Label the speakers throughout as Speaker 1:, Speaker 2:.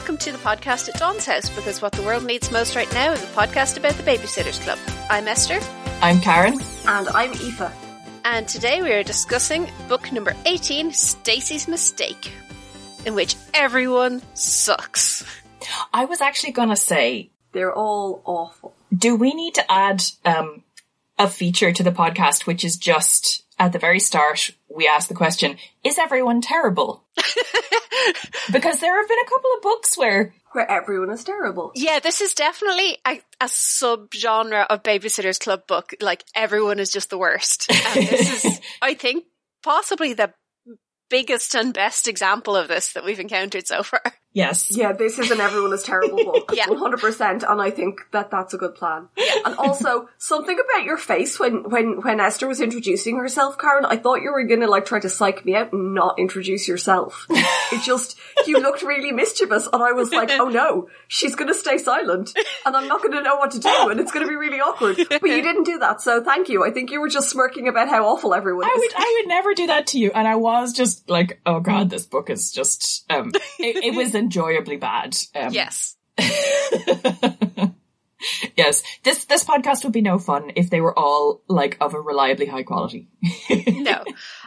Speaker 1: podcast at Dawn's house because what the world needs most right now is a podcast about the Babysitters Club. I'm Esther,
Speaker 2: I'm Karen.
Speaker 3: And I'm Aoife.
Speaker 1: and today we are discussing book number 18, Stacy's Mistake, in which everyone sucks.
Speaker 2: I was actually going to say,
Speaker 3: They're all awful.
Speaker 2: do we need to add um, a feature to the podcast, which is just at the very start, we ask the question, is everyone terrible? because there have been a couple of books where
Speaker 3: Where everyone is terrible.
Speaker 1: Yeah, this is definitely a, a subgenre of Babysitters Club book. Like everyone is just the worst. And this is, I think, possibly the biggest and best example of this that we've encountered so far.
Speaker 2: Yes.
Speaker 3: Yeah, this is an everyone is terrible book.
Speaker 1: Yeah.
Speaker 3: 100%. And I think that that's a good plan. And also, something about your face when, when, when Esther was introducing herself, Karen, I thought you were gonna like try to psych me out and not introduce yourself. it just, you looked really mischievous and I was like, oh no, she's gonna stay silent and I'm not gonna know what to do and it's gonna be really awkward. But you didn't do that, so thank you. I think you were just smirking about how awful everyone
Speaker 2: I
Speaker 3: is.
Speaker 2: would, I would never do that to you. And I was just like, oh God, this book is just, um, it, it was enjoyably bad. Um,
Speaker 1: Yes.
Speaker 2: Yes. This, this podcast would be no fun if they were all like of a reliably high quality.
Speaker 1: No.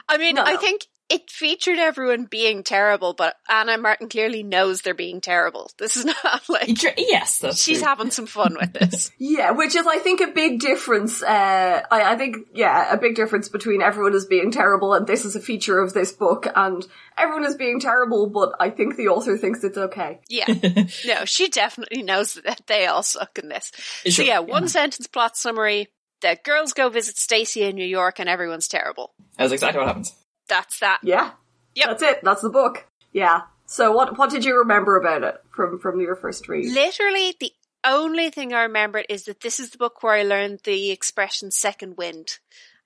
Speaker 1: I mean,
Speaker 3: No,
Speaker 1: I
Speaker 3: no.
Speaker 1: think it featured everyone being terrible, but Anna Martin clearly knows they're being terrible. This is not like
Speaker 2: yes. That's
Speaker 1: she's
Speaker 2: true.
Speaker 1: having some fun with this.
Speaker 3: Yeah, which is, I think, a big difference. Uh, I, I think, yeah, a big difference between everyone is being terrible and this is a feature of this book, and everyone is being terrible, but I think the author thinks it's okay.
Speaker 1: Yeah. No, she definitely knows that they all suck in this. So
Speaker 2: Sure.
Speaker 1: yeah, one sentence plot summary. The girls go visit Stacy in New York and everyone's terrible.
Speaker 2: That's exactly what happens.
Speaker 1: That's that.
Speaker 3: Yeah,
Speaker 1: Yep.
Speaker 3: that's it. That's the book. Yeah. So, what what did you remember about it from from your first read?
Speaker 1: Literally the only thing I remembered is that this is the book where I learned the expression second wind.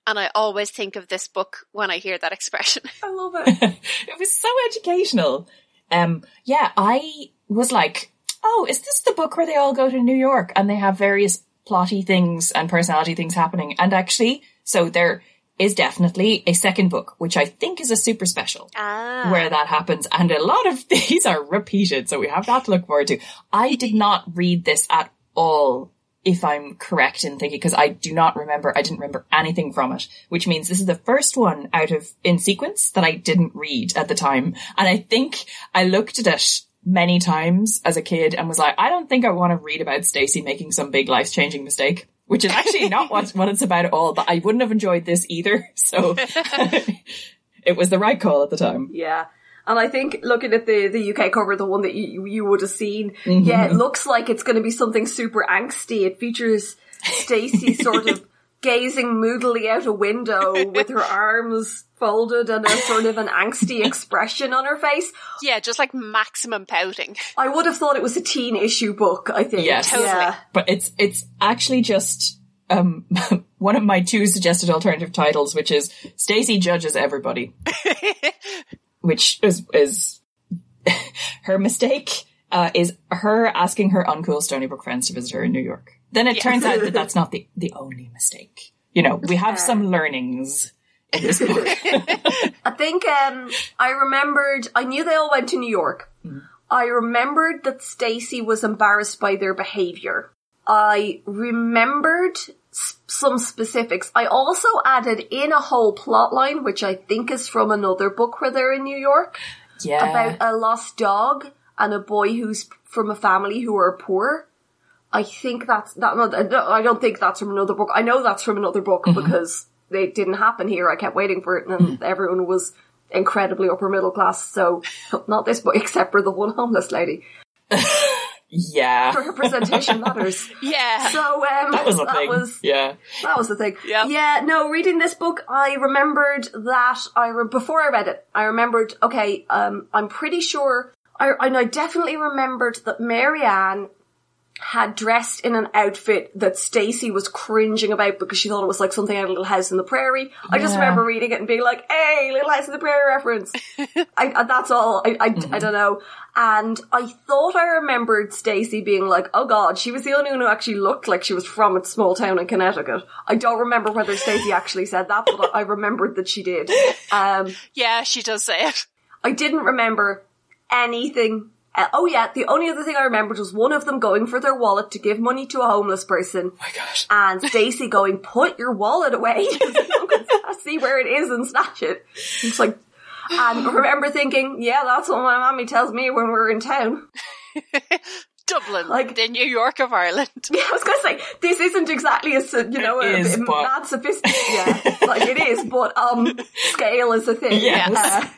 Speaker 1: And I always think of this book when I hear that expression.
Speaker 3: I love it.
Speaker 2: it was so educational. Um, yeah, I was like, oh, is this the book where they all go to New York and they have various plotty things and personality things happening? And actually, so there is definitely a second book, which I think is a super special.
Speaker 1: Ah.
Speaker 2: Where that happens, and a lot of these are repeated, so we have that to look forward to. I did not read this at all, if I'm correct in thinking, because I do not remember, I didn't remember anything from it, which means this is the first one out of in sequence that I didn't read at the time. And I think I looked at it many times as a kid and was like, I don't think I want to read about Stacey making some big life changing mistake. Which is actually not what, what it's about at all, but I wouldn't have enjoyed this either. So it was the right call at the time.
Speaker 3: yeah. And I think looking at the, the UK cover, the one that you, you would have seen, yeah, it looks like it's going to be something super angsty. It features Stacy sort of gazing moodily out a window with her arms folded and a sort of an angsty expression on her face.
Speaker 1: Yeah, just like maximum pouting.
Speaker 3: I would have thought it was a teen issue book, I think.
Speaker 2: Yes. Totally.
Speaker 3: Yeah.
Speaker 2: But it's it's actually just um one of my two suggested alternative titles, which is Stacey judges everybody, which is is her mistake uh, is her asking her uncool Stony Brook friends to visit her in New York. Then it turns out that that's not the the only mistake. You know, we have some learnings in this book.
Speaker 3: I think um, I remembered. I knew they all went to New York. I remembered that Stacy was embarrassed by their behavior. I remembered s- some specifics. I also added in a whole plot line, which I think is from another book where they're in New York,
Speaker 2: Yeah,
Speaker 3: about
Speaker 2: Uh.
Speaker 3: a lost dog and a boy who's from a family who are poor. I think that's that. No, no, I don't think that's from another book. I know that's from another book
Speaker 2: Mm-hmm.
Speaker 3: because it didn't happen here. I kept waiting for it, and everyone was incredibly upper middle class. So not this book, except for the one homeless lady.
Speaker 2: yeah,
Speaker 3: Her presentation matters.
Speaker 1: Yeah.
Speaker 3: So um,
Speaker 2: that was a thing.
Speaker 3: was-
Speaker 2: yeah,
Speaker 3: that was the thing.
Speaker 1: Yep.
Speaker 3: Yeah, no, reading this book, I remembered that I re- before I read it, I remembered, okay, um, I'm pretty sure I and I definitely remembered that Marianne had dressed in an outfit that Stacy was cringing about because she thought it was like something out of Little House in the Prairie. I just
Speaker 2: Yeah.
Speaker 3: remember reading it and being like, "Hey, Little House in the Prairie reference." I, I, that's all. I, I, I don't know. And I thought I remembered Stacy being like, "Oh God, she was the only one who actually looked like she was from a small town in Connecticut." I don't remember whether Stacy actually said that, but I remembered that she did. Um,
Speaker 1: Yeah, she does say it.
Speaker 3: I didn't remember anything Uh, oh yeah, the only other thing I remembered was one of them going for their wallet to give money to a homeless person,
Speaker 2: my gosh.
Speaker 3: and Stacey going, "Put your wallet away. I'm going to see where it is and snatch it." I'm just like, and I remember thinking, "Yeah, that's what my mommy tells me when we're in town."
Speaker 1: Dublin,
Speaker 3: Like-
Speaker 1: like the New York of Ireland.
Speaker 3: Yeah, I was going to say this isn't exactly a so- you know
Speaker 2: It
Speaker 3: a,
Speaker 2: is,
Speaker 3: bit
Speaker 2: but-
Speaker 3: mad sophisticated. Yeah, like it is, but um, scale is a thing.
Speaker 2: Yes.
Speaker 3: Uh,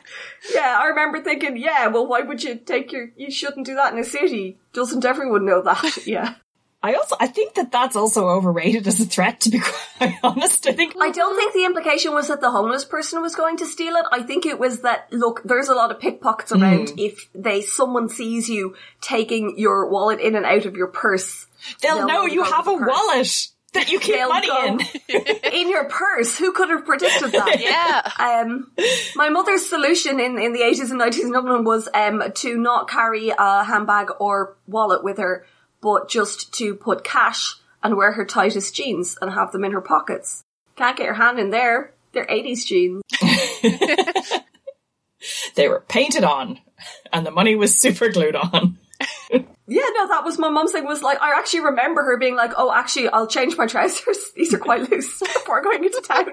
Speaker 3: yeah, I remember thinking, yeah, well, why would you take your? You shouldn't do that in a city. Doesn't everyone know that? Yeah.
Speaker 2: I also I think that that's also overrated as a threat. To be quite honest, I think
Speaker 3: I don't think the implication was that the homeless person was going to steal it. I think it was that look, there's a lot of pickpockets
Speaker 2: Hmm.
Speaker 3: around. If they someone sees you taking your wallet in and out of your purse,
Speaker 2: they'll
Speaker 3: they'll
Speaker 2: know
Speaker 3: know
Speaker 2: you
Speaker 3: about
Speaker 2: have
Speaker 3: the
Speaker 2: a
Speaker 3: purse.
Speaker 2: wallet that you keep
Speaker 3: They'll
Speaker 2: money
Speaker 3: go.
Speaker 2: in.
Speaker 3: in your purse, who could have predicted that?
Speaker 1: Yeah.
Speaker 3: Um, my mother's solution in, in the 80s and 90s in Dublin was um, to not carry a handbag or wallet with her, but just to put cash and wear her tightest jeans and have them in her pockets. Can't get your hand in there. They're 80s jeans.
Speaker 2: They were painted on, and the money was super glued on.
Speaker 3: Yeah, no, that was my mum's thing was like, I actually remember her being like, oh, actually, I'll change my trousers. These are quite loose before going into town.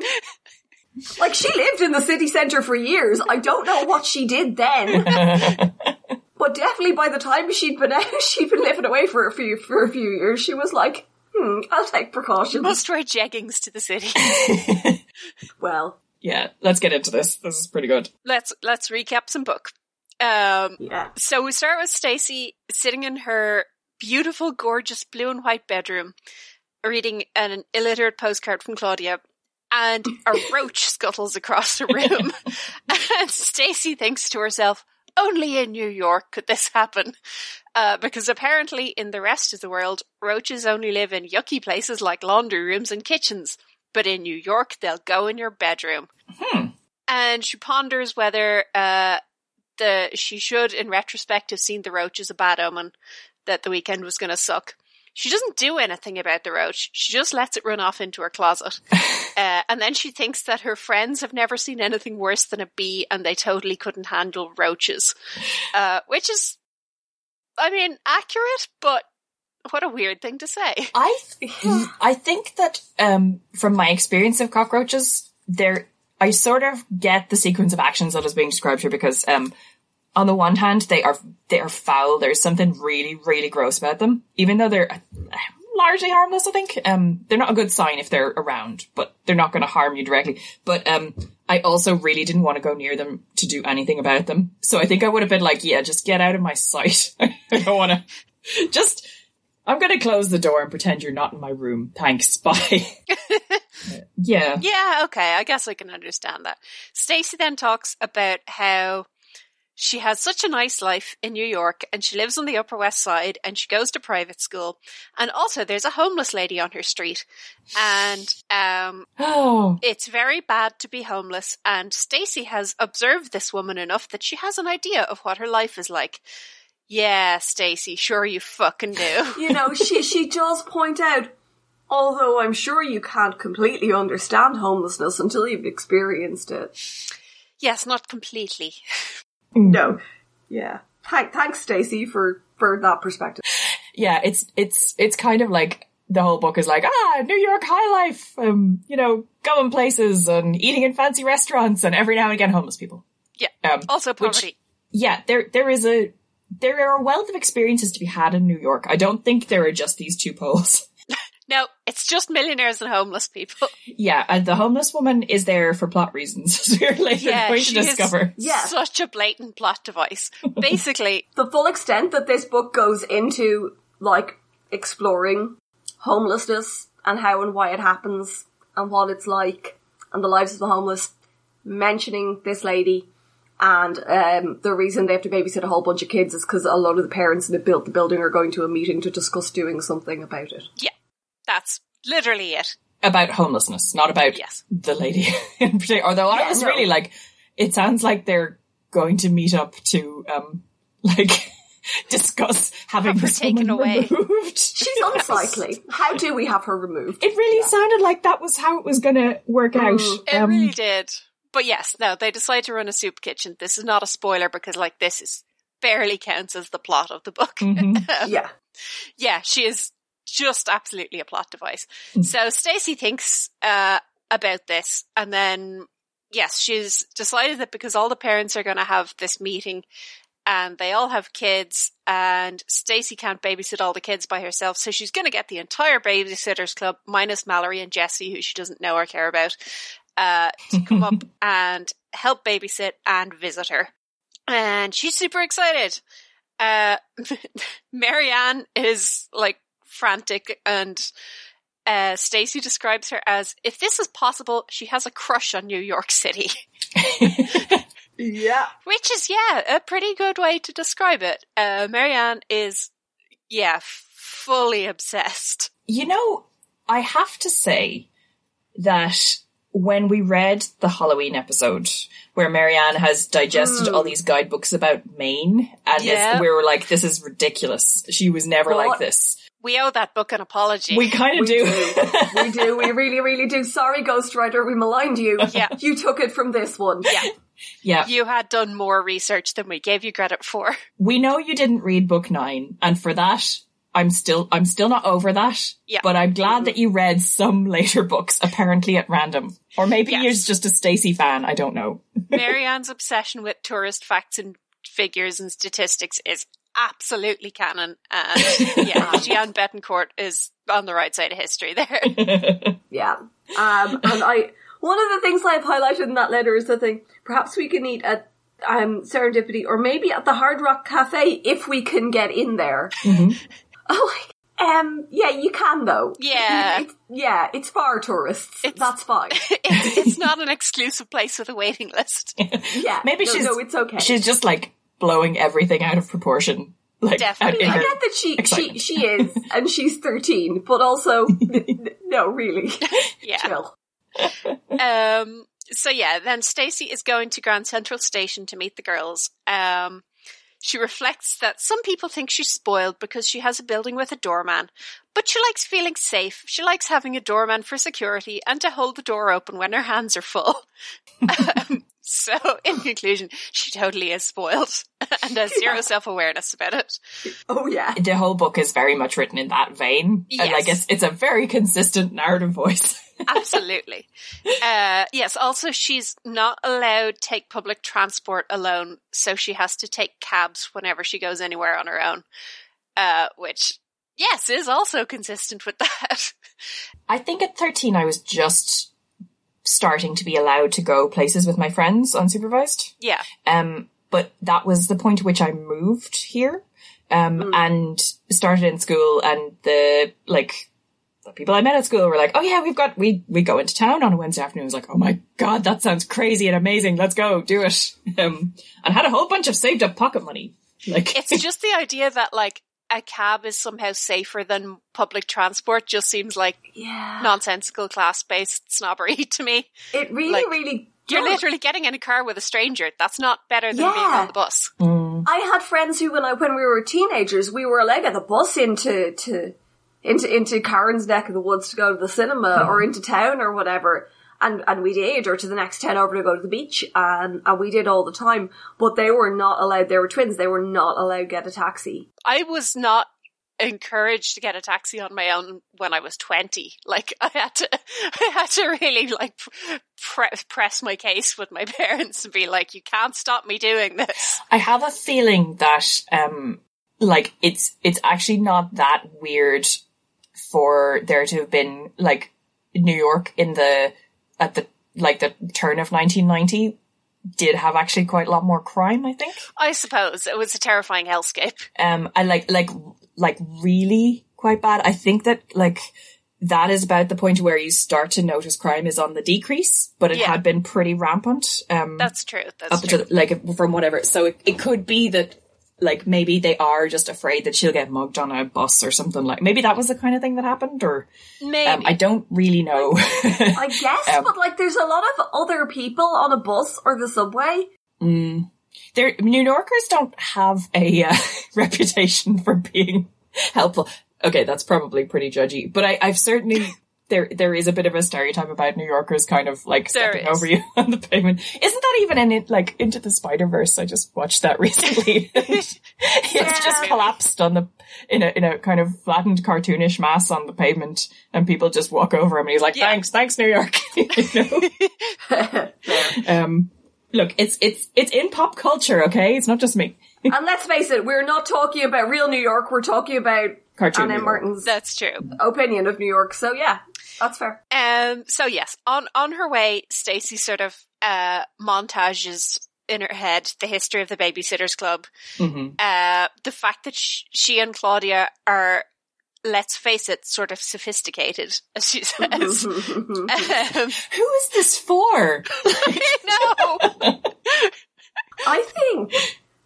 Speaker 3: like, she lived in the city centre for years. I don't know what she did then. but definitely by the time she'd been out, she'd been living away for a few, for a few years. She was like, hmm, I'll take precautions.
Speaker 1: Must wear jeggings to the city.
Speaker 3: well,
Speaker 2: Yeah, let's get into this. This is pretty good.
Speaker 1: let's let's recap some book. Um,
Speaker 3: yeah.
Speaker 1: so we start with Stacy sitting in her beautiful, gorgeous blue and white bedroom, reading an illiterate postcard from Claudia, and a roach scuttles across the room. and Stacy thinks to herself, "Only in New York could this happen." Uh, because apparently, in the rest of the world, roaches only live in yucky places like laundry rooms and kitchens. But in New York, they'll go in your bedroom and she ponders whether uh, the she should, in retrospect, have seen the roach as a bad omen that the weekend was going to suck. She doesn't do anything about the roach. She just lets it run off into her closet, uh, and then she thinks that her friends have never seen anything worse than a bee, and they totally couldn't handle roaches, uh, which is, I mean, accurate, but what a weird thing to say.
Speaker 2: I th- I think that um, from my experience of cockroaches, there I sort of get the sequence of actions that is being described here because um, on the one hand they are they are foul. There's something really really gross about them, even though they're uh, largely harmless. I think um, they're not a good sign if they're around, but they're not going to harm you directly. But um, I also really didn't want to go near them to do anything about them, so I think I would have been like, yeah, just get out of my sight. I don't want to just. I'm going to close the door and pretend you're not in my room. Thanks. Bye. yeah.
Speaker 1: Yeah, okay. I guess I can understand that. Stacey then talks about how she has such a nice life in New York and she lives on the Upper West Side and she goes to private school. And also, there's a homeless lady on her street. And um,
Speaker 2: Oh,
Speaker 1: it's very bad to be homeless. And Stacey has observed this woman enough that she has an idea of what her life is like. Yeah, Stacey, sure you fucking do.
Speaker 3: You know, she, she does point out, although I'm sure you can't completely understand homelessness until you've experienced it.
Speaker 1: yes, not completely.
Speaker 3: No. Yeah. Thank, thanks, Stacey, for, for that perspective.
Speaker 2: yeah. It's, it's, it's kind of like the whole book is like, ah, New York high life, um, you know, going places and eating in fancy restaurants and every now and again homeless people.
Speaker 1: Yeah.
Speaker 2: Um,
Speaker 1: Also,
Speaker 2: which-
Speaker 1: poverty.
Speaker 2: yeah, there, there is a, there are a wealth of experiences to be had in New York. I don't think there are just these two poles.
Speaker 1: no, it's just millionaires and homeless people.
Speaker 2: Yeah, and the homeless woman is there for plot reasons, as we're later
Speaker 1: Yeah,
Speaker 2: going to
Speaker 1: she is-
Speaker 2: discover.
Speaker 3: Yeah.
Speaker 1: Such a blatant plot device. Basically,
Speaker 3: the full extent that this book goes into, like, exploring homelessness and how and why it happens and what it's like and the lives of the homeless, mentioning this lady and um, the reason they have to babysit a whole bunch of kids is because a lot of the parents in the, built, the building are going to a meeting to discuss doing something about it.
Speaker 1: yeah, that's literally it.
Speaker 2: about homelessness, not about
Speaker 1: Yes.
Speaker 2: the lady in particular. Although I
Speaker 3: Yeah,
Speaker 2: was
Speaker 3: no.
Speaker 2: really like, it sounds like they're going to meet up to, um, like, discuss having
Speaker 1: Have her
Speaker 2: this
Speaker 1: taken
Speaker 2: woman
Speaker 1: away.
Speaker 2: removed.
Speaker 3: She's unsightly. How do we have her removed?
Speaker 2: It really sounded like that was how it was going to work out. Um,
Speaker 1: It really did. But yes, no, they decide to run a soup kitchen. This is not a spoiler because, like, this is barely counts as the plot of the book.
Speaker 2: Mhm.
Speaker 3: yeah.
Speaker 1: yeah, she is just absolutely a plot device. So Stacy thinks uh, about this, and then yes, she's decided that because all the parents are going to have this meeting, and they all have kids, and Stacy can't babysit all the kids by herself, so she's going to get the entire babysitters club minus Mallory and Jesse, who she doesn't know or care about, uh, to come up and help babysit and visit her. And she's super excited. Uh, Marianne is like frantic and uh, Stacy describes her as if this is possible, she has a crush on New York City,
Speaker 3: Yeah.
Speaker 1: which is yeah, a pretty good way to describe it. Uh, Marianne is yeah, f- fully obsessed.
Speaker 2: You know, I have to say that when we read the Halloween episode where Marianne has digested all these guidebooks about Maine, and
Speaker 1: Yeah.
Speaker 2: this, we were like, this is ridiculous. She was never
Speaker 3: What?
Speaker 2: like this.
Speaker 1: We owe that book an apology.
Speaker 2: We kind of
Speaker 3: We
Speaker 2: do.
Speaker 3: do. We do. We really, really do. Sorry, Ghost Rider, we maligned you.
Speaker 1: Yeah.
Speaker 3: You took it from this one.
Speaker 1: yeah,
Speaker 2: yeah.
Speaker 1: you had done more research than we gave you credit for.
Speaker 2: We know you didn't read book nine, and for that, I'm still, I'm still not over that.
Speaker 1: Yeah.
Speaker 2: But I'm glad that you read some later books, apparently at random. Or maybe
Speaker 1: Yes.
Speaker 2: you're just a Stacey fan. I don't know.
Speaker 1: Marianne's obsession with tourist facts and figures and statistics is absolutely canon. And yeah, Jeanne Betancourt is on the right side of history there.
Speaker 3: Yeah. Um, and I, one of the things I've highlighted in that letter is the thing, perhaps we can eat at, um, Serendipity or maybe at the Hard Rock Cafe if we can get in there.
Speaker 2: Mm-hmm.
Speaker 3: Oh, um, yeah, you can though.
Speaker 1: Yeah.
Speaker 3: It's, yeah, it's for tourists. That's fine.
Speaker 1: It's, it's not an exclusive place with a waiting list.
Speaker 3: Yeah.
Speaker 2: Maybe
Speaker 3: no,
Speaker 2: she's
Speaker 3: no, it's okay.
Speaker 2: She's just like blowing everything out of proportion. Like
Speaker 1: Definitely.
Speaker 2: Out
Speaker 3: I
Speaker 2: in her-
Speaker 3: get that she, she
Speaker 2: Excitement.
Speaker 3: she is and she's thirteen, but also n- n- no, really,
Speaker 1: Yeah.
Speaker 3: chill.
Speaker 1: Um, so yeah, then Stacy is going to Grand Central Station to meet the girls. Um, she reflects that some people think she's spoiled because she has a building with a doorman, but she likes feeling safe. She likes having a doorman for security and to hold the door open when her hands are full. um, so, in conclusion, she totally is spoiled and has zero self awareness about it.
Speaker 3: Oh yeah,
Speaker 2: the whole book is very much written in that vein. And like
Speaker 1: Yes.
Speaker 2: it's it's a very consistent narrative voice.
Speaker 1: Absolutely. Uh, yes, also, she's not allowed to take public transport alone, so she has to take cabs whenever she goes anywhere on her own, uh, which, yes, is also consistent with that.
Speaker 2: I think at thirteen I was just starting to be allowed to go places with my friends unsupervised.
Speaker 1: yeah.
Speaker 2: Um, but that was the point at which I moved here, um, and started in school and the, like, the people I met at school were like, oh yeah, we've got, we, we go into town on a Wednesday afternoon. I was like, oh my God, that sounds crazy and amazing. Let's go do it. Um, and had a whole bunch of saved up pocket money. Like,
Speaker 1: It's just the idea that, like, a cab is somehow safer than public transport just seems like
Speaker 3: yeah.
Speaker 1: nonsensical class based snobbery to me.
Speaker 3: It really,
Speaker 1: like,
Speaker 3: really.
Speaker 1: You're
Speaker 3: does.
Speaker 1: literally getting in a car with a stranger. That's not better than being
Speaker 3: Yeah.
Speaker 1: on the bus.
Speaker 2: mm.
Speaker 3: I had friends who, when I when we were teenagers, we were allowed at the bus into to into into Karen's neck of the woods to go to the cinema or into town or whatever, and and we did, or to the next town over to go to the beach, um, and and we did all the time. But they were not allowed. They were twins. They were not allowed to get a taxi.
Speaker 1: I was not encouraged to get a taxi on my own when I was 20. Like I had to I had to really like pre- press my case with my parents and be like you can't stop me doing this.
Speaker 2: I have a feeling that, um, like, it's, it's actually not that weird for there to have been, like, New York in the, at the, like, the turn of 1990 did have actually quite a lot more crime, I think.
Speaker 1: I suppose it was a terrifying hellscape.
Speaker 2: um I like like like really quite bad. I think that like that is about the point where you start to notice crime is on the decrease, but it
Speaker 1: Yeah.
Speaker 2: had been pretty rampant. Um
Speaker 1: That's true. That's
Speaker 2: up
Speaker 1: true.
Speaker 2: to like from whatever. So it, it could be that like maybe they are just afraid that she'll get mugged on a bus or something like maybe that was the kind of thing that happened or
Speaker 1: Maybe.
Speaker 2: um, I don't really know.
Speaker 3: I guess, but like, there's a lot of other people on a bus or the subway.
Speaker 2: They're, New Yorkers don't have a uh, reputation for being helpful. Okay, that's probably pretty judgy, but I, I've certainly there there is a bit of a stereotype about New Yorkers kind of like
Speaker 1: There
Speaker 2: stepping
Speaker 1: is.
Speaker 2: over you on the pavement. Isn't that even in it like into the Spider Verse? I just watched that recently. it's just
Speaker 1: maybe.
Speaker 2: collapsed on the in a in a kind of flattened cartoonish mass on the pavement, and people just walk over him. And he's like,
Speaker 1: Yeah.
Speaker 2: "Thanks, thanks, New York." You know? um, look, it's it's it's in pop culture. Okay, it's not just me.
Speaker 3: and let's face it, we're not talking about real New York. We're talking about
Speaker 2: Cartoon New
Speaker 3: Anna
Speaker 2: York.
Speaker 3: Martin's
Speaker 1: That's true.
Speaker 3: opinion of New York. So yeah, that's fair.
Speaker 1: Um, so yes, on on her way, Stacy sort of uh, montages in her head the history of the Babysitters Club,
Speaker 2: hmm
Speaker 1: uh, the fact that sh- she and Claudia are, let's face it, sort of sophisticated, as she says. um,
Speaker 2: Who is this for?
Speaker 1: no,
Speaker 3: I think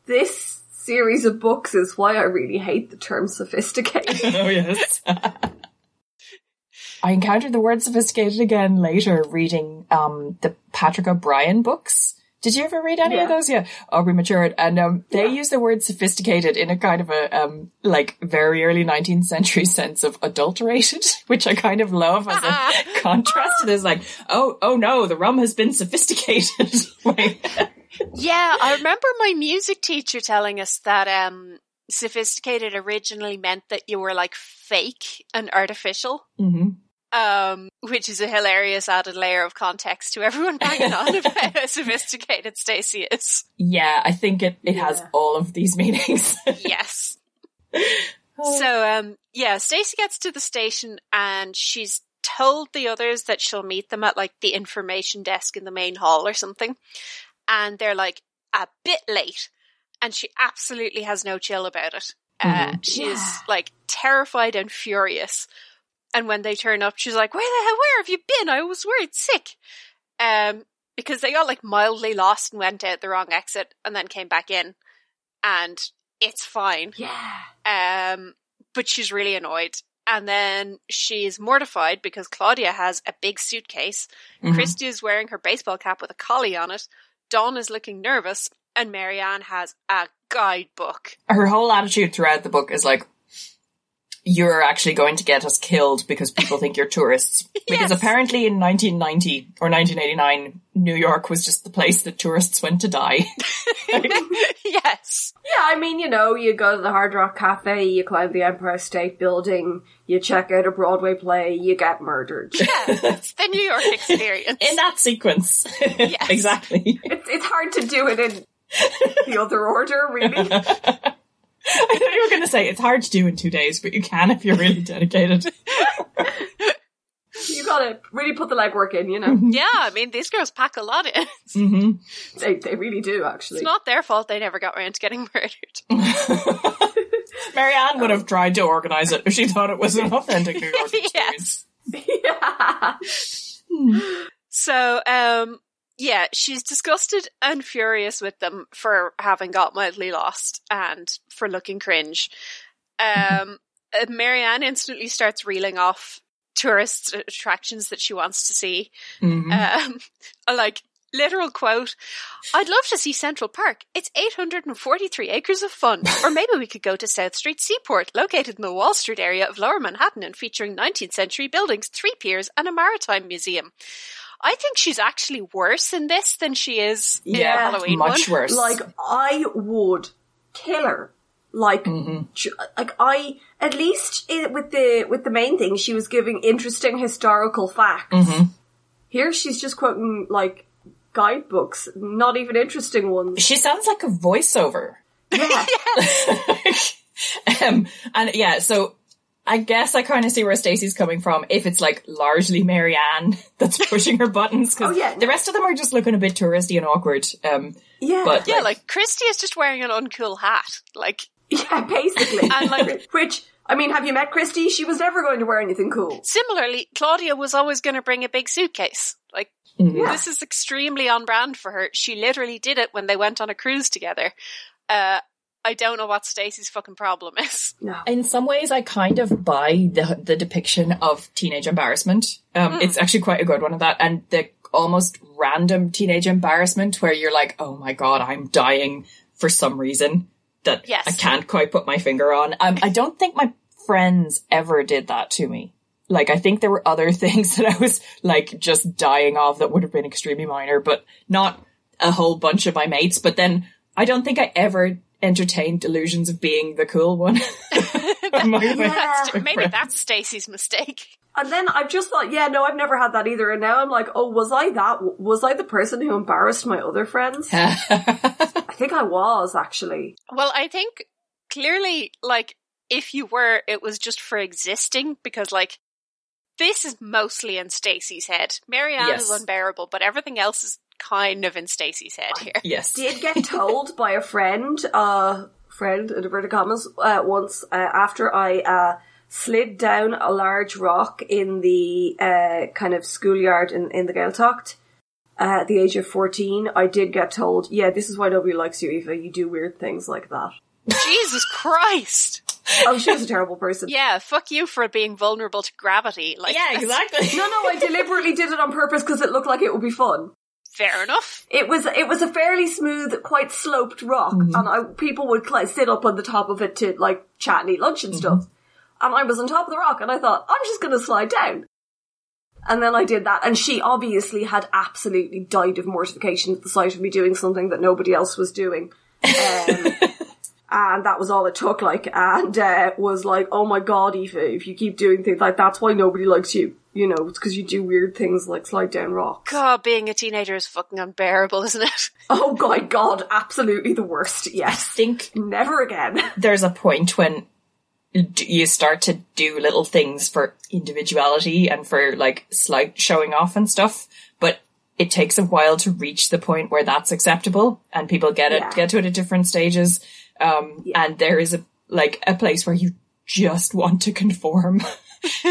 Speaker 3: this series of books is why I really hate the term sophisticated.
Speaker 2: oh yes. I encountered the word sophisticated again later reading um the Patrick O'Brien books. Did you ever read any
Speaker 3: Yeah.
Speaker 2: of those? Yeah. Aubrey Matured. And um they use the word sophisticated in a kind of a um like very early nineteenth century sense of adulterated, which I kind of love as a contrast to this like, oh oh no, the rum has been sophisticated. like,
Speaker 1: Yeah, I remember my music teacher telling us that um sophisticated originally meant that you were like fake and artificial.
Speaker 2: hmm
Speaker 1: Um, which is a hilarious added layer of context to everyone banging on about how sophisticated Stacey is.
Speaker 2: Yeah, I think it, it has
Speaker 3: Yeah.
Speaker 2: all of these meanings.
Speaker 1: Yes. So um yeah, Stacey gets to the station and she's told the others that she'll meet them at like the information desk in the main hall or something. And they're like a bit late and she absolutely has no chill about it. Uh,
Speaker 2: Mm-hmm.
Speaker 1: she's
Speaker 3: Yeah.
Speaker 1: like terrified and furious. And when they turn up, she's like, "Where the hell? Where have you been? I was worried sick." Um, because they got like mildly lost and went out the wrong exit and then came back in, and it's fine.
Speaker 3: yeah.
Speaker 1: Um, but she's really annoyed. And then she's mortified because Claudia has a big suitcase.
Speaker 2: Mhm.
Speaker 1: Christy is wearing her baseball cap with a collie on it. Dawn is looking nervous. And Marianne has a guidebook.
Speaker 2: her whole attitude throughout the book is like you're actually going to get us killed because people think you're tourists
Speaker 1: Yes.
Speaker 2: because apparently in 1990 or 1989 new york was just the place that tourists went to die
Speaker 1: yes.
Speaker 3: Yeah, I mean, you know, you go to the Hard Rock Cafe, you climb the Empire State Building, you check out a Broadway play, you get murdered.
Speaker 1: Yeah, it's the New York experience.
Speaker 2: in that sequence exactly
Speaker 3: it's, it's hard to do it in the other order, really.
Speaker 2: i thought you were going to say it's hard to do in two days but you can if you're really dedicated
Speaker 3: You gotta really put the legwork in, you know.
Speaker 1: yeah, I mean, these girls pack a lot in.
Speaker 2: hmm
Speaker 3: They, they really do, actually.
Speaker 1: It's not their fault they never got around to getting murdered.
Speaker 2: marianne would have tried to organize it if she thought it was an authentic new york experience
Speaker 1: Oh.
Speaker 2: Mm-hmm.
Speaker 1: yes.
Speaker 3: yeah.
Speaker 1: So, um, yeah, she's disgusted and furious with them for having got mildly lost and for looking cringe. Um, uh, Marianne instantly starts reeling off tourist attractions that she wants to see.
Speaker 2: Mhm.
Speaker 1: Um, a, like literal quote, I'd love to see Central Park. It's 843 acres of fun. Or maybe we could go to South Street Seaport, located in the Wall Street area of Lower Manhattan and featuring 19th century buildings, three piers, and a maritime museum. I think she's actually worse in this than she is in
Speaker 2: yeah
Speaker 1: the Halloween
Speaker 2: much
Speaker 1: one.
Speaker 2: worse
Speaker 3: Like, I would kill her. Like, ju- like I at least i with the with the main thing, she was giving interesting historical facts. Here, she's just quoting like guidebooks, not even interesting ones.
Speaker 2: she sounds like a voiceover.
Speaker 3: Yeah.
Speaker 2: um, and yeah, so I guess I kind of see where Stacey's coming from. If it's like largely Marianne that's pushing her buttons, because
Speaker 3: Oh, yeah.
Speaker 2: the rest of them are just looking a bit touristy and awkward. Um,
Speaker 3: Yeah.
Speaker 2: but
Speaker 1: Yeah, like Christy is just wearing an uncool hat. Like,
Speaker 3: Yeah, basically.
Speaker 1: And, like-
Speaker 3: which I mean, have you met Christy? She was never going to wear anything cool.
Speaker 1: similarly, Claudia was always going to bring a big suitcase. Like,
Speaker 2: Mhm.
Speaker 1: this is extremely on brand for her. She literally did it when they went on a cruise together. Uh, I don't know what Stacey's fucking problem is.
Speaker 3: No.
Speaker 2: in some ways, I kind of buy the the depiction of teenage embarrassment. Um, It's actually quite a good one of that, and the almost random teenage embarrassment where you're like, "Oh my god, I'm dying for some reason that
Speaker 1: Yes.
Speaker 2: I can't quite put my finger on." Um, I don't think my friends ever did that to me. like I think there were other things that I was like just dying of that would have been extremely minor, but not a whole bunch of my mates. But then I don't think I ever entertained delusions of being the cool one. Among my-
Speaker 1: That's, maybe that's Stacey's mistake.
Speaker 3: And then I've just thought, yeah, no, I've never had that either. And now I'm like, oh, was I that? Was I the person who embarrassed my other friends? I think I was actually.
Speaker 1: Well, I think clearly, like, if you were, it was just for existing because, like, this is mostly in Stacey's head. Marianne is
Speaker 2: Yes.
Speaker 1: unbearable, but everything else is kind of in Stacey's head here.
Speaker 2: yes.
Speaker 3: Did get told by a friend, uh, friend in inverted commas, uh, once uh, after I uh, slid down a large rock in the uh, kind of schoolyard in in the Gaeltacht. Uh, at the age of 14, I did get told, yeah, this is why nobody likes you, Eva. You do weird things like that.
Speaker 1: Jesus Christ!
Speaker 3: Oh, she was a terrible person.
Speaker 1: Yeah, fuck you for being vulnerable to gravity. Like,
Speaker 2: Yeah,
Speaker 1: that's
Speaker 2: exactly.
Speaker 3: No, no, I deliberately did it on purpose because it looked like it would be fun.
Speaker 1: Fair enough.
Speaker 3: It was it was a fairly smooth, quite sloped rock, and I, people would like, sit up on the top of it to like chat and eat lunch and stuff. And I was on top of the rock, and I thought I'm just going to slide down. And then I did that, and she obviously had absolutely died of mortification at the sight of me doing something that nobody else was doing. Um, and that was all it took, like, and uh, was like, oh my god, Eva, if you keep doing things like that's why nobody likes you. You know, it's because you do weird things like slide down rocks.
Speaker 1: God, Oh, being a teenager is fucking unbearable, isn't it?
Speaker 3: Oh my god, absolutely the worst. Yes.
Speaker 2: think
Speaker 3: Never again.
Speaker 2: there's a point when d- you start to do little things for individuality and for like slight showing off and stuff, but it takes a while to reach the point where that's acceptable and people get it,
Speaker 3: Yeah.
Speaker 2: get to it at different stages. Um, and there is a, like a place where you just want to conform.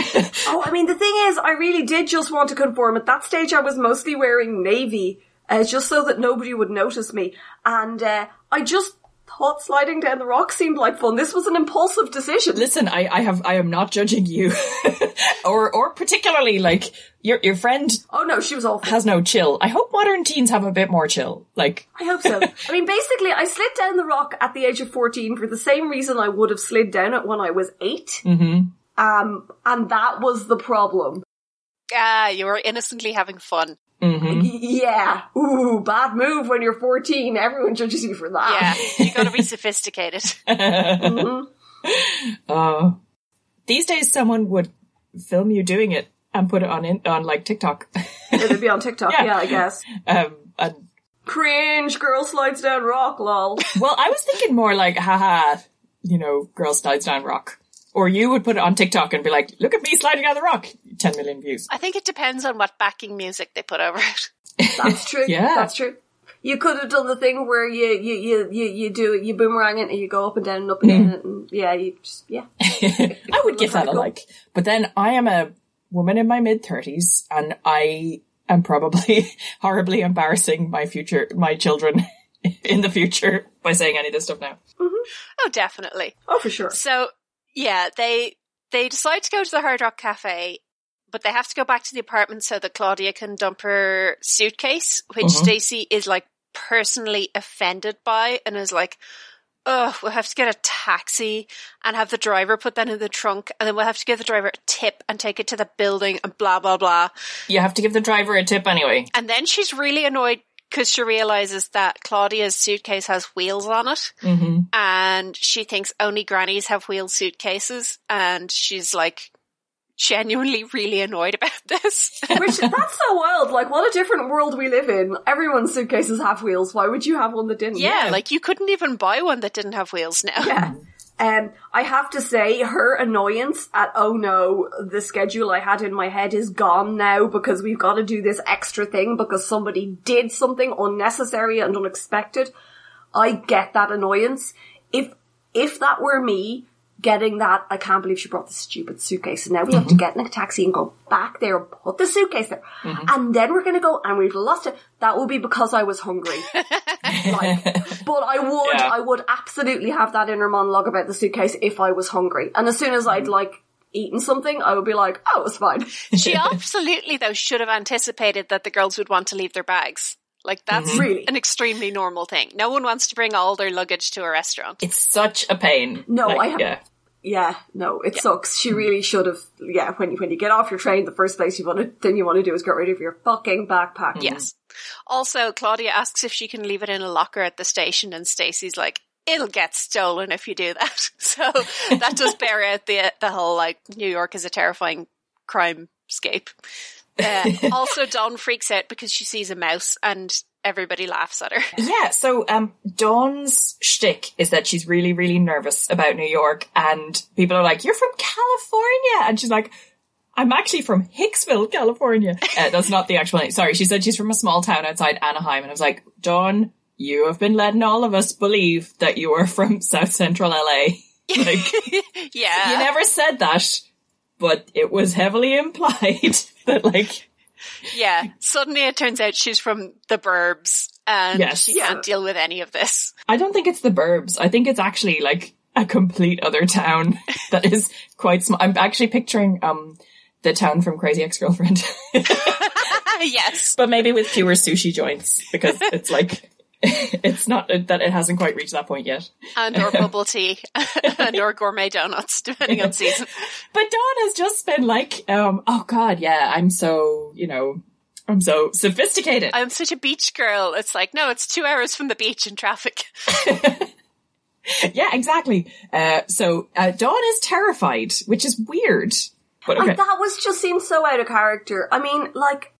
Speaker 3: Oh, I mean, the thing is, I really did just want to conform. At that stage, I was mostly wearing navy, uh, just so that nobody would notice me. And uh, I just thought sliding down the rock seemed like fun. This was an impulsive decision.
Speaker 2: Listen, I, I have, I am not judging you or, or particularly like your, your friend
Speaker 3: oh no, she was awful.
Speaker 2: has no chill. I hope modern teens have a bit more chill. Like,
Speaker 3: I hope so. I mean, basically, I slid down the rock at the age of 14 for the same reason I would have slid down it when I was 8. Mm-hmm. Um, and that was the problem.
Speaker 1: Ah, you were innocently having fun.
Speaker 2: Mm-hmm.
Speaker 3: Yeah. Ooh, bad move when you're 14. Everyone judges you for
Speaker 1: Yeah,
Speaker 3: that.
Speaker 1: you gotta be sophisticated.
Speaker 2: Oh. These days someone would film you doing it and put it on in, on like TikTok.
Speaker 3: It'd be on TikTok.
Speaker 2: Yeah.
Speaker 3: Yeah. I guess.
Speaker 2: um and,
Speaker 3: Cringe. Girl slides down rock. Lol.
Speaker 2: well, I was thinking more like haha, you know, girl slides down rock. Or you would put it on TikTok and be like, look at me sliding down the rock. 10 million views.
Speaker 1: I think it depends on what backing music they put over it.
Speaker 3: That's true.
Speaker 2: Yeah.
Speaker 3: That's true. You could have done the thing where you you you you, you do it. You boomerang it and you go up and down and up and down.
Speaker 2: Mm.
Speaker 3: And, yeah. You just yeah.
Speaker 2: I would give that a like. But then I am a woman in my mid 30s and I am probably horribly embarrassing my future, my children in the future by saying any of this stuff now.
Speaker 1: Oh, definitely.
Speaker 3: Oh, for sure.
Speaker 1: So, yeah, they they decide to go to the Hard Rock Cafe, but they have to go back to the apartment so that Claudia can dump her suitcase, which Stacy is like personally offended by and is like, "Oh, we'll have to get a taxi and have the driver put that in the trunk, and then we'll have to give the driver a tip and take it to the building and blah blah blah."
Speaker 2: You have to give the driver a tip anyway.
Speaker 1: And then she's really annoyed because she realizes that Claudia's suitcase has wheels on it. And she thinks only grannies have wheel suitcases. And she's like genuinely really annoyed about this.
Speaker 3: Which that's so wild. Like, what a different world we live in. Everyone's suitcases have wheels. Why would you have one that didn't?
Speaker 1: yeah, like you couldn't even buy one that didn't have wheels now.
Speaker 3: Yeah. Um, I have to say, her annoyance at oh no, the schedule I had in my head is gone now because we've got to do this extra thing because somebody did something unnecessary and unexpected. I get that annoyance. If if that were me getting that, I can't believe she brought the stupid suitcase. And now we have to get in a taxi and go back there and put the suitcase there, and then we're gonna go and we've lost it. That would be because I was hungry. like, but I would,
Speaker 2: Yeah.
Speaker 3: I would absolutely have that inner monologue about the suitcase if I was hungry. And as soon as
Speaker 2: Mm.
Speaker 3: I'd like eaten something, I would be like, oh, it's fine.
Speaker 1: She absolutely, though, should have anticipated that the girls would want to leave their bags. Like, that's
Speaker 3: Mm-hmm. Really?
Speaker 1: an extremely normal thing. No one wants to bring all their luggage to a restaurant.
Speaker 2: It's such a pain.
Speaker 3: No,
Speaker 2: Like,
Speaker 3: I have-
Speaker 2: yeah.
Speaker 3: yeah, no, it sucks. She really should have. Yeah, when you when you get off your train, the first place you want to thing you want to do is get rid of your fucking backpack.
Speaker 2: Mm-hmm.
Speaker 1: Yes. Also, Claudia asks if she can leave it in a locker at the station, and Stacy's like, "It'll get stolen if you do that." So that does bear out the the whole like New York is a terrifying crime scape. Uh, also, Dawn freaks out because she sees a mouse, and everybody laughs at her.
Speaker 2: Yeah, so um, Dawn's shtick is that she's really, really nervous about New York, and people are like, "You're from California," and she's like, "I'm actually from Hicksville, California." Uh, that's not the actual name. Sorry, she said she's from a small town outside Anaheim, and I was like, "Dawn, you have been letting all of us believe that you are from South Central LA." like,
Speaker 1: yeah,
Speaker 2: you never said that, but it was heavily implied that like.
Speaker 1: yeah. Suddenly, it turns out she's from the Burbs, and
Speaker 2: Yes.
Speaker 1: she can't deal with any of this.
Speaker 2: I don't think it's the Burbs. I think it's actually like a complete other town that is quite small. I'm actually picturing um the town from Crazy Ex-Girlfriend,
Speaker 1: yes.
Speaker 2: but maybe with fewer sushi joints because it's like it's not uh, that it hasn't quite reached that point yet.
Speaker 1: And or bubble tea and or gourmet donuts, depending on season.
Speaker 2: But Dawn has just been like, um, oh god, yeah, I'm so you know, I'm so sophisticated.
Speaker 1: I'm such a beach girl. It's like, no, it's two hours from the beach in traffic.
Speaker 2: yeah, exactly. Uh, so uh, Dawn is terrified, which is weird. But okay.
Speaker 3: And that was just seemed so out of character. I mean, like,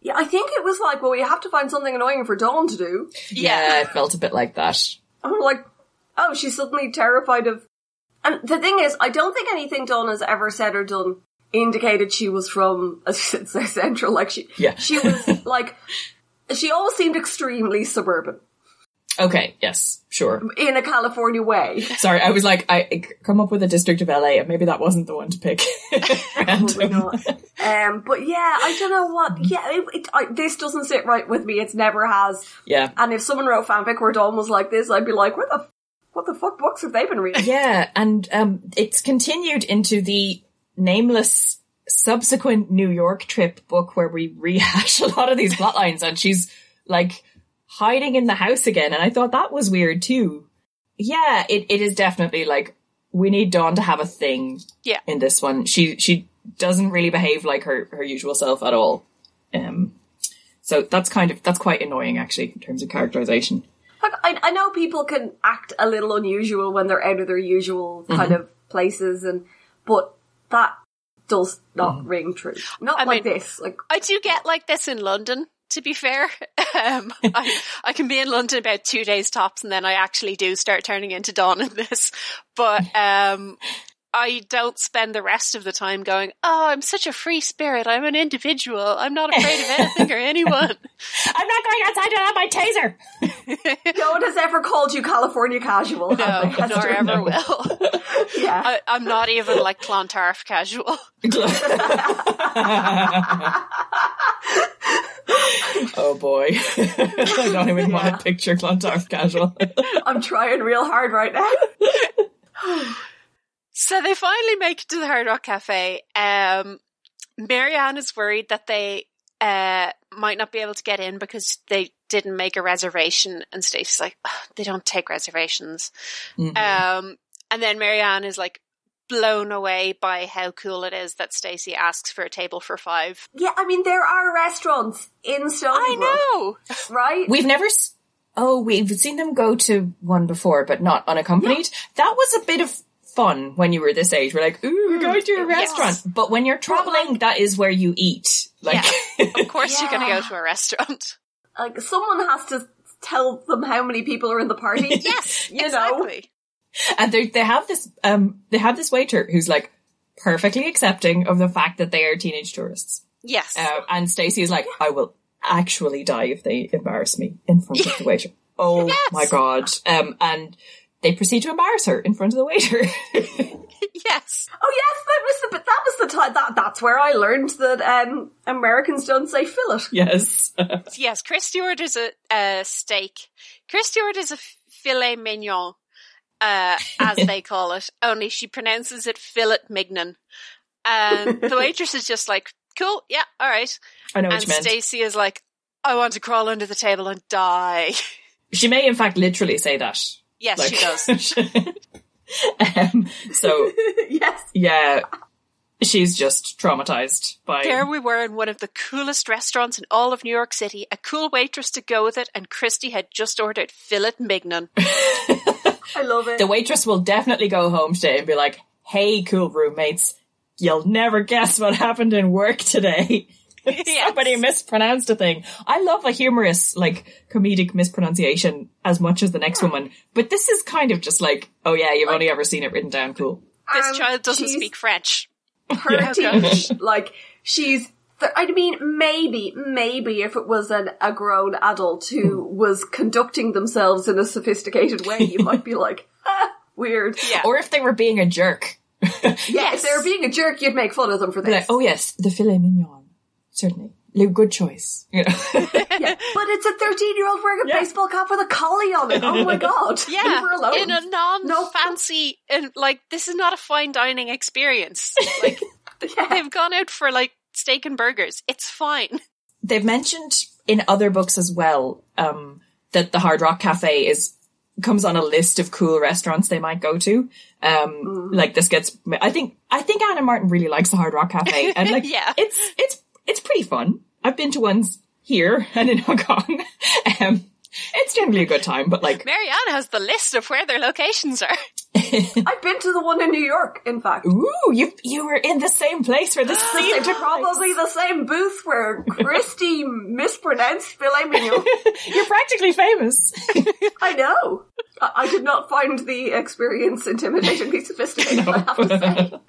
Speaker 3: yeah, I think it was like, well, we have to find something annoying for Dawn to do.
Speaker 2: yeah, it felt a bit like that.
Speaker 3: I'm like, oh, she's suddenly terrified of. And the thing is, I don't think anything Dawn has ever said or done indicated she was from a central. Like she,
Speaker 2: Yeah.
Speaker 3: she was like, she always seemed extremely suburban
Speaker 2: Okay, yes, sure.
Speaker 3: in a California way.
Speaker 2: Sorry, I was like, I I come up with a district of LA, and maybe that wasn't the one to pick.
Speaker 3: Probably
Speaker 2: Random.
Speaker 3: not. Um, but yeah, I don't know what. Yeah, it, it, I, this doesn't sit right with me. It's never has.
Speaker 2: Yeah.
Speaker 3: And if someone wrote fanfic where Dawn was like this, I'd be like, where the f- what the fuck books have they been reading?
Speaker 2: Yeah, and um, it's continued into the nameless subsequent New York trip book where we rehash a lot of these plot lines, and she's like hiding in the house again, and I thought that was weird too. Yeah, it, it is definitely like we need Dawn to have a thing
Speaker 1: Yeah.
Speaker 2: in this one. She she doesn't really behave like her her usual self at all. Um, so that's kind of that's quite annoying actually in terms of characterization.
Speaker 3: Like, I, I know people can act a little unusual when they're out of their usual kind
Speaker 1: Mm-hmm.
Speaker 3: of places, and but that does not ring true. Not
Speaker 1: Mm-hmm. I
Speaker 3: like
Speaker 1: mean-
Speaker 3: this. Like
Speaker 1: I do get like this in London. To be fair, um, I, I can be in London about two days tops, and then I actually do start turning into Dawn in this. But um, I don't spend the rest of the time going, "Oh, I'm such a free spirit. I'm an individual. I'm not afraid of anything or anyone."
Speaker 2: I'm not going outside without my taser.
Speaker 3: no one has ever called you California casual.
Speaker 1: No,
Speaker 3: have they,
Speaker 1: nor
Speaker 3: Hester?
Speaker 1: ever will.
Speaker 3: Yeah.
Speaker 1: I, I'm not even like Clontarf casual.
Speaker 2: oh boy. I don't even want
Speaker 3: Yeah.
Speaker 2: to picture Clontarf casual.
Speaker 3: I'm trying real hard right now.
Speaker 1: So they finally make it to the Hard Rock Cafe. Um, Marianne is worried that they uh, might not be able to get in because they didn't make a reservation. And Stacey's like, "Ugh, they don't take reservations. Um, and then Marianne is like blown away by how cool it is that Stacey asks for a table for five.
Speaker 3: Yeah, I mean there are restaurants in Stony
Speaker 1: I know.
Speaker 3: know, right?
Speaker 2: We've never. S- oh, we've seen them go to one before, but not unaccompanied. That was a bit of fun when you were this age. We're like, ooh, we're going to a restaurant. Mm, But when you're traveling, that is where you eat. Like,
Speaker 1: Of course, you're going to
Speaker 3: Yeah.
Speaker 1: go to a restaurant.
Speaker 3: like someone has to tell them how many people are in the party.
Speaker 1: Yes,
Speaker 3: You know.
Speaker 1: exactly.
Speaker 2: and they they have this um they have this waiter who's like perfectly accepting of the fact that they are teenage tourists.
Speaker 1: Yes.
Speaker 2: Uh, and Stacey is like, I will actually die if they embarrass me in front of the waiter. Oh my god! Um, and they proceed to embarrass her in front of the waiter.
Speaker 1: yes.
Speaker 3: Oh yes, that was the but that was the time that that's where I learned that um Americans don't say fillet.
Speaker 2: yes.
Speaker 1: yes, Christy orders a, a steak. Christy orders a filet mignon, uh, as they call it, only she pronounces it fillet mignon. And the waitress is just like, cool, yeah, all right.
Speaker 2: I know what
Speaker 1: and
Speaker 2: you meant.
Speaker 1: Stacey is like, I want to crawl under the table and die.
Speaker 2: she may, in fact, literally say that.
Speaker 1: Yes,
Speaker 2: Like-
Speaker 1: she does.
Speaker 2: Um, so
Speaker 3: yes.
Speaker 2: yeah, she's just traumatized by
Speaker 1: There we were in one of the coolest restaurants in all of New York City, a cool waitress to go with it, and Christy had just ordered fillet mignon.
Speaker 3: I love it.
Speaker 2: the waitress will definitely go home today and be like, "Hey, cool roommates, you'll never guess what happened in work today." Somebody mispronounced a thing. I love a humorous, like, comedic mispronunciation as much as the next woman, but this is kind of just like, oh yeah, you've only ever seen it written down. Cool.
Speaker 1: This
Speaker 3: Um,
Speaker 1: child doesn't
Speaker 3: she's
Speaker 1: speak French.
Speaker 3: Hurting, like she's. th- I mean, maybe, maybe if it was an, a grown adult who was conducting themselves in a sophisticated way, you might be like, ah, weird.
Speaker 1: Yeah.
Speaker 2: Or if they were being a jerk,
Speaker 3: Yeah,
Speaker 1: Yes.
Speaker 3: if they were being a jerk, you'd make fun of them for
Speaker 2: Be like,
Speaker 3: this.
Speaker 2: oh yes, the filet mignon, certainly. Lou, Good choice. You know?
Speaker 3: Yeah. But it's a 13 year old wearing a
Speaker 2: Yeah.
Speaker 3: baseball cap with a collie on it. Oh my god. Leave
Speaker 1: yeah,
Speaker 3: her alone.
Speaker 1: in a
Speaker 3: No.
Speaker 1: non-fancy, and like this is not a fine dining experience. Like th- they've gone out for like steak and burgers. It's fine.
Speaker 2: They've mentioned in other books as well um, that the Hard Rock Cafe is comes on a list of cool restaurants they might go to. Um, Like this gets, I think, I think Anna Martin really likes the Hard Rock Cafe, and like,
Speaker 1: Yeah.
Speaker 2: it's it's it's pretty fun. I've been to ones here and in Hong Kong. um, it's generally a good time, but like,
Speaker 1: Marianne has the list of where their locations are.
Speaker 3: I've been to the one in New York, in fact.
Speaker 2: ooh, you you were in the same place where this scene
Speaker 3: It's
Speaker 2: took place.
Speaker 3: probably the same booth where Christy mispronounced filet mignon.
Speaker 2: You're practically famous.
Speaker 3: I know. I, I did not find the experience intimidatingly sophisticated, I have to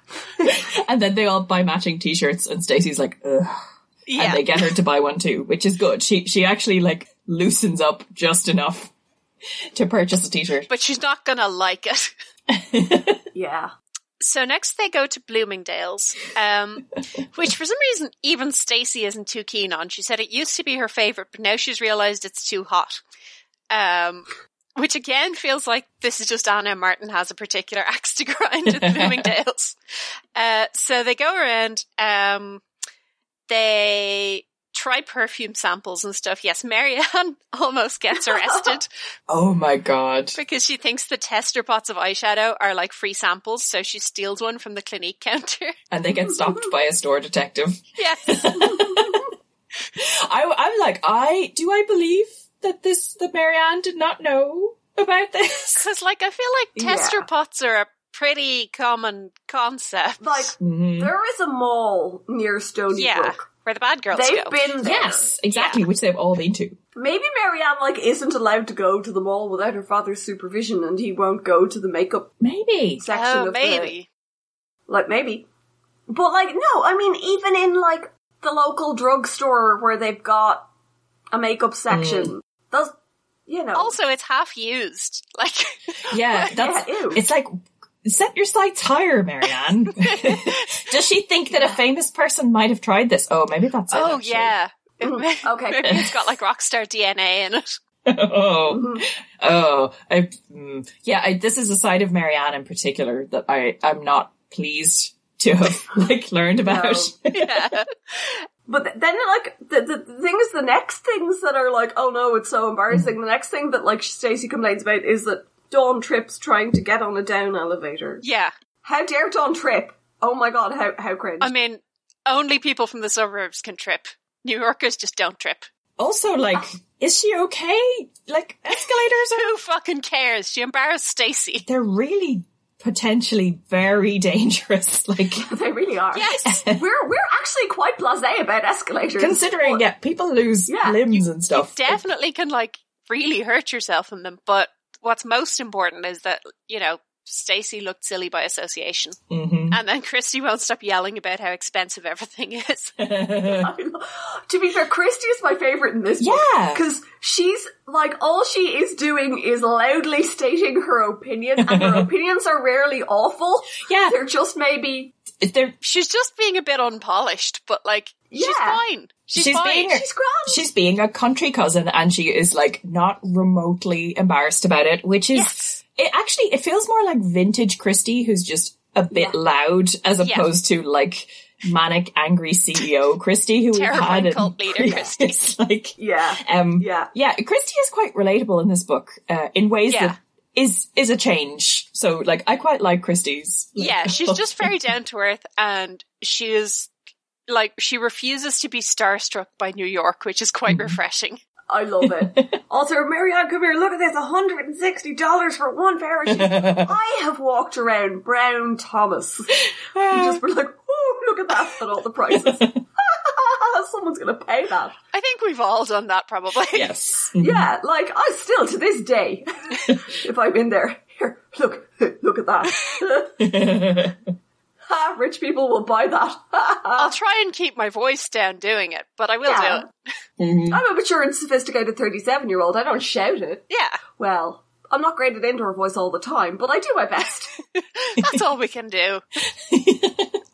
Speaker 3: say.
Speaker 2: And then they all buy matching t-shirts and Stacey's like, ugh.
Speaker 1: Yeah,
Speaker 2: And they get her to buy one too, which is good. She, she actually like loosens up just enough to purchase a t-shirt.
Speaker 1: but she's not gonna like it.
Speaker 3: Yeah.
Speaker 1: So next they go to Bloomingdale's, um, which for some reason even Stacy isn't too keen on. She said it used to be her favorite, but now she's realized it's too hot. Um, which again feels like this is just Anna Martin has a particular axe to grind at Bloomingdale's. Uh, so they go around. Um, they try perfume samples and stuff. Yes, Marianne almost gets arrested
Speaker 2: Oh my god.
Speaker 1: because she thinks the tester pots of eyeshadow are like free samples, so she steals one from the Clinique counter.
Speaker 2: And they get stopped by a store detective.
Speaker 1: yes.
Speaker 2: I, I'm like, I, do I believe that this, that Marianne did not know about this?
Speaker 1: Because, like, I feel like
Speaker 3: Yeah.
Speaker 1: tester pots are a pretty common concept.
Speaker 3: Like,
Speaker 2: Mhm.
Speaker 3: there is a mall near Stony
Speaker 1: Mm. yeah,
Speaker 3: Brook.
Speaker 1: where the bad girls
Speaker 3: They've
Speaker 1: go.
Speaker 3: been there.
Speaker 2: Yes, exactly, which they've all been to.
Speaker 3: Maybe Marianne, like, isn't allowed to go to the mall without her father's supervision and he won't go to the makeup
Speaker 2: Maybe.
Speaker 3: section
Speaker 1: oh,
Speaker 3: of the
Speaker 1: maybe.
Speaker 3: Like maybe. But like no, I mean even in like the local drugstore where they've got a makeup section,
Speaker 1: Mm.
Speaker 3: those you know
Speaker 1: Also, it's half used. Like,
Speaker 2: Yeah, that's
Speaker 3: Yeah, ew.
Speaker 2: it's like set your sights higher, Marianne. Does she think that a famous person might have tried this? Oh, maybe that's it.
Speaker 1: oh
Speaker 2: actually.
Speaker 1: yeah.
Speaker 3: okay.
Speaker 1: Maybe it's got like rock star DNA in it.
Speaker 2: oh, oh, I, mm, yeah. I, this is a side of Marianne in particular that I I'm not pleased to have like learned about.
Speaker 1: Yeah.
Speaker 3: But th- then like the, the the thing is the next things that are like oh no it's so
Speaker 2: Mm-hmm.
Speaker 3: embarrassing. The next thing that like Stacey complains about is that Dawn Tripp's trying to get on a down elevator.
Speaker 1: yeah.
Speaker 3: How dare Dawn Trip? Oh my god, how how cringe.
Speaker 2: Um,
Speaker 1: I mean, only people from the suburbs can trip. New Yorkers just don't trip.
Speaker 2: also, like, is she okay? Like escalators are
Speaker 1: Who fucking cares? She embarrassed Stacy.
Speaker 2: they're really potentially very dangerous. Like.
Speaker 3: they really are.
Speaker 1: Yes.
Speaker 3: We're we're actually quite blasé about escalators.
Speaker 2: Considering, yeah, people lose
Speaker 3: Yeah,
Speaker 2: limbs and stuff.
Speaker 1: definitely can like really hurt yourself in them. But what's most important is that you know Stacy looked silly by association,
Speaker 3: Mm.
Speaker 2: Mhm.
Speaker 1: and then Christy won't stop yelling about how expensive everything is.
Speaker 3: to be fair, Christy is my favorite in this
Speaker 2: Yeah.
Speaker 3: because she's like all she is doing is loudly stating her opinion, and her opinions are rarely awful.
Speaker 2: Yeah.
Speaker 3: They're just maybe
Speaker 2: They're,
Speaker 1: she's just being a bit unpolished, but like she's
Speaker 3: Yeah.
Speaker 1: fine. She's,
Speaker 2: She's
Speaker 1: fine.
Speaker 2: being-
Speaker 3: she's grand.
Speaker 2: she's being a country cousin and she is like not remotely embarrassed about it, which is
Speaker 1: Yes.
Speaker 2: it actually it feels more like vintage Christie who's just a bit loud as
Speaker 1: Yeah.
Speaker 2: opposed to like manic angry CEO Christie who we've
Speaker 1: Terrifying
Speaker 2: had in
Speaker 1: cult leader
Speaker 2: previous,
Speaker 1: Christie.
Speaker 2: like
Speaker 3: yeah,
Speaker 2: um
Speaker 3: yeah.
Speaker 2: yeah, Christie is quite relatable in this book uh, in ways
Speaker 1: Yeah.
Speaker 2: that is is a change. So like I quite like Christie's. Like,
Speaker 1: Yeah, she's just very down to earth and she is like she refuses to be starstruck by New York, which is
Speaker 3: Mm-hmm.
Speaker 1: quite refreshing.
Speaker 3: I love it. also, Marianne, come here, look at this, $160 for one parachute. I have walked around Brown Thomas and just been like, oh, look at that, and all the prices. Someone's going to pay that.
Speaker 1: I think we've all done that probably.
Speaker 2: yes.
Speaker 3: Yeah, like, I still, to this day, if I'm in there, here, look, look at that. ha, rich people will buy that.
Speaker 1: I'll try and keep my voice down doing it, but I will
Speaker 3: Yeah.
Speaker 1: do it.
Speaker 2: Mm-hmm.
Speaker 3: I'm a mature and sophisticated 37 year old, I don't shout it.
Speaker 1: Yeah.
Speaker 3: Well, I'm not great at indoor voice all the time, but I do my best.
Speaker 1: That's all we can do.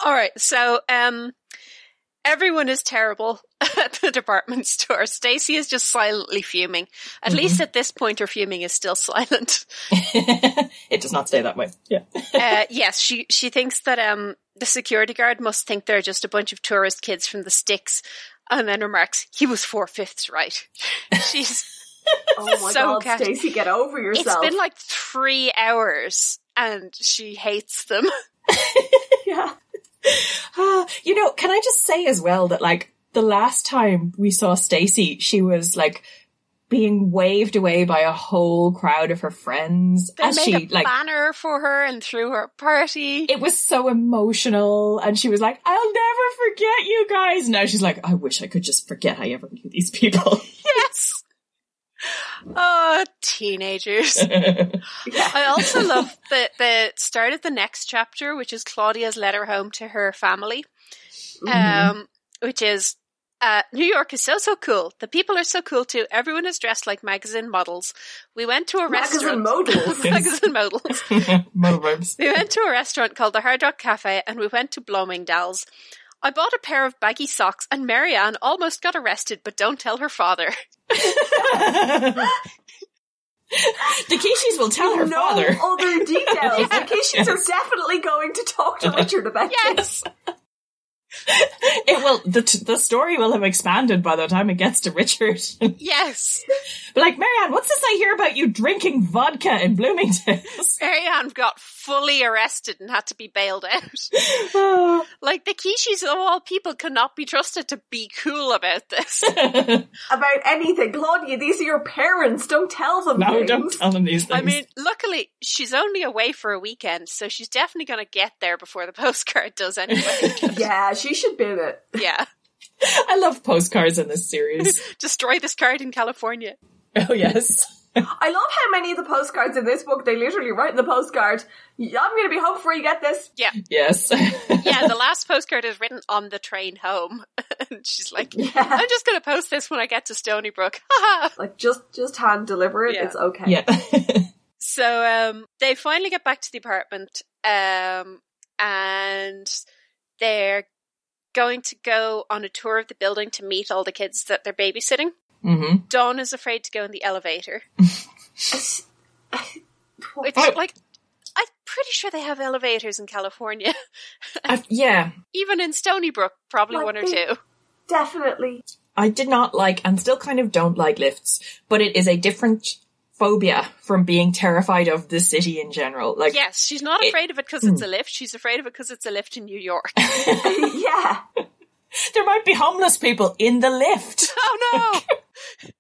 Speaker 1: all right. So, um, everyone is terrible at the department store. Stacy is just silently fuming. At
Speaker 2: Mm-hmm.
Speaker 1: least at this point, her fuming is still silent.
Speaker 2: it does not stay that way. Yeah.
Speaker 1: Uh, yes, she she thinks that um the security guard must think they're just a bunch of tourist kids from the sticks, and then remarks he was four fifths right. She's
Speaker 3: Oh my
Speaker 1: So
Speaker 3: god,
Speaker 1: catchy.
Speaker 3: Stacey, get over yourself.
Speaker 1: it's been like three hours, and she hates them.
Speaker 3: yeah.
Speaker 2: Ah, you know, can I just say as well that like the last time we saw Stacy, she was like being waved away by a whole crowd of her friends
Speaker 1: They
Speaker 2: as
Speaker 1: made
Speaker 2: she
Speaker 1: a
Speaker 2: like
Speaker 1: banner for her and threw her a party.
Speaker 2: it was so emotional and she was like i'll never forget you guys now she's like i wish i could just forget i ever knew these people
Speaker 1: yes. Oh, teenagers.
Speaker 3: Yeah.
Speaker 1: I also love the, the start of the next chapter, which is Claudia's letter home to her family,
Speaker 3: Mm-hmm.
Speaker 1: um, which is uh, New York is so, so cool. The people are so cool too. Everyone is dressed like magazine models. We went to a restaurant.
Speaker 3: Magazine models.
Speaker 1: magazine models.
Speaker 2: motorboats
Speaker 1: We went to a restaurant called the Hard Rock Cafe and we went to Bloomingdale's. I bought a pair of baggy socks and Marianne almost got arrested, but don't tell her father.
Speaker 2: the kishis will tell her
Speaker 3: no
Speaker 2: father
Speaker 3: other details. The Kishis are definitely going to talk to Richard about this.
Speaker 1: Yes.
Speaker 2: it will the, t- the story will have expanded by the time it gets to richard
Speaker 1: Yes.
Speaker 2: But like marianne what's this i hear about you drinking vodka in bloomingdale's
Speaker 1: Marianne got fully arrested and had to be bailed out.
Speaker 2: Ah.
Speaker 1: like the Kishis of all people cannot be trusted to be cool about this.
Speaker 3: About anything. Claudia, these are your parents. Don't tell them
Speaker 2: no
Speaker 3: things.
Speaker 2: don't tell them these things
Speaker 1: I mean, luckily she's only away for a weekend, so she's definitely going to get there before the postcard does anyway.
Speaker 3: Yeah, she should be in it.
Speaker 1: yeah,
Speaker 2: i love postcards in this series
Speaker 1: destroy this card in California.
Speaker 2: oh yes
Speaker 3: I love how many of the postcards in this book, they literally write in the postcard, "Yeah, I'm going to be home before you get this.
Speaker 1: Yeah,
Speaker 2: yes
Speaker 1: yeah. The last postcard is written on the train home, and she's like,
Speaker 3: Yeah.
Speaker 1: "I'm just going to post this when I get to Stony Brook." Ha ha.
Speaker 3: Like, just just hand deliver it.
Speaker 1: Yeah.
Speaker 3: It's okay.
Speaker 2: yeah
Speaker 1: So um, they finally get back to the apartment, um, and they're going to go on a tour of the building to meet all the kids that they're babysitting.
Speaker 2: hmm
Speaker 1: Dawn is afraid to go in the elevator, which,
Speaker 2: Oh.
Speaker 1: like, I'm pretty sure they have elevators in California,
Speaker 2: I, yeah
Speaker 1: even in Stony Brook, probably
Speaker 3: Like
Speaker 1: one or
Speaker 3: they-
Speaker 1: two.
Speaker 3: Definitely.
Speaker 2: I did not like and still kind of don't like lifts, but it is a different phobia from being terrified of the city in general. Like,
Speaker 1: Yes, she's not afraid of it because it's a lift. She's afraid of it because it's a lift in New York.
Speaker 3: yeah.
Speaker 2: there might be homeless people in the lift.
Speaker 1: oh no!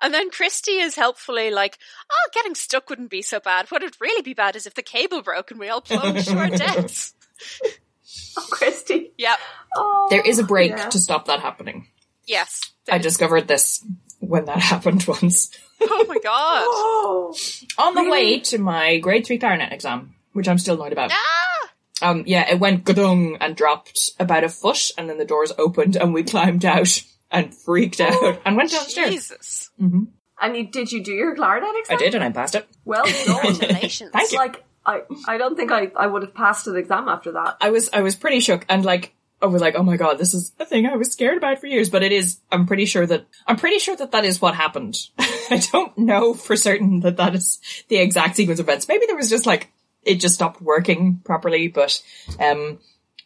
Speaker 1: And then Christy is helpfully like, oh, getting stuck wouldn't be so bad. What would really be bad is if the cable broke and we all plunged to our deaths.
Speaker 3: Oh, Christy.
Speaker 1: Yep.
Speaker 3: Oh,
Speaker 2: There is a break
Speaker 3: yeah.
Speaker 2: to stop that happening.
Speaker 1: Yes.
Speaker 2: I discovered this when that happened once.
Speaker 1: Oh my god.
Speaker 3: Oh.
Speaker 2: On the
Speaker 3: Really?
Speaker 2: way to my grade three clarinet exam, which I'm still annoyed about.
Speaker 1: Ah!
Speaker 2: Um, yeah, it went gudung and dropped about a foot and then the doors opened and we climbed out and freaked out and went downstairs.
Speaker 1: Jesus.
Speaker 3: And you, did you do your clarinet
Speaker 2: I
Speaker 3: exam?
Speaker 2: did and I passed it.
Speaker 3: Well done.
Speaker 1: Congratulations.
Speaker 2: Thank you.
Speaker 3: like I, I don't think I, I would have passed an exam after that.
Speaker 2: I was I was pretty shook and like I was like, oh my god, this is a thing I was scared about for years. But it is. I'm pretty sure that I'm pretty sure that that is what happened. I don't know for certain that that is the exact sequence of events. Maybe there was just like it just stopped working properly, but um,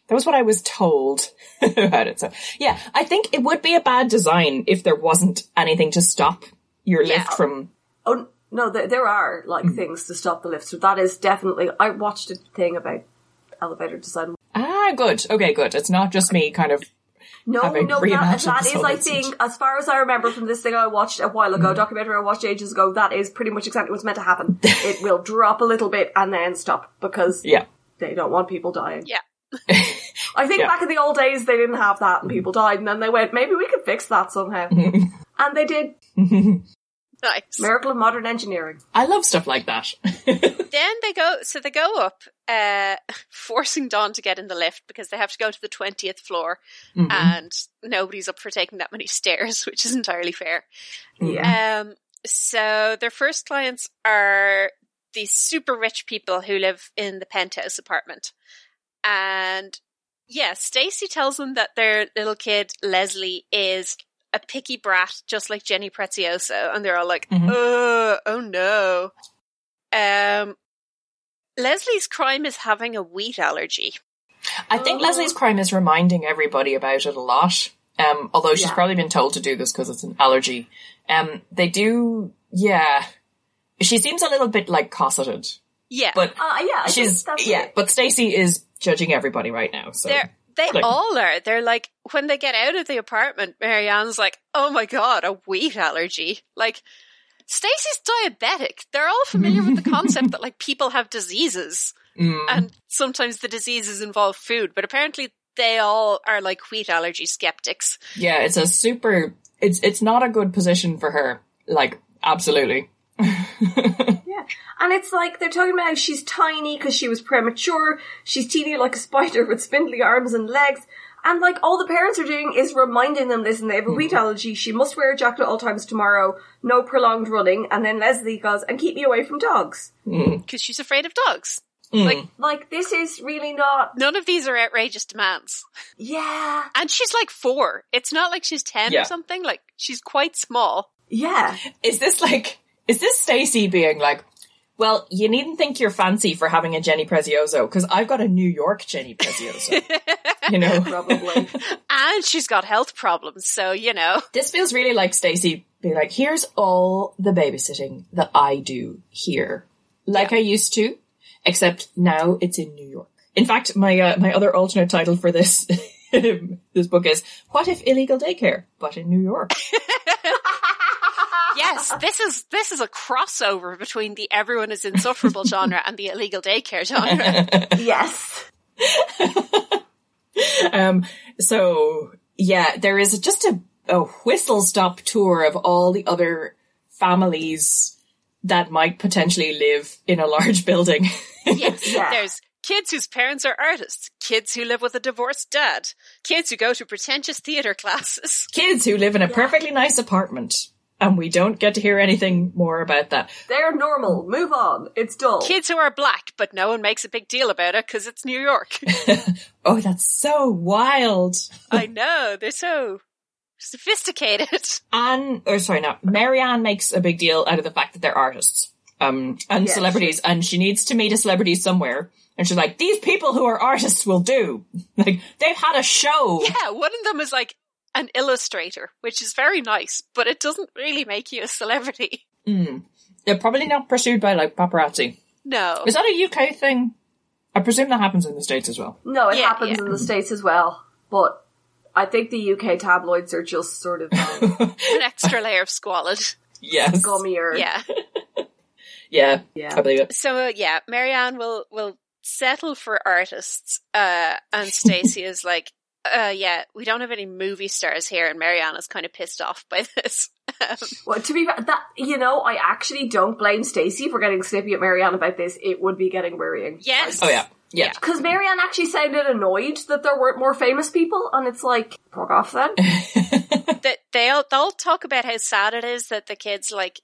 Speaker 2: that was what I was told about it. So yeah, I think it would be a bad design if there wasn't anything to stop your
Speaker 1: Yeah.
Speaker 2: lift from
Speaker 3: Oh, No, there, there are like
Speaker 2: Hmm.
Speaker 3: things to stop the lifts, but that is definitely. I watched a thing about elevator design.
Speaker 2: Ah, good. Okay, good. It's not just me kind of
Speaker 3: No,
Speaker 2: Having
Speaker 3: no, that,
Speaker 2: reimagined
Speaker 3: that
Speaker 2: this
Speaker 3: is,
Speaker 2: whole
Speaker 3: I
Speaker 2: message.
Speaker 3: think, as far as I remember from this thing I watched a while
Speaker 2: Hmm.
Speaker 3: ago, documentary I watched ages ago, that is pretty much exactly what's meant to happen. it will drop a little bit and then stop because
Speaker 2: Yeah.
Speaker 3: they don't want people dying.
Speaker 1: Yeah.
Speaker 3: I think
Speaker 2: Yeah. Hmm.
Speaker 3: back in the old days they didn't have that and people died, and then they went, maybe we could fix that somehow. and they did.
Speaker 1: Nice.
Speaker 3: Miracle of modern engineering.
Speaker 2: I love stuff like that.
Speaker 1: Then they go, so they go up, uh, forcing Dawn to get in the lift because they have to go to the 20th floor
Speaker 2: Mm-hmm.
Speaker 1: and nobody's up for taking that many stairs, which is entirely fair.
Speaker 2: Hmm.
Speaker 3: Yeah.
Speaker 1: Um, so their first clients are these super rich people who live in the penthouse apartment. And yeah, Stacy tells them that their little kid, Leslie, is a picky brat, just like Jenny Prezioso. And they're all like,
Speaker 2: Mhm.
Speaker 1: oh, oh no. Um, Leslie's crime is having a wheat allergy.
Speaker 2: I think
Speaker 3: Oh.
Speaker 2: Leslie's crime is reminding everybody about it a lot. Um, although she's
Speaker 3: Yeah.
Speaker 2: probably been told to do this because it's an allergy. Um, they do, yeah. She seems a little bit like cosseted,
Speaker 1: Yeah.
Speaker 2: but
Speaker 3: Uh, yeah, I
Speaker 2: she's
Speaker 3: think that's
Speaker 2: yeah.
Speaker 3: it.
Speaker 2: But Stacey is judging everybody right now. So
Speaker 1: They're they
Speaker 2: Like-
Speaker 1: all are. They're like when they get out of the apartment, Marianne's like, "Oh my god, a wheat allergy!" Like Stacey's diabetic. They're all familiar with the concept that like people have diseases,
Speaker 2: Mm.
Speaker 1: and sometimes the diseases involve food. But apparently, they all are like wheat allergy skeptics.
Speaker 2: yeah, it's a super. It's it's not a good position for her. Like absolutely.
Speaker 3: Yeah. And it's like they're talking about how she's tiny because she was premature. She's teeny like a spider with spindly arms and legs. And like all the parents are doing is reminding them this and they have a wheat allergy. She must wear a jacket at all times tomorrow. No prolonged running. And then Leslie goes, and keep me away from dogs.
Speaker 1: Because she's afraid of dogs.
Speaker 2: Mm.
Speaker 1: Like
Speaker 3: Like this is really not,
Speaker 1: none of these are outrageous demands,
Speaker 3: yeah,
Speaker 1: and she's like four. It's not like she's ten
Speaker 2: Yeah.
Speaker 1: or something. Like she's quite small.
Speaker 3: yeah.
Speaker 2: Is this like? Is this Stacey being like? Well, you needn't think you're fancy for having a Jenny Prezioso because I've got a New York Jenny Prezioso. you know,
Speaker 3: Probably.
Speaker 1: And she's got health problems, so you know.
Speaker 2: this feels really like Stacey being like, here's all the babysitting that I do here, like I used to, except now it's in New York. In fact, my uh, my other alternate title for this this book is "What If Illegal Daycare, but in New York."
Speaker 1: yes, this is this is a crossover between the everyone is insufferable genre and the illegal daycare genre.
Speaker 3: yes.
Speaker 2: Um, so yeah, there is just a, a whistle stop tour of all the other families that might potentially live in a large building.
Speaker 1: yes,
Speaker 3: Yeah.
Speaker 1: there's kids whose parents are artists, kids who live with a divorced dad, kids who go to pretentious theater classes.
Speaker 2: Kids who live in a perfectly nice apartment. And we don't get to hear anything more about that.
Speaker 3: They're normal. Move on. It's dull.
Speaker 1: Kids who are black, but no one makes a big deal about it because it's New York.
Speaker 2: Oh, that's so wild.
Speaker 1: I know, they're so sophisticated.
Speaker 2: Anne, or sorry, no, Marianne makes a big deal out of the fact that they're artists um, and
Speaker 3: Yes.
Speaker 2: celebrities, and she needs to meet a celebrity somewhere. And she's like, these people who are artists will do. Like, they've had a show.
Speaker 1: Yeah, one of them is like an illustrator, which is very nice, but it doesn't really make you a celebrity.
Speaker 2: Hmm. They're probably not pursued by, like, paparazzi.
Speaker 1: No.
Speaker 2: Is that a UK thing? I presume that happens in the States as well.
Speaker 3: No, it
Speaker 1: Yeah,
Speaker 3: happens
Speaker 1: yeah.
Speaker 3: in the States as well. But I think the UK tabloids are just sort of um,
Speaker 1: An extra layer of squalid.
Speaker 2: Yes.
Speaker 3: gummier.
Speaker 1: Yeah.
Speaker 2: Yeah,
Speaker 3: Yeah.
Speaker 2: I believe it.
Speaker 1: So uh, yeah, Marianne will will settle for artists, uh, and Stacey is like, uh, yeah, we don't have any movie stars here, and Marianne is kind of pissed off by this.
Speaker 3: Well, to be fair, that you know, I actually don't blame Stacey for getting snippy at Marianne about this. It would be getting worrying.
Speaker 1: Yes.
Speaker 2: Oh, yeah. Yeah.
Speaker 3: Because Marianne actually sounded annoyed that there weren't more famous people, and it's like, fuck off then.
Speaker 1: That they'll they'll talk about how sad it is that the kids like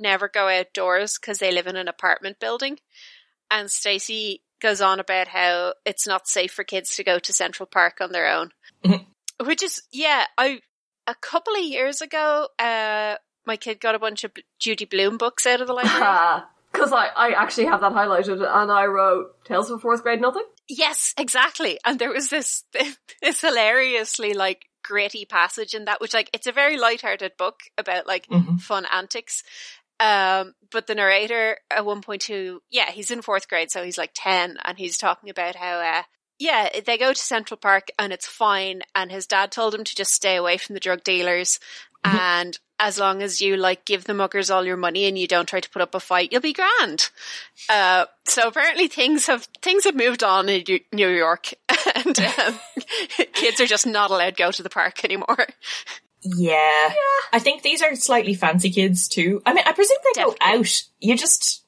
Speaker 1: never go outdoors because they live in an apartment building, and Stacey goes on about how it's not safe for kids to go to Central Park on their own,
Speaker 2: Mhm.
Speaker 1: which is yeah, I a couple of years ago, uh, my kid got a bunch of B- Judy Bloom books out of the library.
Speaker 3: Because I, I actually have that highlighted, and I wrote Tales from Fourth Grade Nothing.
Speaker 1: yes, exactly. And there was this this hilariously like
Speaker 2: Mm-hmm.
Speaker 1: gritty passage in that, which like it's a very lighthearted book about like fun antics. Um, but the narrator at one point who, yeah, he's in fourth grade, so he's like 10, and he's talking about how, uh, yeah, they go to Central Park and it's fine, and his dad told him to just stay away from the drug dealers. And as long as you like give the muggers all your money and you don't try to put up a fight, you'll be grand. Uh, so apparently things have things have moved on in Eu- New York, and um, kids are just not allowed to go to the park anymore.
Speaker 2: Yeah. I think these are slightly fancy kids too. I mean, I presume they go
Speaker 1: Definitely.
Speaker 2: out. You just,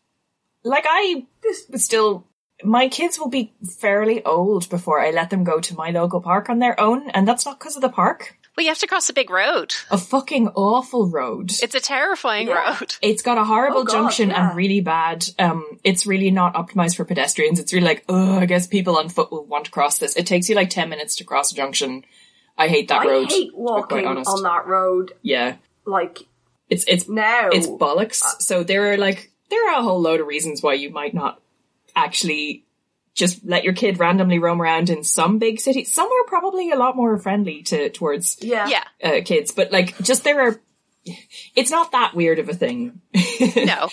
Speaker 2: like I was still, my kids will be fairly old before I let them go to my local park on their own, and that's not because of the park.
Speaker 1: Well, you have to cross a big road.
Speaker 2: A fucking awful road.
Speaker 1: It's a terrifying
Speaker 3: Yeah.
Speaker 1: road.
Speaker 2: It's got a horrible
Speaker 3: Oh God,
Speaker 2: junction
Speaker 3: yeah.
Speaker 2: and really bad. Um, it's really not optimized for pedestrians. It's really like, oh, I guess people on foot will want to cross this. It takes you like 10 minutes to cross a junction. I hate that
Speaker 3: I
Speaker 2: road.
Speaker 3: hate
Speaker 2: to be
Speaker 3: walking on that road.
Speaker 2: Yeah.
Speaker 3: Like
Speaker 2: It's, it's,
Speaker 3: now,
Speaker 2: it's bollocks.
Speaker 1: uh,
Speaker 2: So there are like, there are a whole load of reasons why you might not actually just let your kid randomly roam around in some big city. Some are probably a lot more friendly to, towards
Speaker 3: yeah,
Speaker 1: Yeah.
Speaker 2: uh, kids, but like just there are, it's not that weird of a thing.
Speaker 1: No.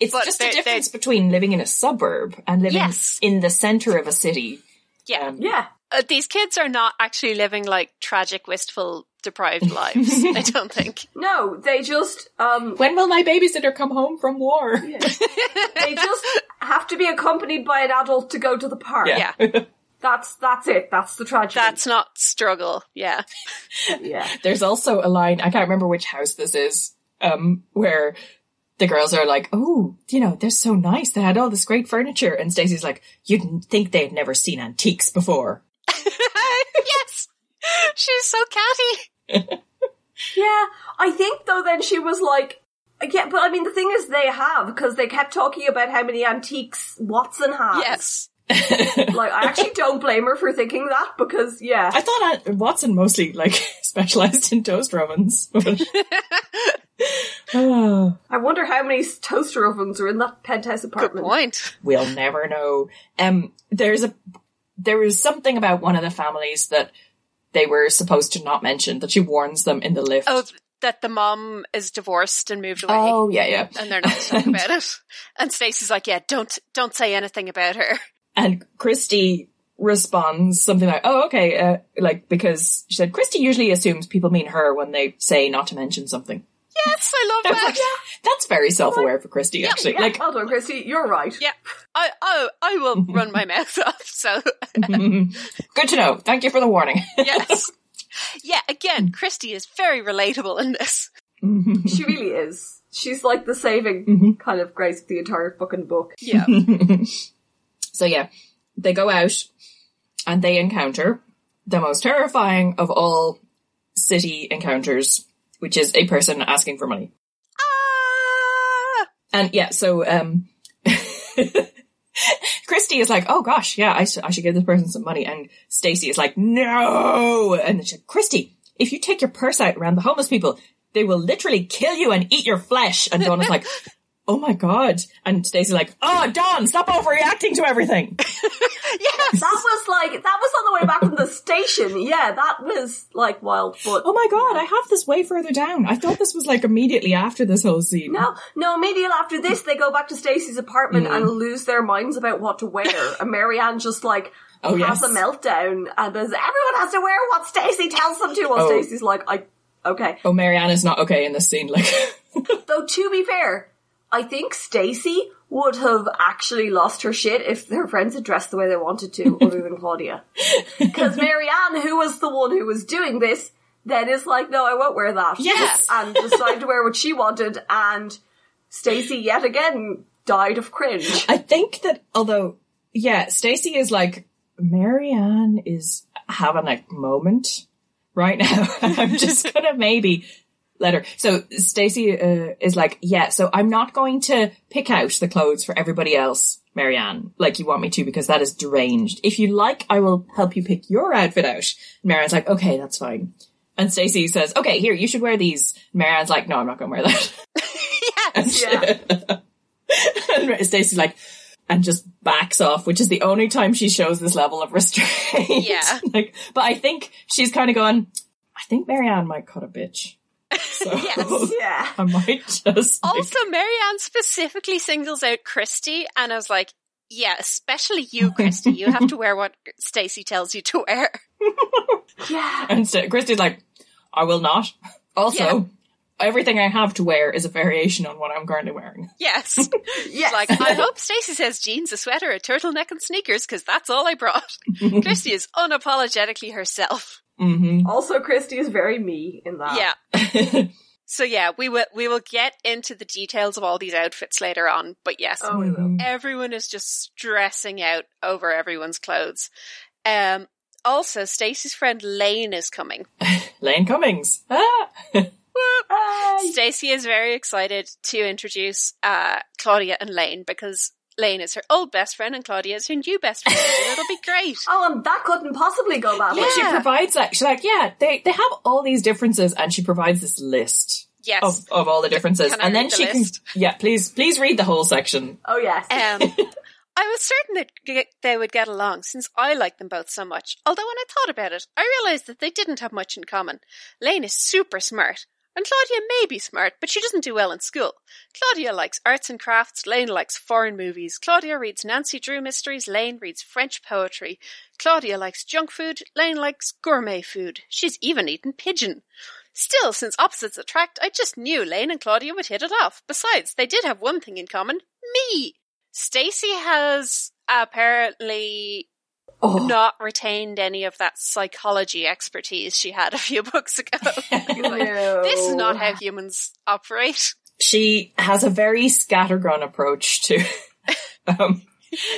Speaker 2: It's
Speaker 1: But
Speaker 2: just
Speaker 1: they're-
Speaker 2: the difference between living in a suburb and living
Speaker 1: Yes.
Speaker 2: in the center of a city.
Speaker 1: Yeah.
Speaker 2: Um,
Speaker 3: yeah.
Speaker 1: Uh, these kids are not actually living like tragic, wistful, deprived lives. I don't think.
Speaker 3: No, they just um,
Speaker 2: When will my babysitter come home from war?
Speaker 3: they just have to be accompanied by an adult to go to the park.
Speaker 1: Yeah.
Speaker 3: That's that's it. That's the tragedy.
Speaker 1: That's not struggle. Yeah.
Speaker 3: yeah.
Speaker 2: There's also a line I can't remember which house this is, um, where the girls are like, "Oh, you know, they're so nice. They had all this great furniture," and Stacey's like, "You'd think they'd never seen antiques before."
Speaker 1: yes. She's so catty.
Speaker 3: Yeah, I think though. Then she was like, "Yeah," but I mean, the thing is, they have because they kept talking about how many antiques Watson has.
Speaker 1: Yes.
Speaker 3: like I actually don't blame her for thinking that because yeah,
Speaker 2: I thought Aunt Watson mostly like specialized in toast ovens. but- oh.
Speaker 3: I wonder how many toaster ovens are in that penthouse
Speaker 1: Good
Speaker 3: apartment.
Speaker 1: point.
Speaker 2: we'll never know. Um, there's a there was something about one of the families that they were supposed to not mention that she warns them in the lift.
Speaker 1: Oh, th- that the mom is divorced and moved away.
Speaker 2: Oh, yeah, yeah.
Speaker 1: And they're not talking about it. And Stacey's like, yeah, don't don't say anything about her.
Speaker 2: And Christy responds something like, "Oh, okay," uh, like because she said Christy usually assumes people mean her when they say not to mention something.
Speaker 1: Yes, I
Speaker 2: I
Speaker 1: love
Speaker 2: was like,
Speaker 1: that.
Speaker 2: That's very self-aware for Christy, actually.
Speaker 3: Yeah,
Speaker 2: Like,
Speaker 3: hold on, Christy, you're right.
Speaker 1: Yeah. I oh I will run my mouth off. So
Speaker 2: good to know. Thank you for the warning.
Speaker 1: yes. Yeah, again, Christy is very relatable in this.
Speaker 3: She really is. She's like the saving
Speaker 1: Mm-hmm.
Speaker 3: kind of grace of the entire fucking book.
Speaker 1: Yeah.
Speaker 2: So yeah, they go out and they encounter the most terrifying of all city encounters, which is a person asking for money.
Speaker 1: ah!
Speaker 2: And yeah, so um Christy is like, "Oh gosh, yeah, I should I should give this person some money." And Stacy is like, "No!" And then she's like, "Christy, if you take your purse out around the homeless people, they will literally kill you and eat your flesh." And Dawn is like, "Oh my god!" And Stacy's like, "Oh, Dawn, stop overreacting to everything."
Speaker 1: Yes.
Speaker 3: That was like that was on the way back from the station. Yeah, that was like wild, but
Speaker 2: Oh my god, I have this way further down. I thought this was like immediately after this whole scene.
Speaker 3: no, no. Immediately after this, they go back to Stacy's apartment and lose their minds about what to wear. and Marianne just like
Speaker 2: Oh,
Speaker 3: has
Speaker 2: yes.
Speaker 3: a meltdown and is everyone has to wear what Stacy tells them to. While
Speaker 2: Oh.
Speaker 3: Stacy's like, I okay.
Speaker 2: Oh, Marianne is not okay in this scene. Like,
Speaker 3: Though to be fair, I think Stacy would have actually lost her shit if her friends had dressed the way they wanted to, other than Claudia. Because Marianne, who was the one who was doing this, then is like, no, I won't wear that.
Speaker 2: Yes.
Speaker 3: And decided to wear what she wanted, and Stacy yet again died of cringe.
Speaker 2: I think that although, yeah, Stacy is like, Marianne is having a moment right now. I'm just gonna maybe let her. So Stacy uh, is like, yeah, so I'm not going to pick out the clothes for everybody else. Marianne, like you want me to, because that is deranged. If you like, I will help you pick your outfit out. Marianne's like, okay, that's fine. And Stacy says, okay, here, you should wear these. Marianne's like, no, I'm not going to wear that.
Speaker 1: Yes.
Speaker 3: Yeah.
Speaker 2: and Stacy's like, and just backs off, which is the only time she shows this level of restraint.
Speaker 1: Yeah.
Speaker 2: like, but I think she's kind of going, I think Marianne might cut a bitch. so
Speaker 1: Yes.
Speaker 3: Yeah.
Speaker 2: I might just make-
Speaker 1: Also, Marianne specifically singles out Christy, and I was like, yeah, especially you, Christy. You have to wear what Stacy tells you to wear.
Speaker 3: Yeah.
Speaker 2: And so Christy's like, I will not. Also,
Speaker 1: Yeah.
Speaker 2: everything I have to wear is a variation on what I'm currently wearing.
Speaker 1: Yes.
Speaker 3: Yes.
Speaker 1: Like, I hope Stacy says jeans, a sweater, a turtleneck, and sneakers, because that's all I brought. Christy is unapologetically herself.
Speaker 2: hmm
Speaker 3: also, Christy is very me in that.
Speaker 1: Yeah. So yeah, we will we will get into the details of all these outfits later on, but yes,
Speaker 3: Oh, we will.
Speaker 2: Mhm.
Speaker 1: everyone is just stressing out over everyone's clothes. Um also Stacy's friend Lane is coming.
Speaker 2: Lane Cummings. Ah.
Speaker 3: Hi.
Speaker 1: Stacy is very excited to introduce uh Claudia and Lane because Lane is her old best friend and Claudia is her new best friend. and it'll be great.
Speaker 3: Oh, and that couldn't possibly go badly.
Speaker 2: But she
Speaker 1: Yeah.
Speaker 2: provides like she's like, yeah, they, they have all these differences and she provides this list
Speaker 1: Yes.
Speaker 2: of, of all the differences.
Speaker 1: Can I
Speaker 2: and then
Speaker 1: read the
Speaker 2: she
Speaker 1: list?
Speaker 2: can Yeah, please please read the whole section.
Speaker 3: Oh, yes.
Speaker 1: Um, I was certain that g- they would get along since I liked them both so much. Although when I thought about it, I realized that they didn't have much in common. Lane is super smart, and Claudia may be smart, but she doesn't do well in school. Claudia likes arts and crafts, Lane likes foreign movies. Claudia reads Nancy Drew mysteries, Lane reads French poetry. Claudia likes junk food, Lane likes gourmet food. She's even eaten pigeon. Still, since opposites attract, I just knew Lane and Claudia would hit it off. Besides, they did have one thing in common me. Stacy has apparently
Speaker 3: Oh.
Speaker 1: not retained any of that psychology expertise she had a few books ago. Like,
Speaker 3: No.
Speaker 1: this is not how humans operate.
Speaker 2: She has a very scattergun approach to um,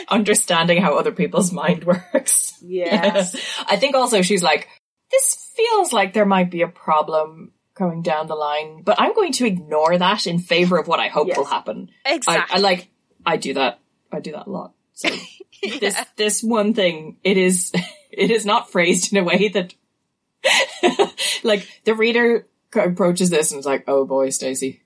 Speaker 2: understanding how other people's mind works.
Speaker 3: Yeah.
Speaker 2: I think also she's like, this feels like there might be a problem going down the line, but I'm going to ignore that in favor of what I hope
Speaker 3: Yes.
Speaker 2: will happen. I,
Speaker 1: Exactly.
Speaker 2: I like, I do that. I do that a lot. So this, this one thing, it is, it is not phrased in a way that, like the reader approaches this and is like, oh boy, Stacey,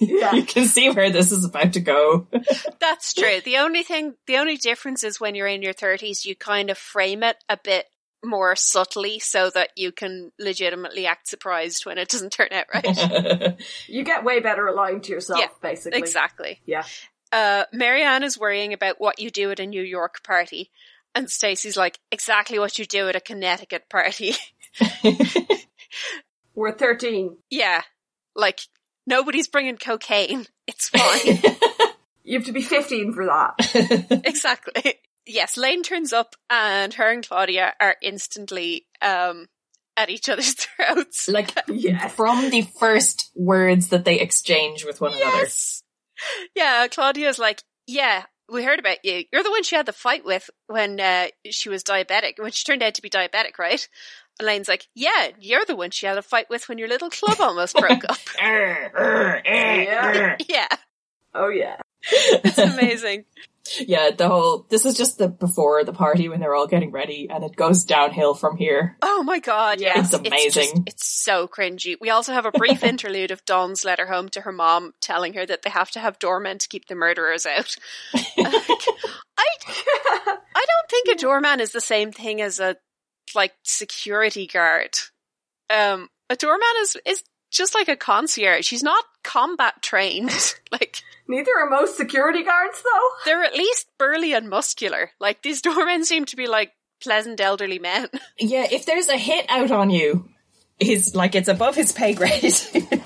Speaker 2: you
Speaker 3: yeah.
Speaker 2: can see where this is about to go.
Speaker 1: That's true. The only thing, the only difference is when you're in your 30s, you kind of frame it a bit more subtly so that you can legitimately act surprised when it doesn't turn out right.
Speaker 3: You get way better aligned to yourself,
Speaker 1: Yeah,
Speaker 3: basically.
Speaker 1: exactly.
Speaker 3: Yeah.
Speaker 1: uh, Marianne is worrying about what you do at a New York party, and Stacy's like, exactly what you do at a Connecticut party.
Speaker 3: We're 13.
Speaker 1: yeah, like nobody's bringing cocaine. It's fine.
Speaker 3: You have to be 15 for that.
Speaker 1: exactly. Yes, Lane turns up, and her and Claudia are instantly um, at each other's throats.
Speaker 2: like
Speaker 3: Yes.
Speaker 2: from the first words that they exchange with one another.
Speaker 1: Yes. Yeah, Claudia's like, yeah, we heard about you. You're the one she had the fight with when uh, she was diabetic, when she turned out to be diabetic, right? Elaine's like, yeah, you're the one she had a fight with when your little club almost broke up.
Speaker 2: yeah.
Speaker 1: Yeah,
Speaker 3: Oh, yeah.
Speaker 1: it's amazing.
Speaker 2: the whole this is just the before the party when they're all getting ready and it goes downhill from here.
Speaker 1: Oh my god,
Speaker 3: Yeah.
Speaker 1: yes.
Speaker 2: It's
Speaker 1: just-
Speaker 2: amazing.
Speaker 1: It's, so cringy. We also have a brief interlude of Dawn's letter home to her mom telling her that they have to have doormen to keep the murderers out. Like, I I don't think a doorman is the same thing as a like security guard. Um, a doorman is is just like a concierge. She's not combat trained. like
Speaker 3: Neither are most security guards, though.
Speaker 1: they're at least burly and muscular. Like these doormen seem to be like pleasant elderly men.
Speaker 2: Yeah, if there's a hit out on you, he's like it's above his pay grade.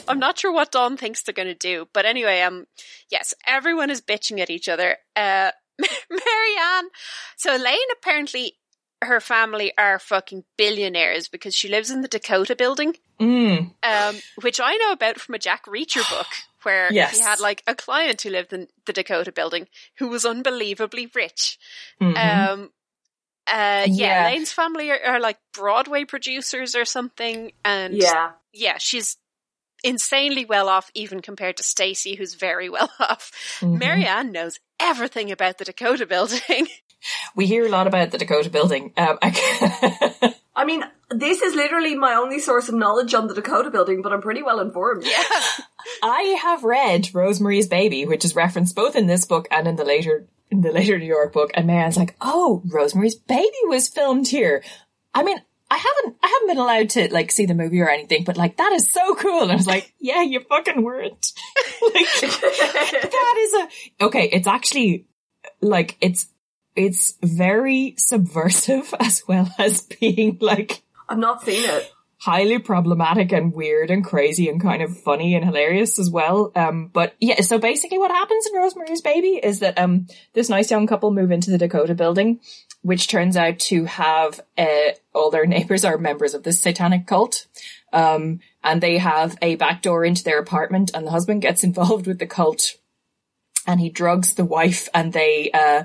Speaker 1: I'm not sure what Dawn thinks they're going to do, but anyway, um, yes, everyone is bitching at each other. Uh, Marianne, so Lane apparently her family are fucking billionaires because she lives in the Dakota building.
Speaker 2: mm.
Speaker 1: um, which I know about from a Jack Reacher book, where
Speaker 2: Yes.
Speaker 1: he had like a client who lived in the Dakota building who was unbelievably rich.
Speaker 2: mhm.
Speaker 1: Um, uh, yeah,
Speaker 2: Yeah.
Speaker 1: Lane's family are, are like Broadway producers or something, and
Speaker 3: Yeah.
Speaker 1: yeah, she's insanely well off, even compared to Stacy, who's very well off.
Speaker 2: Mhm.
Speaker 1: Marianne knows everything about the Dakota building.
Speaker 2: we hear a lot about the Dakota building. Um, I-
Speaker 3: I mean, this is literally my only source of knowledge on the Dakota building, but I'm pretty well informed.
Speaker 1: yeah,
Speaker 2: I have read Rosemary's Baby, which is referenced both in this book and in the later in the later New York book, and Marianne's like, "Oh, Rosemary's Baby was filmed here." I mean, I haven't, I haven't been allowed to like see the movie or anything, but like that is so cool. And I was like, yeah, you fucking weren't. like that is a, okay. It's actually like, it's, it's very subversive as well as being like
Speaker 3: I've not seen it.
Speaker 2: highly problematic and weird and crazy and kind of funny and hilarious as well. Um, but yeah, so basically what happens in Rosemary's Baby is that, um, this nice young couple move into the Dakota building, which turns out to have, uh, all their neighbors are members of this satanic cult. Um, and they have a back door into their apartment and the husband gets involved with the cult and he drugs the wife and they, uh,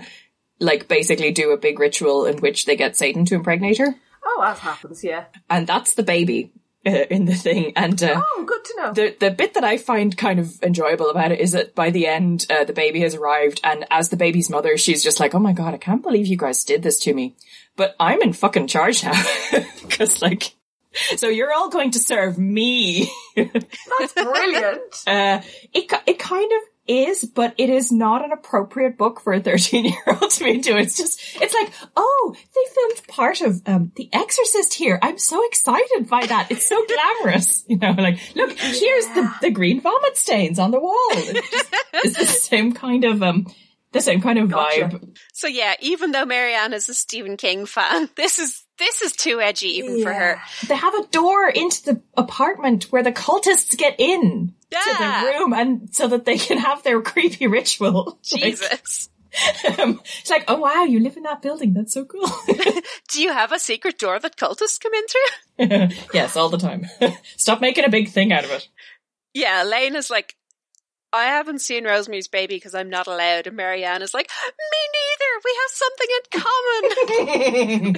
Speaker 2: like basically do a big ritual in which they get Satan to impregnate her
Speaker 3: Oh, as happens, yeah.
Speaker 2: and that's the baby uh, in the thing. And uh,
Speaker 3: Oh, good to know.
Speaker 2: the the bit that I find kind of enjoyable about it is that by the end, uh, the baby has arrived, and as the baby's mother, she's just like, "Oh my god, I can't believe you guys did this to me, but I'm in fucking charge now because like." So you're all going to serve me.
Speaker 3: That's brilliant.
Speaker 2: Uh, it ki- it kind of is, but it is not an appropriate book for a 13 year old to be into. It's just, it's like, oh, they filmed part of um, The Exorcist here. I'm so excited by that. It's so glamorous, you know. Like, look, here's the the green vomit stains on the wall. It's, just, it's the same kind of um, the same kind of
Speaker 3: Gotcha.
Speaker 2: vibe.
Speaker 1: So yeah, even though Marianne is a Stephen King fan, this is this is too edgy even for her.
Speaker 2: They have a door into the apartment where the cultists get in.
Speaker 1: Yeah.
Speaker 2: To the room, and so that they can have their creepy ritual. Like,
Speaker 1: Jesus.
Speaker 2: Um, it's like, oh wow, you live in that building. That's so cool.
Speaker 1: Do you have a secret door that cultists come in through?
Speaker 2: yes, all the time. Stop making a big thing out of it.
Speaker 1: Yeah, Elaine is like, I haven't seen Rosemary's Baby because I'm not allowed. And Marianne is like, me neither. We have something in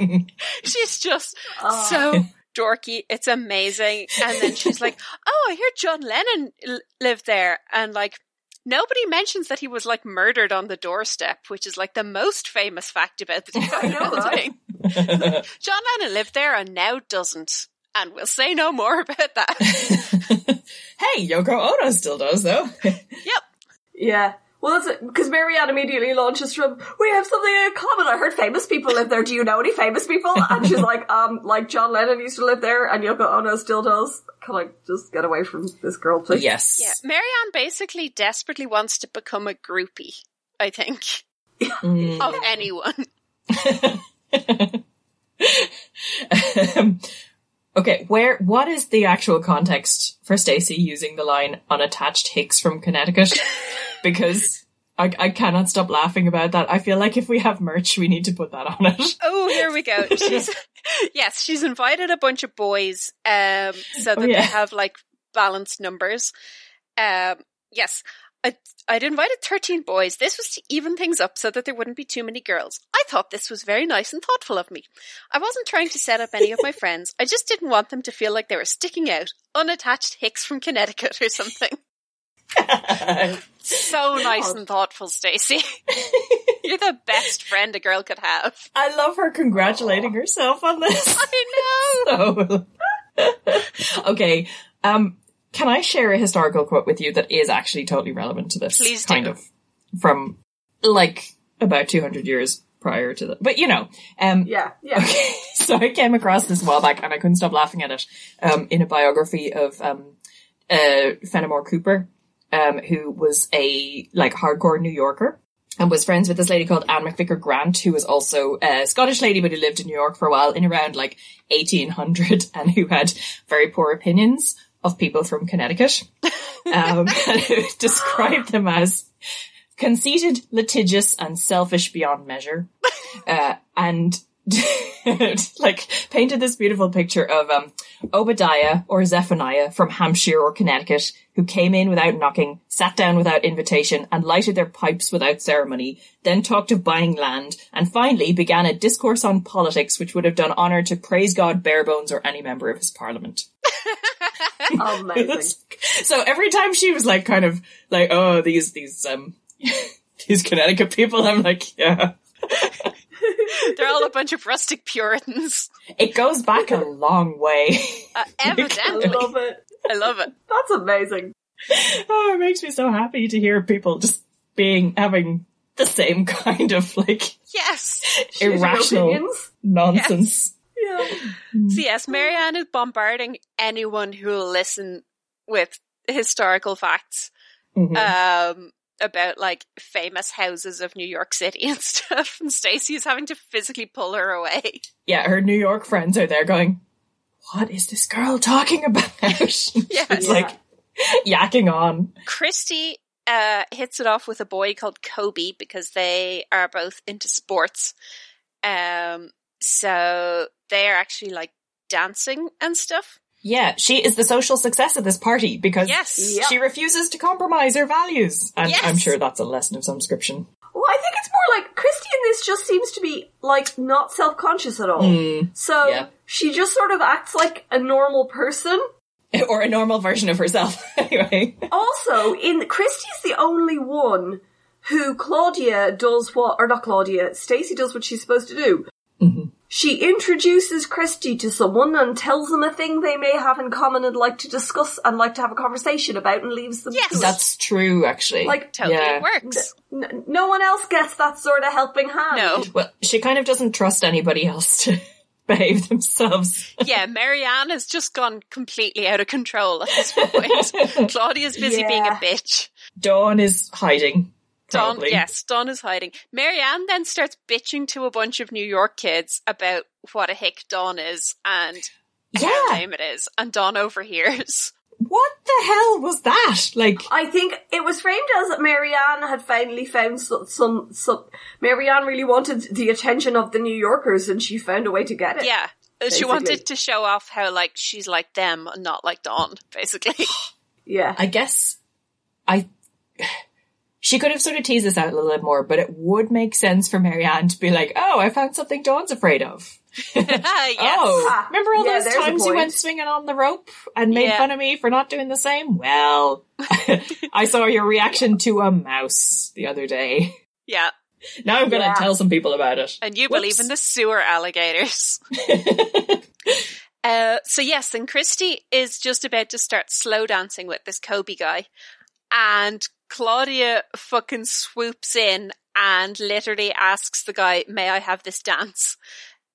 Speaker 1: common. she's just
Speaker 3: Ah.
Speaker 1: so dorky. It's amazing. And then she's like, oh, I hear John Lennon l- lived there. And like, nobody mentions that he was like murdered on the doorstep, which is like the most famous fact about the
Speaker 3: I know, right?
Speaker 1: building. John Lennon lived there and now doesn't. And we'll say no more about that.
Speaker 2: hey, Yoko Ono still does though.
Speaker 1: yep.
Speaker 3: Yeah. Well, that's it. Because Marianne immediately launches from, we have something in common. I heard famous people live there. Do you know any famous people? And she's like, um, like John Lennon used to live there and Yoko Ono still does. Can I just get away from this girl, please?
Speaker 2: yes.
Speaker 1: Yeah, Marianne basically desperately wants to become a groupie, I think,
Speaker 2: Mm.
Speaker 1: of anyone.
Speaker 2: Um, okay, where? What is the actual context for Stacy using the line "unattached Hicks from Connecticut"? because I, I cannot stop laughing about that. I feel like if we have merch, we need to put that on it.
Speaker 1: Oh, here we go. She's yes, she's invited a bunch of boys, um, so that
Speaker 2: Oh,
Speaker 1: they
Speaker 2: yeah.
Speaker 1: have like balanced numbers. Um, yes, I, I'd invited thirteen boys. This was to even things up so that there wouldn't be too many girls. I thought this was very nice and thoughtful of me. I wasn't trying to set up any of my friends. I just didn't want them to feel like they were sticking out, unattached hicks from Connecticut or something. So nice and thoughtful, Stacey. You're the best friend a girl could have.
Speaker 2: I love her congratulating herself on this.
Speaker 1: I know.
Speaker 2: So- okay. Um, can I share a historical quote with you that is actually totally relevant to this?
Speaker 1: Please do.
Speaker 2: kind of from like about 200 years prior to that. But you know, um,
Speaker 3: Yeah. Yeah.
Speaker 2: so I came across this a while back and I couldn't stop laughing at it um, in a biography of um, uh, Fenimore Cooper, um, who was a like hardcore New Yorker and was friends with this lady called Anne McVicker Grant, who was also a Scottish lady, but who lived in New York for a while in around like 1800 and who had very poor opinions of people from Connecticut. Um, and who described them as conceited, litigious, and selfish beyond measure. Uh, and like painted this beautiful picture of um, Obadiah or Zephaniah from Hampshire or Connecticut who came in without knocking, sat down without invitation, and lighted their pipes without ceremony, then talked of buying land, and finally began a discourse on politics which would have done honour to Praise God Barebones or any member of his parliament.
Speaker 3: Amazing.
Speaker 2: So every time she was like, kind of like, oh, these these um these Connecticut people, I'm like, yeah.
Speaker 1: They're all a bunch of rustic Puritans.
Speaker 2: It goes back a long way.
Speaker 1: Uh,
Speaker 3: I
Speaker 1: evidently.
Speaker 3: love it.
Speaker 1: I love it.
Speaker 3: That's amazing.
Speaker 2: oh, it makes me so happy to hear people just being having the same kind of like
Speaker 1: Yes.
Speaker 3: Shitty
Speaker 2: irrational
Speaker 3: opinions.
Speaker 2: nonsense.
Speaker 1: So yes, Marianne is bombarding anyone who will listen with historical facts
Speaker 2: Mhm.
Speaker 1: um, about like famous houses of New York City and stuff. And Stacey is having to physically pull her away.
Speaker 2: yeah, her New York friends are there going, What is this girl talking about? She's like yakking on.
Speaker 1: Christy uh, hits it off with a boy called Kobe because they are both into sports. Um, so they are actually like dancing and stuff.
Speaker 2: Yeah, she is the social success of this party because
Speaker 1: Yes.
Speaker 3: Yep.
Speaker 2: she refuses to compromise her values. And
Speaker 1: Yes.
Speaker 2: I'm sure that's a lesson of some description.
Speaker 3: Well, I think it's more like Christy in this just seems to be like not self conscious at all. so
Speaker 2: Hmm. yeah.
Speaker 3: she just sort of acts like a normal person.
Speaker 2: or a normal version of herself, anyway.
Speaker 3: Also, in Christy's the only one who Claudia does what, or not Claudia, Stacey does what she's supposed to do. She introduces Christy to someone and tells them a thing they may have in common and like to discuss and like to have a conversation about and leaves them.
Speaker 1: Yes.
Speaker 3: to it.
Speaker 2: That's true, actually.
Speaker 3: Like-
Speaker 1: Totally
Speaker 2: Yeah.
Speaker 1: works.
Speaker 3: N- no one else gets that sort of helping hand.
Speaker 1: No.
Speaker 2: well, she kind of doesn't trust anybody else to behave themselves.
Speaker 1: Yeah, Marianne has just gone completely out of control at this point. Claudia's busy being a
Speaker 3: Yeah.
Speaker 1: bitch.
Speaker 2: Dawn is hiding.
Speaker 1: Don,
Speaker 2: probably.
Speaker 1: yes, Don is hiding. Marianne then starts bitching to a bunch of New York kids about what a hick Don is and how
Speaker 2: Yeah.
Speaker 1: lame it is, and Don overhears.
Speaker 2: What the hell was that? Like,
Speaker 3: I think it was framed as that Marianne had finally found some, some, some. Marianne really wanted the attention of the New Yorkers and she found a way to get it.
Speaker 1: Yeah. She
Speaker 3: Basically.
Speaker 1: wanted to show off how like she's like them and not like Dawn, basically.
Speaker 3: Yeah.
Speaker 2: I guess I she could have sort of teased this out a little bit more, but it would make sense for Marianne to be like, "Oh, I found something Dawn's afraid of."
Speaker 1: yes.
Speaker 2: Oh,
Speaker 3: Ah,
Speaker 2: remember all
Speaker 3: yeah,
Speaker 2: those
Speaker 3: there's a
Speaker 2: times you
Speaker 3: point.
Speaker 2: went swinging on the rope and made
Speaker 1: Yeah.
Speaker 2: fun of me for not doing the same? Well, I saw your reaction to a mouse the other day.
Speaker 1: Yeah.
Speaker 2: Now I'm going to
Speaker 3: Yeah.
Speaker 2: tell some people about it.
Speaker 1: And you
Speaker 2: Whoops.
Speaker 1: believe in the sewer alligators. uh, so yes, and Christy is just about to start slow dancing with this Kobe guy, and Claudia fucking swoops in and literally asks the guy, "May I have this dance?"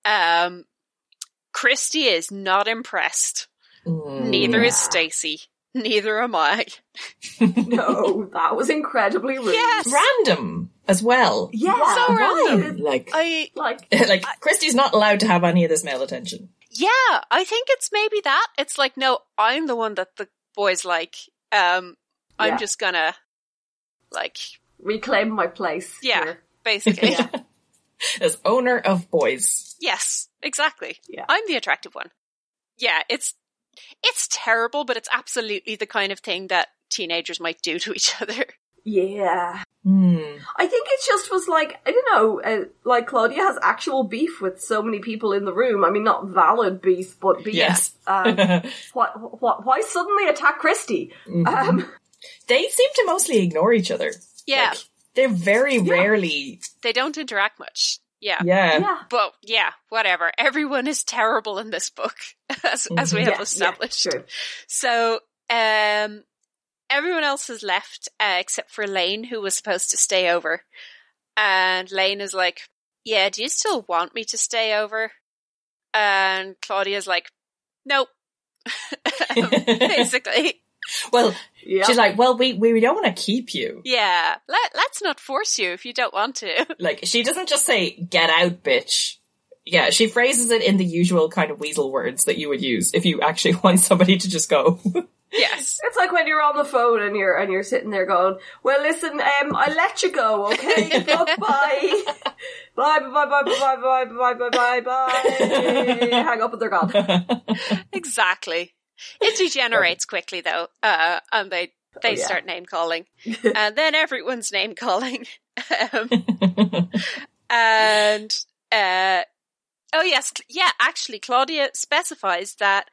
Speaker 1: Um, Christy is not impressed.
Speaker 2: Mm.
Speaker 1: Neither is
Speaker 3: Yeah.
Speaker 1: Stacy. Neither am I.
Speaker 3: no, that was incredibly rude.
Speaker 1: Yes.
Speaker 2: random as well.
Speaker 3: Yeah.
Speaker 1: So
Speaker 2: Why?
Speaker 3: random.
Speaker 2: Like,
Speaker 1: I
Speaker 3: Like,
Speaker 2: like Christy's not allowed to have any of this male attention.
Speaker 1: Yeah, I think it's maybe that. It's like, no, I'm the one that the boys like. Um, I'm
Speaker 3: Yeah.
Speaker 1: just gonna, like,
Speaker 3: reclaim my place.
Speaker 1: Yeah.
Speaker 3: here.
Speaker 1: basically,
Speaker 3: Yeah.
Speaker 2: As owner of boys.
Speaker 1: yes, exactly.
Speaker 3: Yeah.
Speaker 1: I'm the attractive one. Yeah, it's it's terrible, but it's absolutely the kind of thing that teenagers might do to each other.
Speaker 3: Yeah.
Speaker 2: Hmm.
Speaker 3: I think it just was like, I don't know, uh, like Claudia has actual beef with so many people in the room. I mean, not valid beef, but beef.
Speaker 2: Yes.
Speaker 3: Um, what, what, why suddenly attack Christy? Um,
Speaker 2: Mm-hmm. they seem to mostly ignore each other.
Speaker 1: Yeah,
Speaker 2: Like, they're very rarely.
Speaker 1: they don't interact much. Yeah.
Speaker 2: Yeah.
Speaker 3: yeah.
Speaker 1: But yeah, whatever. Everyone is terrible in this book, as as we
Speaker 2: Mhm.
Speaker 1: have
Speaker 3: Mm-hmm. Yeah,
Speaker 1: established.
Speaker 3: Yeah, true.
Speaker 1: So, um, everyone else has left uh, except for Lane, who was supposed to stay over. And Lane is like, "Yeah, do you still want me to stay over?" And Claudia's like, "Nope." Basically,
Speaker 2: Well,
Speaker 3: Yeah.
Speaker 2: she's like, well, we, we don't want to keep you.
Speaker 1: yeah. Let Let's not force you if you don't want to.
Speaker 2: Like, she doesn't just say, get out, bitch. Yeah, she phrases it in the usual kind of weasel words that you would use if you actually want somebody to just go.
Speaker 1: yes.
Speaker 3: It's like when you're on the phone and you're and you're sitting there going, "Well, listen, um, I let you go, okay? Goodbye, bye, bye, bye, bye, bye, bye, bye, bye, bye, bye." Hang up and they're gone.
Speaker 1: Exactly. It degenerates quickly though, uh, and they they
Speaker 3: Oh, yeah.
Speaker 1: start name calling, and then everyone's name calling. um, and uh, oh yes, cl- yeah. Actually, Claudia specifies that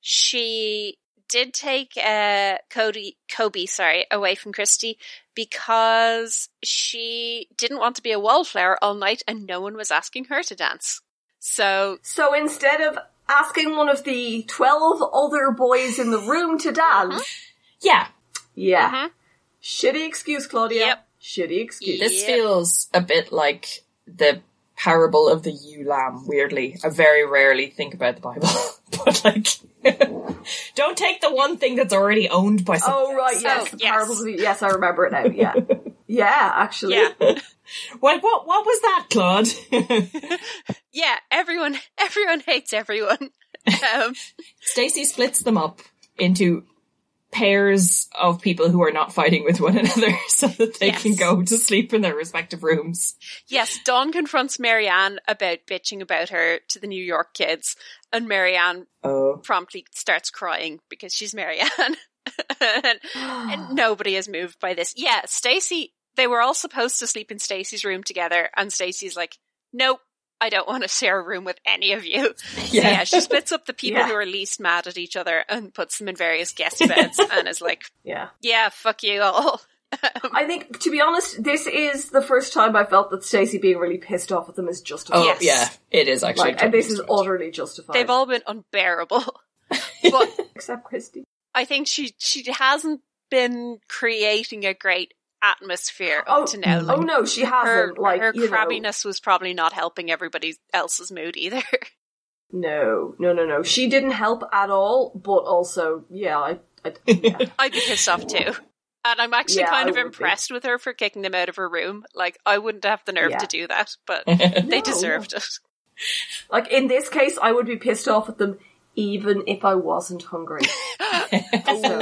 Speaker 1: she did take uh, Cody Kobe, sorry, away from Christy because she didn't want to be a wallflower all night, and no one was asking her to dance. So
Speaker 3: So instead of asking one of the twelve other boys in the room to
Speaker 1: Uh-huh.
Speaker 3: dance,
Speaker 2: yeah,
Speaker 3: yeah,
Speaker 1: Mhm.
Speaker 3: shitty excuse, Claudia.
Speaker 1: Yep.
Speaker 3: Shitty excuse.
Speaker 1: Yep.
Speaker 2: this feels a bit like the parable of the ewe lamb. Weirdly, I very rarely think about the Bible, but like, don't take the one thing that's already owned by someone.
Speaker 3: Oh right, yes,
Speaker 1: Oh,
Speaker 3: the
Speaker 1: yes.
Speaker 3: parables. of the- Yes, I remember it now. Yeah, yeah, actually,
Speaker 1: Yeah.
Speaker 2: Like, what? What was that, Claude?
Speaker 1: Yeah, everyone everyone hates everyone. Um,
Speaker 2: Stacy splits them up into pairs of people who are not fighting with one another, so that they
Speaker 1: Yes.
Speaker 2: can go to sleep in their respective rooms.
Speaker 1: yes, Dawn confronts Marianne about bitching about her to the New York kids, and Marianne
Speaker 2: Oh,
Speaker 1: promptly starts crying because she's Marianne. and, and nobody is moved by this. Yeah, Stacy, they were all supposed to sleep in Stacy's room together, and Stacy's like, nope, I don't want to share a room with any of you. So yeah, she splits up the people
Speaker 3: Yeah.
Speaker 1: who are least mad at each other and puts them in various guest beds and is like,
Speaker 3: yeah.
Speaker 1: yeah, fuck you all.
Speaker 3: I think, to be honest, this is the first time I felt that Stacey being really pissed off at them is justified.
Speaker 2: Oh,
Speaker 1: Yes.
Speaker 2: yeah, it is actually.
Speaker 3: Like, and this is
Speaker 2: justified.
Speaker 3: utterly justified.
Speaker 1: They've all been unbearable. but
Speaker 3: except Christy.
Speaker 1: I think she she hasn't been creating a great atmosphere up
Speaker 3: Oh,
Speaker 1: to now.
Speaker 3: oh no, she
Speaker 1: her,
Speaker 3: hasn't. like
Speaker 1: her
Speaker 3: you know.
Speaker 1: crabbiness was probably not helping everybody else's mood either.
Speaker 3: No, no, no, no. She didn't help at all. But also, yeah, I, I yeah.
Speaker 1: I'd be pissed off too. And I'm actually
Speaker 3: Yeah,
Speaker 1: kind
Speaker 3: I
Speaker 1: of
Speaker 3: would be.
Speaker 1: impressed with her for kicking them out of her room. Like, I wouldn't have the nerve
Speaker 3: Yeah.
Speaker 1: to do that, but they
Speaker 3: No.
Speaker 1: deserved it.
Speaker 3: like in this case, I would be pissed off at them even if I wasn't hungry.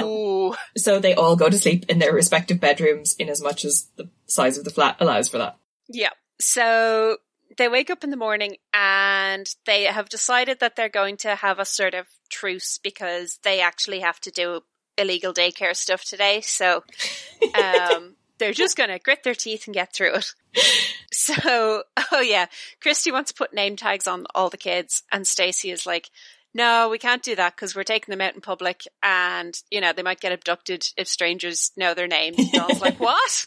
Speaker 1: Ooh.
Speaker 2: So they all go to sleep in their respective bedrooms, in as much as the size of the flat allows for that.
Speaker 1: Yeah. So they wake up in the morning and they have decided that they're going to have a sort of truce because they actually have to do illegal daycare stuff today. So um, they're just going to grit their teeth and get through it. So, oh yeah, Christy wants to put name tags on all the kids, and Stacy is like, "No, we can't do that because we're taking them out in public, and you know they might get abducted if strangers know their name." Don's like, "What?"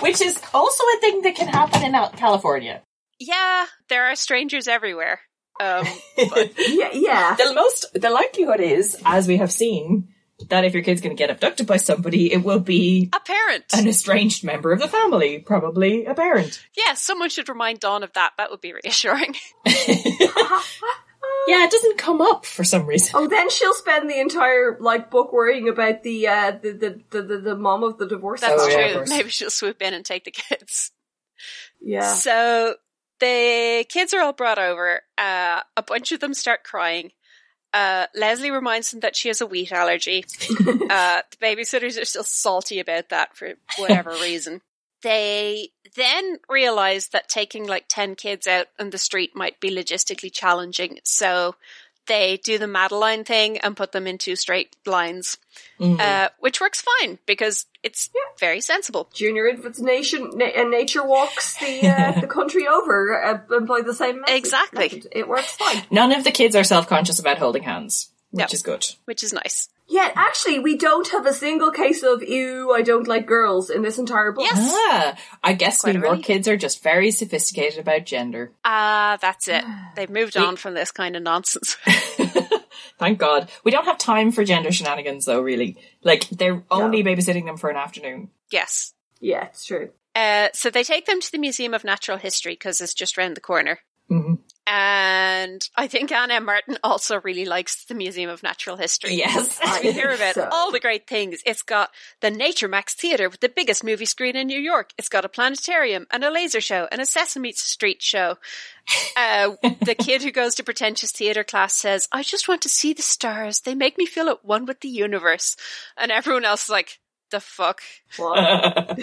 Speaker 2: Which is also a thing that can happen in Al- California.
Speaker 1: yeah, there are strangers everywhere. Um,
Speaker 3: yeah, yeah.
Speaker 2: The most, the likelihood is, as we have seen, that if your kid's going to get abducted by somebody, it will be
Speaker 1: a parent.
Speaker 2: an estranged member of the family, probably a parent.
Speaker 1: Yeah, someone should remind Dawn of that. That would be reassuring.
Speaker 2: Yeah, it doesn't come up for some reason.
Speaker 3: Oh, then she'll spend the entire like book worrying about the uh, the, the, the the the mom of the divorce.
Speaker 1: That's
Speaker 2: Oh, yeah, of
Speaker 1: true.
Speaker 2: course.
Speaker 1: Maybe she'll swoop in and take the kids.
Speaker 3: Yeah.
Speaker 1: So the kids are all brought over. Uh, a bunch of them start crying. Uh, Leslie reminds them that she has a wheat allergy. uh, the babysitters are still salty about that for whatever reason. They then realize that taking like 10 kids out on the street might be logistically challenging. So they do the Madeline thing and put them in two straight lines,
Speaker 2: Mm.
Speaker 1: uh, which works fine because it's very sensible.
Speaker 3: Junior Infants Nation na- and Nature Walks the uh, the country over uh, employ the same method.
Speaker 1: Exactly.
Speaker 3: method. It works fine.
Speaker 2: None of the kids are self-conscious about holding hands, which
Speaker 1: No.
Speaker 2: is good.
Speaker 1: Which is nice.
Speaker 3: Yet, actually, we don't have a single case of "ew, I don't like girls" in this entire book.
Speaker 1: Yes.
Speaker 2: Ah, I guess
Speaker 1: Quite
Speaker 2: New York
Speaker 1: early.
Speaker 2: kids are just very sophisticated about gender.
Speaker 1: Ah, that's it. They've moved on from this kind of nonsense.
Speaker 2: Thank God. We don't have time for gender shenanigans though, really. Like, they're only babysitting them for an afternoon.
Speaker 1: yes.
Speaker 3: Yeah, it's true.
Speaker 1: Uh, so they take them to the Museum of Natural History because it's just round the corner.
Speaker 2: Mhm.
Speaker 1: And I think Anna Martin also really likes the Museum of Natural History.
Speaker 2: Yes.
Speaker 1: We hear about
Speaker 3: So-
Speaker 1: all the great things. It's got the Nature Max Theatre with the biggest movie screen in New York. It's got a planetarium and a laser show and a Sesame Street show. Uh, the kid who goes to pretentious theatre class says, I just want to see the stars. They make me feel at one with the universe. And everyone else is like, the fuck?
Speaker 3: Well,
Speaker 2: Uh,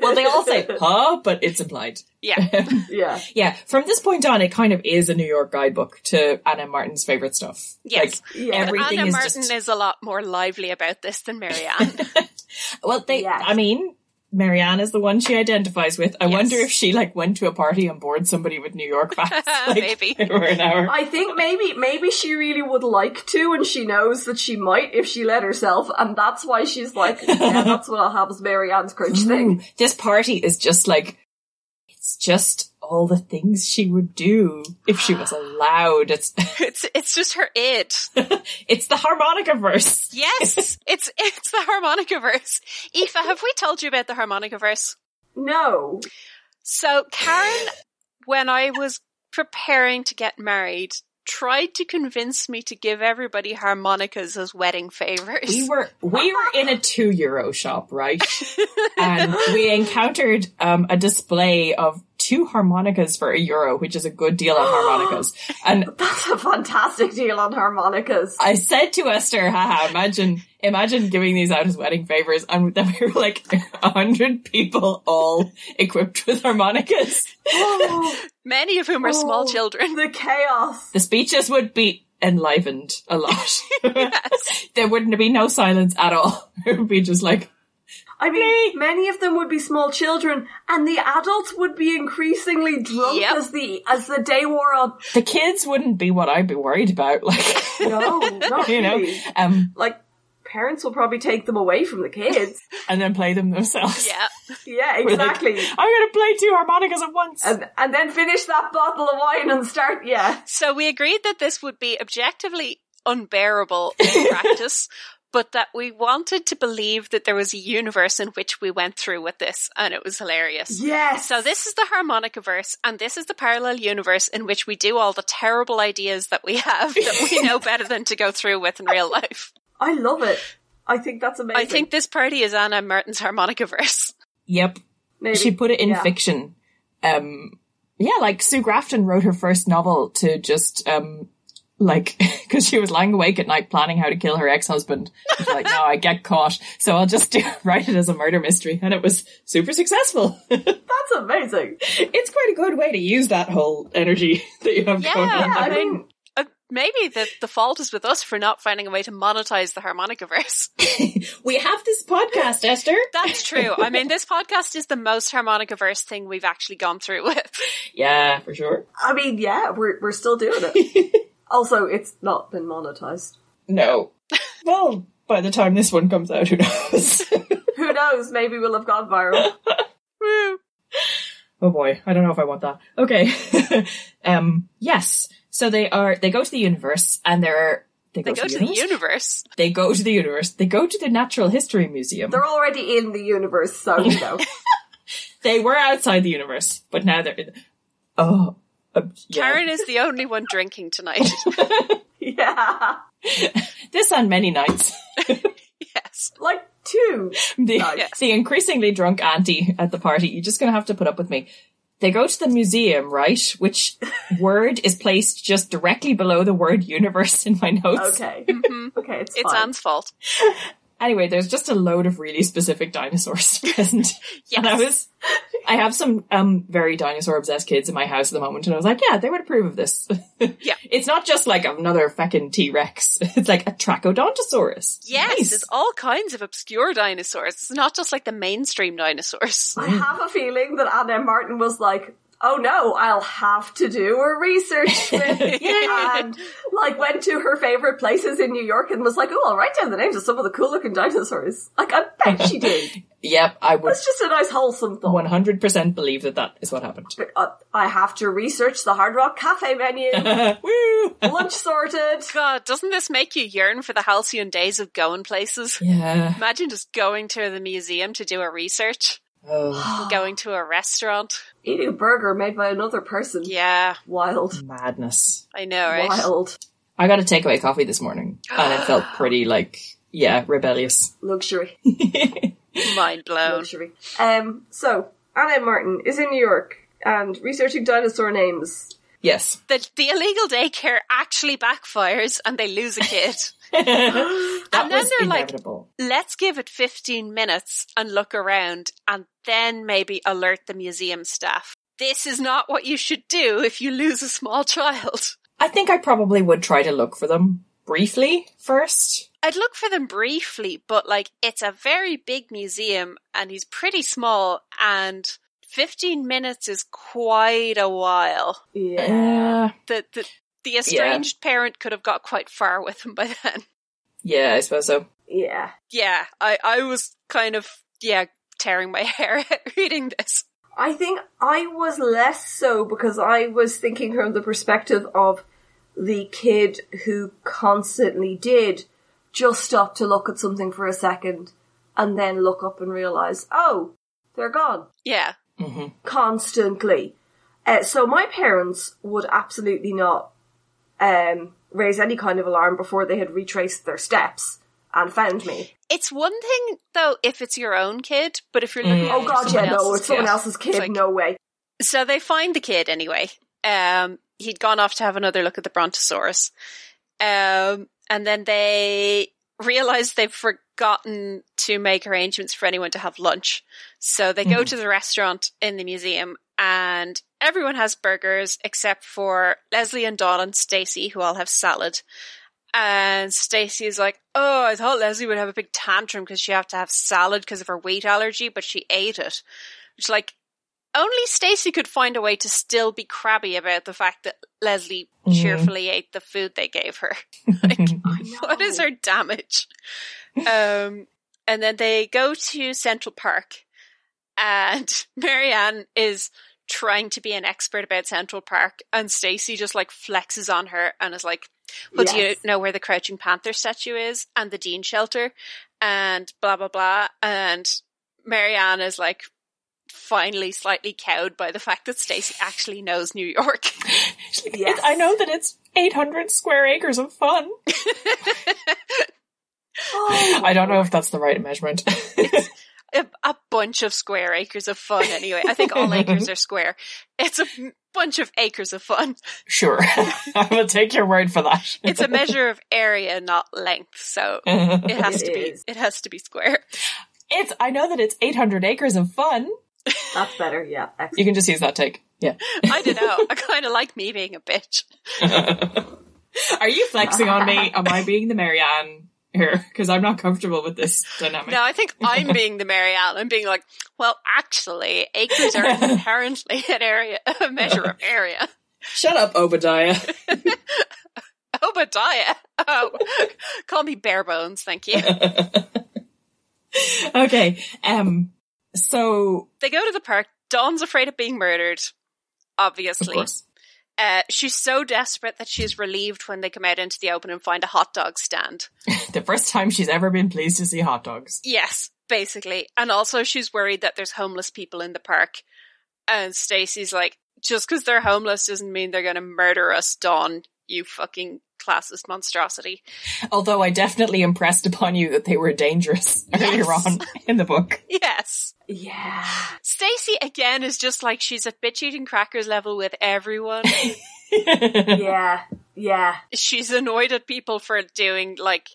Speaker 2: well, they all say, huh, but it's implied.
Speaker 1: Yeah.
Speaker 3: yeah,
Speaker 2: Yeah, from this point on, it kind of is a New York guidebook to Anna Martin's favorite stuff.
Speaker 1: Yes.
Speaker 2: Like,
Speaker 3: Yeah.
Speaker 2: everything
Speaker 1: Anna
Speaker 2: is
Speaker 1: Martin
Speaker 2: just.
Speaker 1: is a lot more lively about this than Marianne.
Speaker 2: well, they.
Speaker 3: Yes.
Speaker 2: I mean, Marianne is the one she identifies with. I
Speaker 1: Yes.
Speaker 2: wonder if she like went to a party and bored somebody with New York facts, like,
Speaker 1: Maybe.
Speaker 2: for an hour.
Speaker 3: I think maybe maybe she really would like to, and she knows that she might if she let herself, and that's why she's like, "Yeah, that's what I'll have as Mary Ann's cringe thing."
Speaker 2: Ooh, this party is just like it's just all the things she would do if she was allowed. It's
Speaker 1: it's it's just her id.
Speaker 2: it's the harmonica verse.
Speaker 1: Yes, it's it's the harmonica verse. Aoife, have we told you about the harmonica verse?
Speaker 3: No,
Speaker 1: So Karen when I was preparing to get married, tried to convince me to give everybody harmonicas as wedding favors.
Speaker 2: We were we were in a two euro shop, right? and we encountered um, a display of two harmonicas for a euro, which is a good deal on harmonicas. And
Speaker 3: That's a fantastic deal on harmonicas.
Speaker 2: I said to Esther, haha, imagine imagine giving these out as wedding favors and then we were like a hundred people all equipped with harmonicas.
Speaker 3: Oh,
Speaker 1: Many of whom are small
Speaker 3: Oh.
Speaker 1: children.
Speaker 3: the chaos.
Speaker 2: The speeches would be enlivened a lot.
Speaker 1: Yes.
Speaker 2: there wouldn't be no silence at all. It would be just like
Speaker 3: I mean, many of them would be small children, and the adults would be increasingly drunk
Speaker 1: Yep.
Speaker 3: as the as the day wore on.
Speaker 2: the kids wouldn't be what I'd be worried about. Like
Speaker 3: No, not
Speaker 2: you know,
Speaker 3: really.
Speaker 2: um,
Speaker 3: Like parents will probably take them away from the kids.
Speaker 2: and then play them themselves.
Speaker 1: Yeah.
Speaker 3: Yeah,
Speaker 2: We're like,
Speaker 3: exactly.
Speaker 2: I'm going to play two harmonicas at once.
Speaker 1: Uh,
Speaker 3: and, and then finish that bottle of wine and start. Yeah,
Speaker 1: So we agreed that this would be objectively unbearable in practice, but that we wanted to believe that there was a universe in which we went through with this, and it was hilarious.
Speaker 3: yes.
Speaker 1: So this is the harmonica verse, and this is the parallel universe in which we do all the terrible ideas that we have that we know better than to go through with in real life.
Speaker 3: I love it. I think that's amazing.
Speaker 1: I think this party is Anna Martin's harmonica verse.
Speaker 2: yep,
Speaker 3: Maybe.
Speaker 2: she put it in
Speaker 3: Yeah.
Speaker 2: fiction. Um, yeah, like Sue Grafton wrote her first novel to just um, like because she was lying awake at night planning how to kill her ex husband. Like, no, I get caught, so I'll just do, write it as a murder mystery, and it was super successful.
Speaker 3: That's amazing.
Speaker 2: it's quite a good way to use that whole energy that you have
Speaker 1: Yeah,
Speaker 2: going on.
Speaker 1: I
Speaker 3: I
Speaker 1: mean,
Speaker 3: mean,
Speaker 1: uh, maybe the, the fault is with us for not finding a way to monetize the harmonica verse.
Speaker 2: We have this podcast, Esther.
Speaker 1: That's true. I mean, this podcast is the most harmonica verse thing we've actually gone through with.
Speaker 2: Yeah, for sure.
Speaker 3: I mean, yeah, we're we're still doing it. also, it's not been monetized.
Speaker 2: No. well, by the time this one comes out, who knows?
Speaker 3: Who knows? Maybe we'll have gone viral.
Speaker 1: Woo.
Speaker 2: oh boy, I don't know if I want that. Okay. um, yes. So they are, they go to the universe and there are, they go,
Speaker 1: They go to the
Speaker 2: universe.
Speaker 1: universe.
Speaker 2: They go to the universe. They go to the Natural History Museum.
Speaker 3: They're already in the universe, so you know.
Speaker 2: they were outside the universe, but now they're in. Oh, um, yeah.
Speaker 1: Karen is the only one drinking tonight.
Speaker 3: yeah,
Speaker 2: this on many nights.
Speaker 1: yes.
Speaker 3: like two.
Speaker 2: the,
Speaker 1: Yes.
Speaker 2: the increasingly drunk auntie at the party. You're just going to have to put up with me. They go to the museum, right? Which word is placed just directly below the word universe in my notes.
Speaker 3: Okay,
Speaker 1: Mhm.
Speaker 3: okay, it's
Speaker 1: It's
Speaker 3: fine.
Speaker 1: Anne's fault.
Speaker 2: Anyway, there's just a load of really specific dinosaurs present.
Speaker 1: Yes.
Speaker 2: And I was, I have some, um, very dinosaur obsessed kids in my house at the moment. And I was like, yeah, they would approve of this.
Speaker 1: Yeah.
Speaker 2: It's not just like another feckin' T-Rex. It's like a Trachodontosaurus.
Speaker 1: Yes,
Speaker 2: Nice.
Speaker 1: there's all kinds of obscure dinosaurs. It's not just like the mainstream dinosaurs.
Speaker 3: I have a feeling that Anna M. Martin was like, "Oh no, I'll have to do a research." trip," and like went to her favorite places in New York and was like, "Oh, I'll write down the names of some of the cool looking dinosaurs." Like I bet she did.
Speaker 2: Yep. I would
Speaker 3: That's just a nice wholesome thought.
Speaker 2: 100% believe that that is what happened.
Speaker 3: Uh, I have to research the Hard Rock Cafe menu.
Speaker 2: Woo!
Speaker 3: Lunch sorted.
Speaker 1: God, doesn't this make you yearn for the halcyon days of going places?
Speaker 2: Yeah.
Speaker 1: Imagine just going to the museum to do a research,
Speaker 2: Oh,
Speaker 1: going to a restaurant.
Speaker 3: Eating a burger made by another person.
Speaker 1: Yeah,
Speaker 3: Wild.
Speaker 2: madness.
Speaker 1: I know, right?
Speaker 3: Wild.
Speaker 2: I got a takeaway coffee this morning and it felt pretty like, yeah, rebellious.
Speaker 3: Luxury.
Speaker 1: Mind blown.
Speaker 3: Luxury. Um, so, Anna M. Martin is in New York and researching dinosaur names.
Speaker 2: Yes.
Speaker 1: The, the illegal daycare actually backfires and they lose a kid.
Speaker 2: That
Speaker 1: and then
Speaker 2: was
Speaker 1: they're like,
Speaker 2: inevitable.
Speaker 1: let's give it 15 minutes and look around and then maybe alert the museum staff. This is not what you should do if you lose a small child.
Speaker 2: I think I probably would try to look for them briefly first.
Speaker 1: I'd look for them briefly, but like it's a very big museum and he's pretty small and 15 minutes is quite a while.
Speaker 3: Yeah.
Speaker 2: Uh,
Speaker 1: The the, the estranged parent could have got quite far with him by then.
Speaker 2: yeah, I suppose so.
Speaker 3: Yeah.
Speaker 1: Yeah, I I was kind of yeah, tearing my hair out reading this.
Speaker 3: I think I was less so because I was thinking from the perspective of the kid who constantly did just stop to look at something for a second and then look up and realize, oh, they're gone
Speaker 1: Yeah.
Speaker 2: hmm
Speaker 3: constantly. Uh, so my parents would absolutely not um, raise any kind of alarm before they had retraced their steps and found me.
Speaker 1: It's one thing though if it's your own kid, but if you're looking
Speaker 2: Mm.
Speaker 1: at
Speaker 3: Oh god, yeah, no, it's someone
Speaker 2: kid.
Speaker 3: else's kid.
Speaker 1: It's like-
Speaker 3: no way.
Speaker 1: So they find the kid anyway. Um, he'd gone off to have another look at the brontosaurus, um, and then they realize they've forgotten to make arrangements for anyone to have lunch. So they go
Speaker 2: Mhm.
Speaker 1: to the restaurant in the museum, and everyone has burgers except for Leslie and Dawn and Stacy, who all have salad. And Stacy is like, "Oh, I thought Leslie would have a big tantrum because she had to have salad because of her wheat allergy, but she ate it." Which, like, only Stacy could find a way to still be crabby about the fact that Leslie
Speaker 2: Mhm.
Speaker 1: cheerfully ate the food they gave her. What is her damage? Um, and then they go to Central Park, and Marianne is trying to be an expert about Central Park, and Stacy just like flexes on her and is like, "Well, do you
Speaker 3: Yes.
Speaker 1: know where the Crouching Panther statue is and the Dean Shelter and blah blah blah?" And Marianne is like. Finally, slightly cowed by the fact that Stacy actually knows New York.
Speaker 2: She's like,
Speaker 3: Yes.
Speaker 2: "It- I know that it's 800 square acres of fun.
Speaker 3: Oh,
Speaker 2: I don't know if that's the right measurement.
Speaker 1: a, a bunch of square acres of fun anyway. I think all acres are square. It's a bunch of acres of fun.
Speaker 2: sure. I will take your word for that.
Speaker 1: It's a measure of area, not length. So it has
Speaker 3: It
Speaker 1: to
Speaker 3: is.
Speaker 1: be it has to be square.
Speaker 2: It's I know that it's 800 acres of fun.
Speaker 3: that's better. Yeah, excellent.
Speaker 2: You can just use that take. Yeah.
Speaker 1: I don't know. I kind of like me being a bitch.
Speaker 2: Are you flexing on me? Am I being the Marianne here? Because I'm not comfortable with this dynamic.
Speaker 1: No, I think I'm being the Marianne. I'm being like, well, actually, acres are inherently an area, a measure of area.
Speaker 2: Shut up, Obadiah.
Speaker 1: Obadiah. Oh, call me bare bones, thank you.
Speaker 2: okay. Um. So,
Speaker 1: They go to the park. Dawn's afraid of being murdered,
Speaker 2: of
Speaker 1: obviously.
Speaker 2: course,
Speaker 1: Uh, she's so desperate that she's relieved when they come out into the open and find a hot dog stand.
Speaker 2: the first time she's ever been pleased to see hot dogs.
Speaker 1: Yes, basically. And also, she's worried that there's homeless people in the park. And Stacy's like, just because they're homeless doesn't mean they're going to murder us, Dawn, you fucking classist monstrosity.
Speaker 2: Although I definitely impressed upon you that they were dangerous earlier
Speaker 1: Yes.
Speaker 2: on in the book.
Speaker 1: Yes.
Speaker 3: Yeah,
Speaker 1: Stacy, again, is just like she's at bitch eating crackers level with everyone.
Speaker 3: yeah, yeah.
Speaker 1: she's annoyed at people for doing like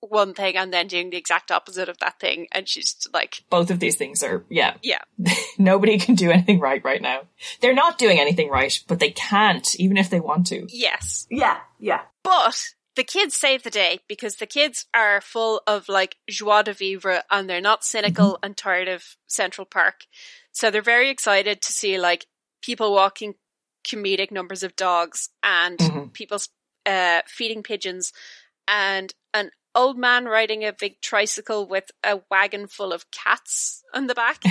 Speaker 1: one thing and then doing the exact opposite of that thing. And she's like,
Speaker 2: Both of these things are, yeah,
Speaker 1: yeah.
Speaker 2: nobody can do anything right right now. They're not doing anything right, but they can't, even if they want to.
Speaker 1: Yes.
Speaker 3: Yeah, yeah.
Speaker 1: But the kids save the day because the kids are full of like joie de vivre and they're not cynical and tired of Central Park. So they're very excited to see like people walking comedic numbers of dogs and
Speaker 2: Mhm.
Speaker 1: people uh, feeding pigeons and an old man riding a big tricycle with a wagon full of cats on the back.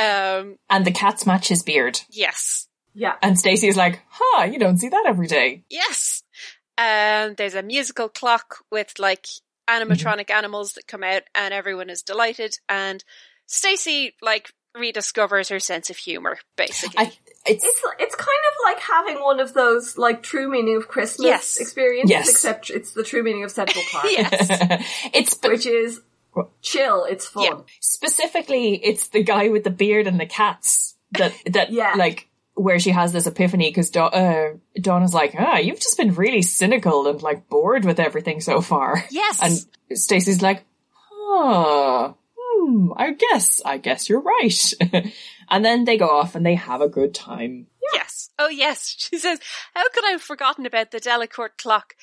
Speaker 1: um,
Speaker 2: And the cats match his beard.
Speaker 1: yes.
Speaker 3: Yeah.
Speaker 2: And Stacey is like, huh, you don't see that every day.
Speaker 1: Yes. Um, there's a musical clock with like animatronic
Speaker 2: Mm-hmm.
Speaker 1: animals that come out, and everyone is delighted. And Stacy like rediscovers her sense of humor, basically.
Speaker 2: I, it's,
Speaker 3: It's it's kind of like having one of those like true meaning of Christmas
Speaker 1: Yes.
Speaker 3: experiences,
Speaker 2: Yes.
Speaker 3: except it's the true meaning of Central Park,
Speaker 1: yes.
Speaker 2: it's but
Speaker 3: which is chill. It's fun.
Speaker 1: Yeah.
Speaker 2: specifically, it's the guy with the beard and the cats that, that,
Speaker 3: Yeah.
Speaker 2: like, where she has this epiphany because Do- uh, Donna's like, ah, you've just been really cynical and like bored with everything so far.
Speaker 1: Yes.
Speaker 2: And Stacey's like, huh, hmm, I guess, I guess you're right. and then they go off and they have a good time.
Speaker 1: Yes. Oh, yes. She says, How could I have forgotten about the Delacourt clock?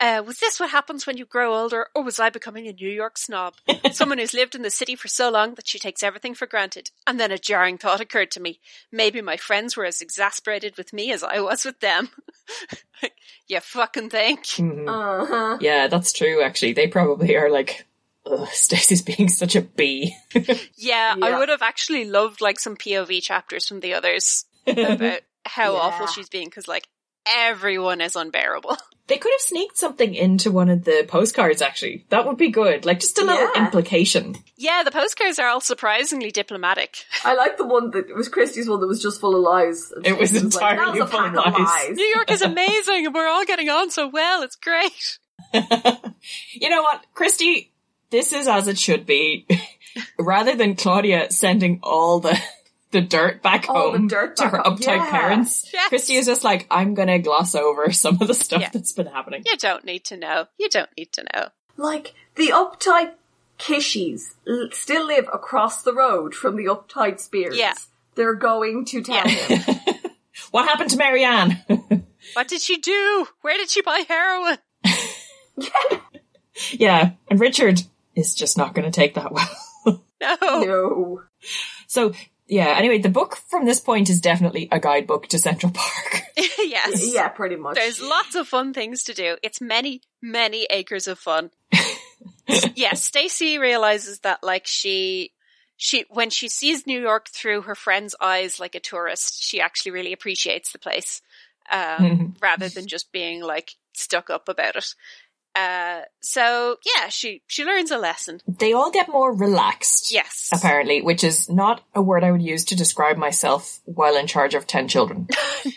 Speaker 1: Uh, was this what happens when you grow older, or was I becoming a New York snob? Someone who's lived in the city for so long that she takes everything for granted. And then a jarring thought occurred to me. Maybe my friends were as exasperated with me as I was with them. you fucking think?
Speaker 2: Mhm.
Speaker 3: Uh huh.
Speaker 2: Yeah, that's true. Actually, they probably are like, Ugh, Stacey's being such a bee.
Speaker 1: Yeah, I
Speaker 3: Yeah.
Speaker 1: would have actually loved like some POV chapters from the others about how
Speaker 3: Yeah.
Speaker 1: awful she's being because like everyone is unbearable.
Speaker 2: They could have sneaked something into one of the postcards, actually. That would be good. Like, just a little
Speaker 3: Yeah.
Speaker 2: implication.
Speaker 1: Yeah, the postcards are all surprisingly diplomatic.
Speaker 3: I like the one that it was Christie's one that was just full of lies. And
Speaker 2: It was
Speaker 3: she like,
Speaker 2: entirely
Speaker 3: "That was a
Speaker 2: full of
Speaker 3: pack
Speaker 2: lies."
Speaker 1: New York is amazing and we're all getting on so well. It's great.
Speaker 2: You know what, Christy? This is as it should be. Rather than Claudia sending all the the dirt back
Speaker 3: All the
Speaker 2: home
Speaker 3: dirt
Speaker 2: to
Speaker 3: back
Speaker 2: her
Speaker 3: home.
Speaker 2: uptight
Speaker 3: Yeah.
Speaker 2: parents,
Speaker 1: Yes.
Speaker 2: Christy is just like, I'm gonna gloss over some of the stuff
Speaker 1: Yeah.
Speaker 2: that's been happening.
Speaker 1: You don't need to know. You don't need to know.
Speaker 3: Like the uptight Kishies l- still live across the road from the uptight Spears.
Speaker 1: Yeah.
Speaker 3: They're going to town.
Speaker 1: Yeah.
Speaker 3: him.
Speaker 2: What happened to Marianne?
Speaker 1: What did she do? Where did she buy heroin?
Speaker 2: yeah, and Richard is just not gonna take that well.
Speaker 1: No.
Speaker 3: no.
Speaker 2: So yeah, anyway, the book from this point is definitely a guidebook to Central Park.
Speaker 1: yes.
Speaker 3: Yeah, pretty much.
Speaker 1: There's lots of fun things to do. It's many, many acres of fun. yes, Stacy realizes that like she she when she sees New York through her friend's eyes like a tourist, she actually really appreciates the place.
Speaker 3: Mm-hmm.
Speaker 1: Um, rather than just being like stuck up about it. Uh, so yeah, she she learns a lesson.
Speaker 2: they all get more relaxed.
Speaker 1: Yes.
Speaker 2: Apparently, which is not a word I would use to describe myself while in charge of 10 children.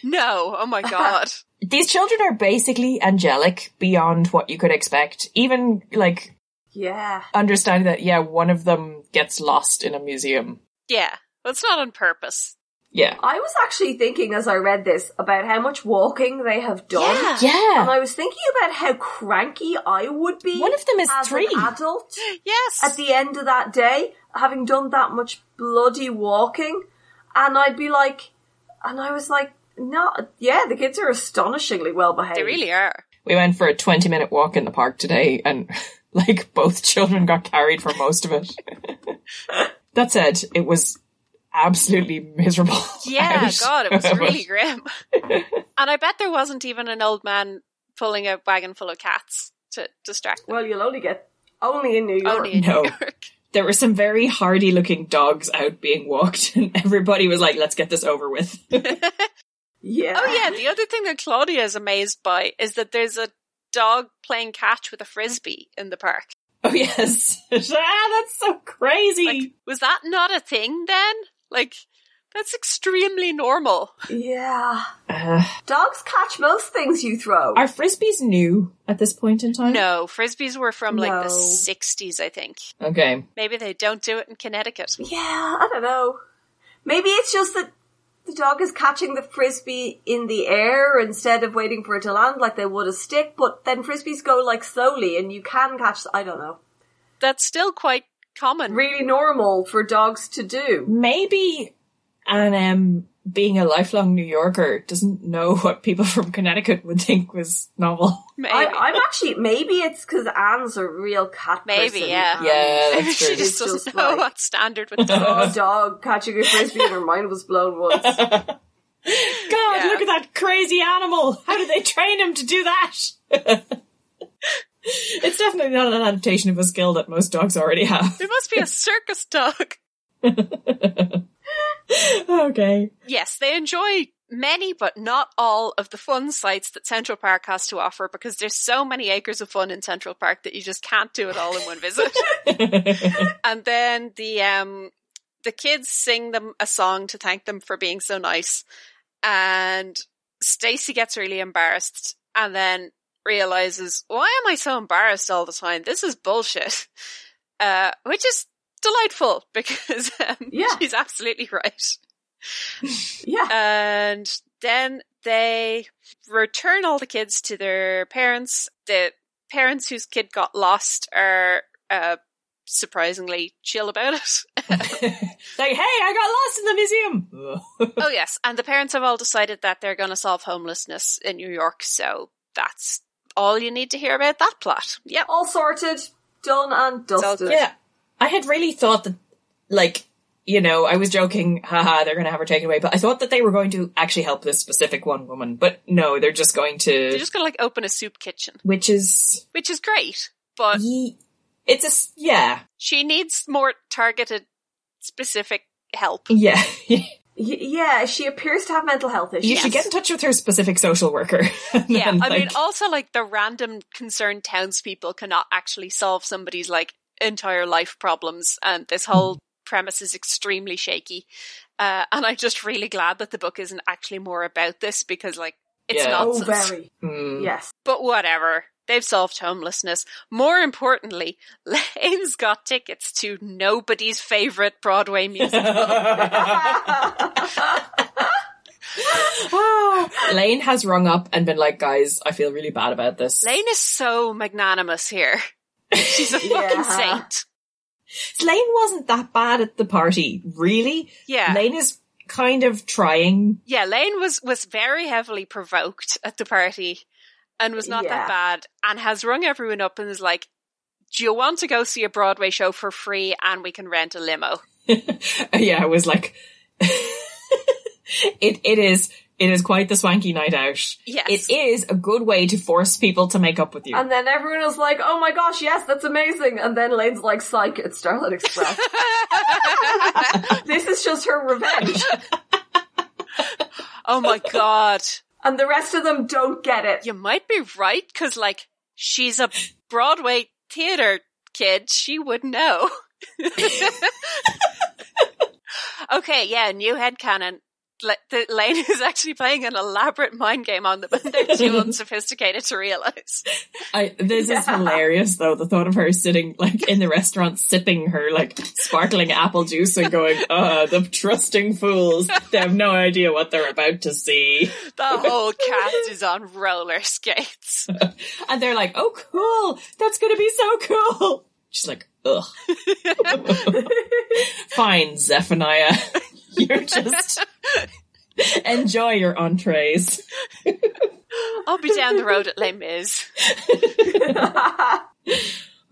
Speaker 1: No, oh my god.
Speaker 2: These children are basically angelic beyond what you could expect. Even like
Speaker 3: yeah.
Speaker 2: understanding that, yeah, one of them gets lost in a museum.
Speaker 1: yeah. Well it's not on purpose.
Speaker 2: Yeah.
Speaker 3: I was actually thinking as I read this about how much walking they have done.
Speaker 1: Yeah.
Speaker 3: And
Speaker 2: Yeah.
Speaker 3: I was thinking about how cranky I would be.
Speaker 2: One of them is
Speaker 3: as
Speaker 2: three.
Speaker 3: An adult
Speaker 1: Yes.
Speaker 3: at the end of that day, having done that much bloody walking, and I'd be like, and I was like, no, yeah, the kids are astonishingly well behaved.
Speaker 1: they really are.
Speaker 2: We went for a 20 minute walk in the park today and like both children got carried for most of it. that said, it was absolutely miserable.
Speaker 1: Yeah,
Speaker 2: out.
Speaker 1: God, it was really grim. and I bet there wasn't even an old man pulling a wagon full of cats to distract them.
Speaker 3: Well, you'll only get only in New York.
Speaker 1: Only in
Speaker 2: No.
Speaker 1: New York.
Speaker 2: there were some very hardy looking dogs out being walked and everybody was like let's get this over with
Speaker 3: yeah.
Speaker 1: Oh yeah, the other thing that Claudia is amazed by is that there's a dog playing catch with a frisbee in the park.
Speaker 2: oh yes ah, that's so crazy
Speaker 1: Like, was that not a thing then? Like, that's extremely normal.
Speaker 3: yeah.
Speaker 2: Uh,
Speaker 3: Dogs catch most things you throw.
Speaker 2: are frisbees new at this point in time
Speaker 1: No, frisbees were from like the
Speaker 3: No.
Speaker 1: 60s, I think.
Speaker 2: okay
Speaker 1: Maybe they don't do it in Connecticut.
Speaker 3: yeah, I don't know. Maybe it's just that the dog is catching the frisbee in the air instead of waiting for it to land like they would a stick. But then frisbees go like slowly, and you can catch. I don't know.
Speaker 1: That's still quite common.
Speaker 3: Really normal for dogs to do.
Speaker 2: maybe an um being a lifelong new yorker doesn't know what people from connecticut would think was novel
Speaker 1: Maybe.
Speaker 3: I, I'm actually maybe it's because Anne's a real cat.
Speaker 1: Maybe,
Speaker 3: person,
Speaker 1: yeah.
Speaker 3: and
Speaker 2: Yeah,
Speaker 1: Maybe
Speaker 2: that's
Speaker 1: Um, she
Speaker 2: true.
Speaker 1: just doesn't
Speaker 3: It's just
Speaker 1: know
Speaker 3: like-
Speaker 1: what standard would do.
Speaker 3: Saw a dog catching a frisbee, and her mind was blown once.
Speaker 2: god
Speaker 1: Yeah.
Speaker 2: look at that crazy animal how did they train him to do that it's definitely not an adaptation of a skill that most dogs already have
Speaker 1: There must be a circus dog.
Speaker 2: okay
Speaker 1: Yes, they enjoy many, but not all of the fun sites that Central Park has to offer because there's so many acres of fun in Central Park that you just can't do it all in one visit. and then the um the kids sing them a song to thank them for being so nice, and Stacy gets really embarrassed and then realizes why am I so embarrassed all the time? This is bullshit. Uh, which is delightful because um,
Speaker 3: Yeah.
Speaker 1: she's absolutely right
Speaker 3: Yeah,
Speaker 1: and then they return all the kids to their parents. The parents whose kid got lost are uh, surprisingly chill about it.
Speaker 2: like hey i got lost in the museum
Speaker 1: oh yes, and the parents have all decided that they're going to solve homelessness in New York. So that's all you need to hear about that plot. Yep.
Speaker 3: all sorted, done and dusted.
Speaker 2: Yeah. I had really thought that, like, you know, I was joking, haha, they're going to have her taken away, but I thought that they were going to actually help this specific one woman, but no, they're just going to,
Speaker 1: They're just going to like open a soup kitchen,
Speaker 2: which is,
Speaker 1: which is great, but
Speaker 2: ye- it's a, s- yeah,
Speaker 1: she needs more targeted, specific help.
Speaker 2: yeah.
Speaker 3: Y- yeah, she appears to have mental health issues.
Speaker 2: You should get in touch with her specific social worker. And
Speaker 1: Yeah,
Speaker 2: then,
Speaker 1: I mean,
Speaker 2: like-
Speaker 1: also like the random concerned townspeople cannot actually solve somebody's like entire life problems, and this
Speaker 2: Hmm.
Speaker 1: whole premise is extremely shaky. Uh, and I'm just really glad that the book isn't actually more about this because, like, it's
Speaker 2: Yeah.
Speaker 3: Oh,
Speaker 1: nonsense.
Speaker 3: very.
Speaker 2: Mm.
Speaker 3: Yes.
Speaker 1: But whatever. They've solved homelessness. More importantly, Lane's got tickets to nobody's favorite Broadway musical.
Speaker 2: hmm. Lane has rung up and been like, guys, I feel really bad about this.
Speaker 1: Lane is so magnanimous here. She's a fucking
Speaker 3: Yeah.
Speaker 1: saint.
Speaker 2: Lane wasn't that bad at the party, really.
Speaker 1: Yeah.
Speaker 2: Lane is kind of trying.
Speaker 1: yeah, Lane was was very heavily provoked at the party and was not that
Speaker 3: Yeah.
Speaker 1: bad and has rung everyone up and is like, Do you want to go see a Broadway show for free and we can rent a limo?
Speaker 2: yeah, it was like, it, it is, it is quite the swanky night out.
Speaker 1: Yes.
Speaker 2: It is a good way to force people to make up with you.
Speaker 3: And then everyone was like, oh my gosh, yes, that's amazing. And then Lane's like, psych, it's Starlight Express. this is just her revenge.
Speaker 1: Oh my god.
Speaker 3: And the rest of them don't get it.
Speaker 1: You might be right, because like she's a Broadway theater kid. She would know. okay, yeah, new headcanon. Le- the Lane is actually playing an elaborate mind game on them, and they're too unsophisticated to realize.
Speaker 2: I, this is hilarious though, the thought of her sitting like in the restaurant sipping her like sparkling apple juice and going, uh, the trusting fools. They have no idea what they're about to see.
Speaker 1: The whole cast is on roller skates.
Speaker 2: And they're like, oh cool, that's gonna be so cool. She's like, ugh. Fine, Zephaniah. You're just enjoy your entrees.
Speaker 1: I'll be down the road at Les Mis.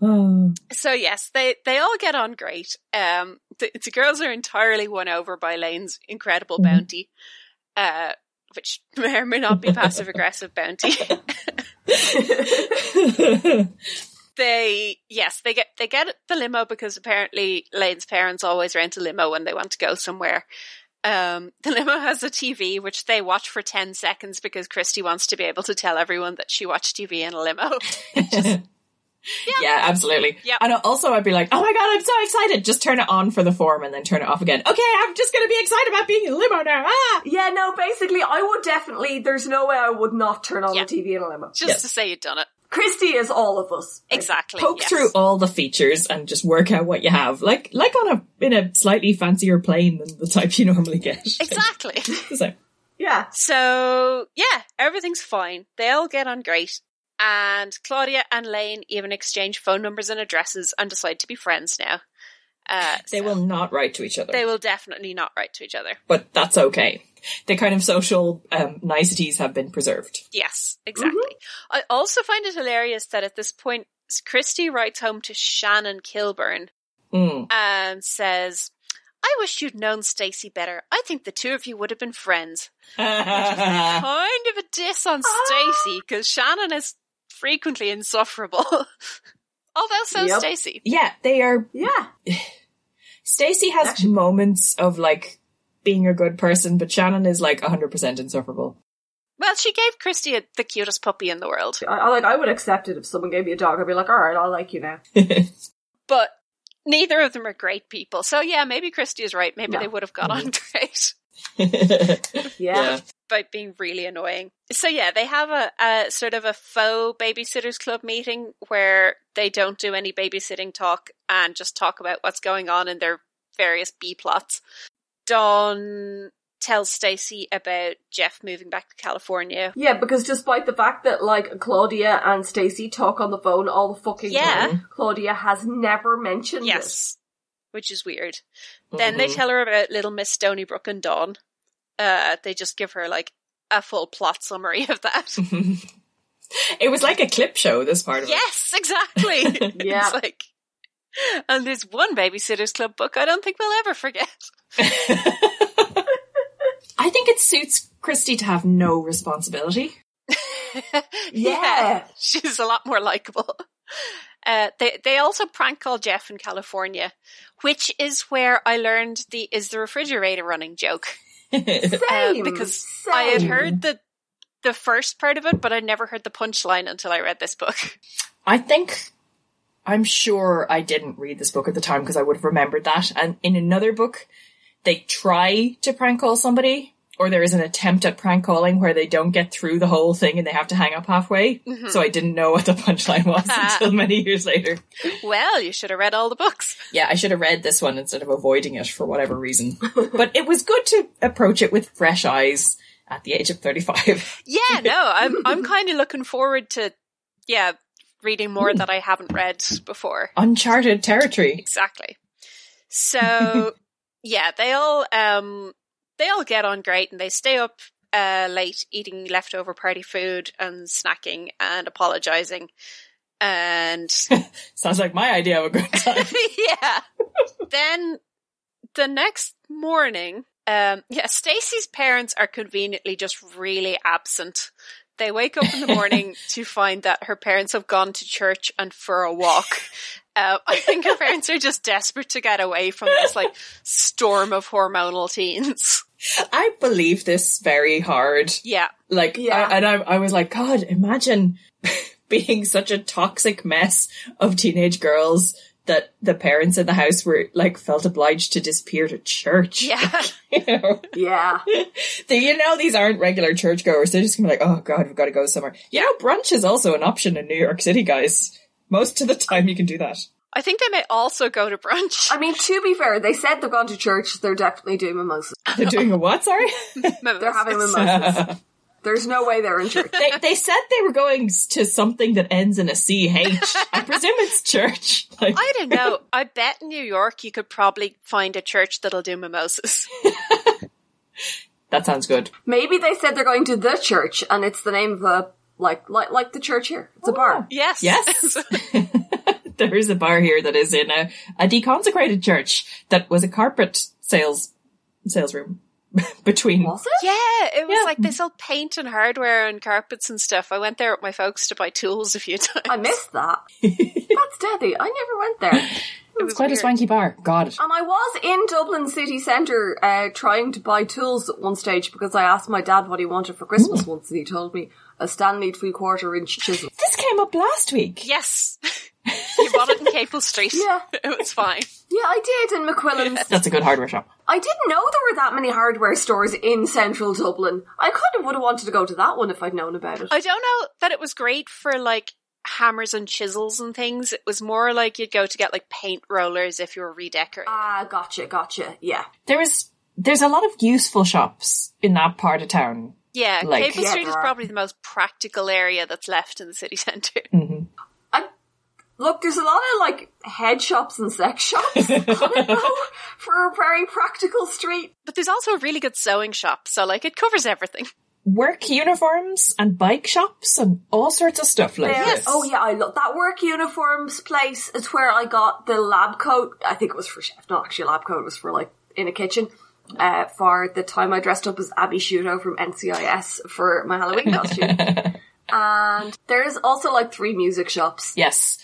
Speaker 2: Oh.
Speaker 1: So yes, they they all get on great. Um, the, the girls are entirely won over by Lane's incredible bounty, uh, which may or may not be passive aggressive bounty. they yes, they get they get the limo because apparently Lane's parents always rent a limo when they want to go somewhere. Um, the limo has a TV which they watch for ten seconds because Christy wants to be able to tell everyone that she watched TV in a limo.
Speaker 2: Yeah, absolutely.
Speaker 1: Yep.
Speaker 2: And also, I'd be like, oh my god, I'm so excited. Just turn it on for the form and then turn it off again. Okay, I'm just going to be excited about being in limo now. Ah!
Speaker 3: Yeah, no, basically, I would definitely, there's no way I would not turn on
Speaker 1: Yeah.
Speaker 3: the TV in a limo.
Speaker 1: Just
Speaker 2: Yes.
Speaker 1: to say you've done it
Speaker 3: Christy is all of us.
Speaker 1: exactly.
Speaker 2: Poke
Speaker 1: yes.
Speaker 2: through all the features and just work out what you have. Like, like on a, in a slightly fancier plane than the type you normally get.
Speaker 1: exactly.
Speaker 2: so,
Speaker 3: Yeah.
Speaker 1: So yeah, everything's fine. They all get on great. And Claudia and Lane even exchange phone numbers and addresses and decide to be friends now. Uh,
Speaker 2: they
Speaker 1: so
Speaker 2: will not write to each other.
Speaker 1: They will definitely not write to each other.
Speaker 2: but that's okay. The kind of social um, niceties have been preserved.
Speaker 1: Yes,
Speaker 2: Mm-hmm.
Speaker 1: exactly. I also find it hilarious that at this point, Christy writes home to Shannon Kilburn
Speaker 2: Mm.
Speaker 1: and says, "I wish you'd known Stacy better. I think the two of you would have been friends." kind of a diss on
Speaker 3: Ah!
Speaker 1: Stacy because Shannon is frequently insufferable. Although so
Speaker 3: Yep.
Speaker 1: Stacy.
Speaker 2: yeah, they are
Speaker 3: Yeah.
Speaker 2: Stacey has moments of like being a good person, but Shannon is like 100% insufferable.
Speaker 1: Well, she gave Christy a, the cutest puppy in the world,
Speaker 3: I, I like, I would accept it if someone gave me a dog. I'd be like, alright, I'll like you now.
Speaker 1: but neither of them are great people. So yeah, maybe Christy is right. Maybe
Speaker 3: No. Mm-hmm.
Speaker 1: they would have got on great
Speaker 3: Yeah.
Speaker 1: by being really annoying. So yeah, they have a, a sort of a faux babysitters club meeting where they don't do any babysitting talk and just talk about what's going on in their various B plots. Don tells Stacy about Jeff moving back to California.
Speaker 3: Yeah, because despite the fact that like Claudia and Stacy talk on the phone all the fucking
Speaker 1: Yeah.
Speaker 3: time, Claudia has never mentioned it.
Speaker 1: Yes. Which is weird. Mm-hmm. Then
Speaker 2: Mm-hmm.
Speaker 1: they tell her about little Miss Stony Brook and Dawn. Uh, they just give her like a full plot summary of that.
Speaker 2: It was like a clip show, this part of
Speaker 1: yes, exactly.
Speaker 3: Yeah.
Speaker 1: It's like, and there's one Babysitters Club book I don't think we'll ever forget.
Speaker 2: it. I think it suits Christy to have no responsibility.
Speaker 3: Yeah.
Speaker 1: she's a lot more likable. Uh, they they also prank call Jeff in California, which is where I learned the is the refrigerator running joke. Uh,
Speaker 3: Same.
Speaker 1: because
Speaker 3: same.
Speaker 1: I had heard the the first part of it, but I never heard the punchline until I read this book.
Speaker 2: I think I'm sure I didn't read this book at the time because I would have remembered that. And in another book, they try to prank call somebody, or there is an attempt at prank calling where they don't get through the whole thing and they have to hang up halfway. So I didn't know what the punchline was until many years later.
Speaker 1: Well, you should have read all the books.
Speaker 2: Yeah, I should have read this one instead of avoiding it for whatever reason. but it was good to approach it with fresh eyes at the age of 35.
Speaker 1: Yeah, no, I'm I'm kind of looking forward to yeah reading more that I haven't read before.
Speaker 2: Uncharted territory.
Speaker 1: Exactly. So yeah, they all um they all get on great and they stay up uh late eating leftover party food and snacking and apologizing and
Speaker 2: Sounds like my idea of a good time.
Speaker 1: yeah. then the next morning, um, yeah, Stacy's parents are conveniently just really absent. They wake up in the morning to find that her parents have gone to church and for a walk. Uh, I think her parents are just desperate to get away from this like storm of hormonal teens.
Speaker 2: I believe this very hard.
Speaker 1: Yeah,
Speaker 2: Like,
Speaker 3: Yeah.
Speaker 2: I, and I, I was like, God, imagine being such a toxic mess of teenage girls that the parents in the house were like felt obliged to disappear to church.
Speaker 1: yeah.
Speaker 2: you, know?
Speaker 3: yeah.
Speaker 2: They- you know, these aren't regular churchgoers. They're just gonna be like, oh God, we've got to go somewhere.
Speaker 1: Yeah.
Speaker 2: You know, brunch is also an option in New York City, guys. Most of the time, you can do that.
Speaker 1: I think they may also go to brunch.
Speaker 3: I mean, to be fair, they said they've gone to church. They're definitely doing mimosas.
Speaker 2: They're doing a what? Sorry.
Speaker 3: They're having mimosas. There's no way they're in church.
Speaker 2: they, they said they were going s- to something that ends in a CH. I presume it's church. Like,
Speaker 1: I don't know. I bet in New York you could probably find a church that'll do mimosas.
Speaker 2: that sounds good.
Speaker 3: Maybe they said they're going to the church, and it's the name of a like like like the church here.
Speaker 1: Oh.
Speaker 3: It's a bar.
Speaker 1: Yes.
Speaker 2: Yes. there is a bar here that is in a, a deconsecrated church that was a carpet sales sales room between.
Speaker 3: Was it?
Speaker 1: Yeah, it was
Speaker 2: Yeah.
Speaker 1: like they sell paint and hardware and carpets and stuff. I went there with my folks to buy tools a few times.
Speaker 3: I missed that. That's deadly. I never went there.
Speaker 1: It was
Speaker 2: It's quite
Speaker 1: weird.
Speaker 2: a swanky bar. God.
Speaker 3: And I was in Dublin city centre uh, trying to buy tools at one stage because I asked my dad what he wanted for Christmas once, and he told me a Stanley three quarter inch chisel.
Speaker 2: This came up last week.
Speaker 1: Yes, you bought it in Capel Street.
Speaker 3: Yeah.
Speaker 1: it was fine.
Speaker 3: Yeah, I did in McQuillan's.
Speaker 2: That's a good hardware shop.
Speaker 3: I didn't know there were that many hardware stores in central Dublin. I kind of would have wanted to go to that one if I'd known about it.
Speaker 1: I don't know that it was great for like hammers and chisels and things. It was more like you'd go to get like paint rollers if you were redecorating.
Speaker 3: Ah, gotcha, gotcha. Yeah.
Speaker 2: There is there's a lot of useful shops in that part of town.
Speaker 1: yeah,
Speaker 2: like-
Speaker 1: Capel
Speaker 3: Yeah,
Speaker 1: Street
Speaker 3: there
Speaker 1: is
Speaker 3: are.
Speaker 1: probably the most practical area that's left in the city centre.
Speaker 3: Look, there's a lot of like head shops and sex shops. I don't know, for a very practical street.
Speaker 1: But there's also a really good sewing shop, so like it covers everything.
Speaker 2: Work uniforms and bike shops and all sorts of stuff like
Speaker 3: There-
Speaker 2: this.
Speaker 3: Oh yeah, I love that work uniforms place. It's where I got the lab coat. I think it was for chef. Not actually a lab coat. It was for like in a kitchen. Uh, for the time I dressed up as Abby Shudo from NCIS for my Halloween costume. and there is also like three music shops.
Speaker 2: Yes.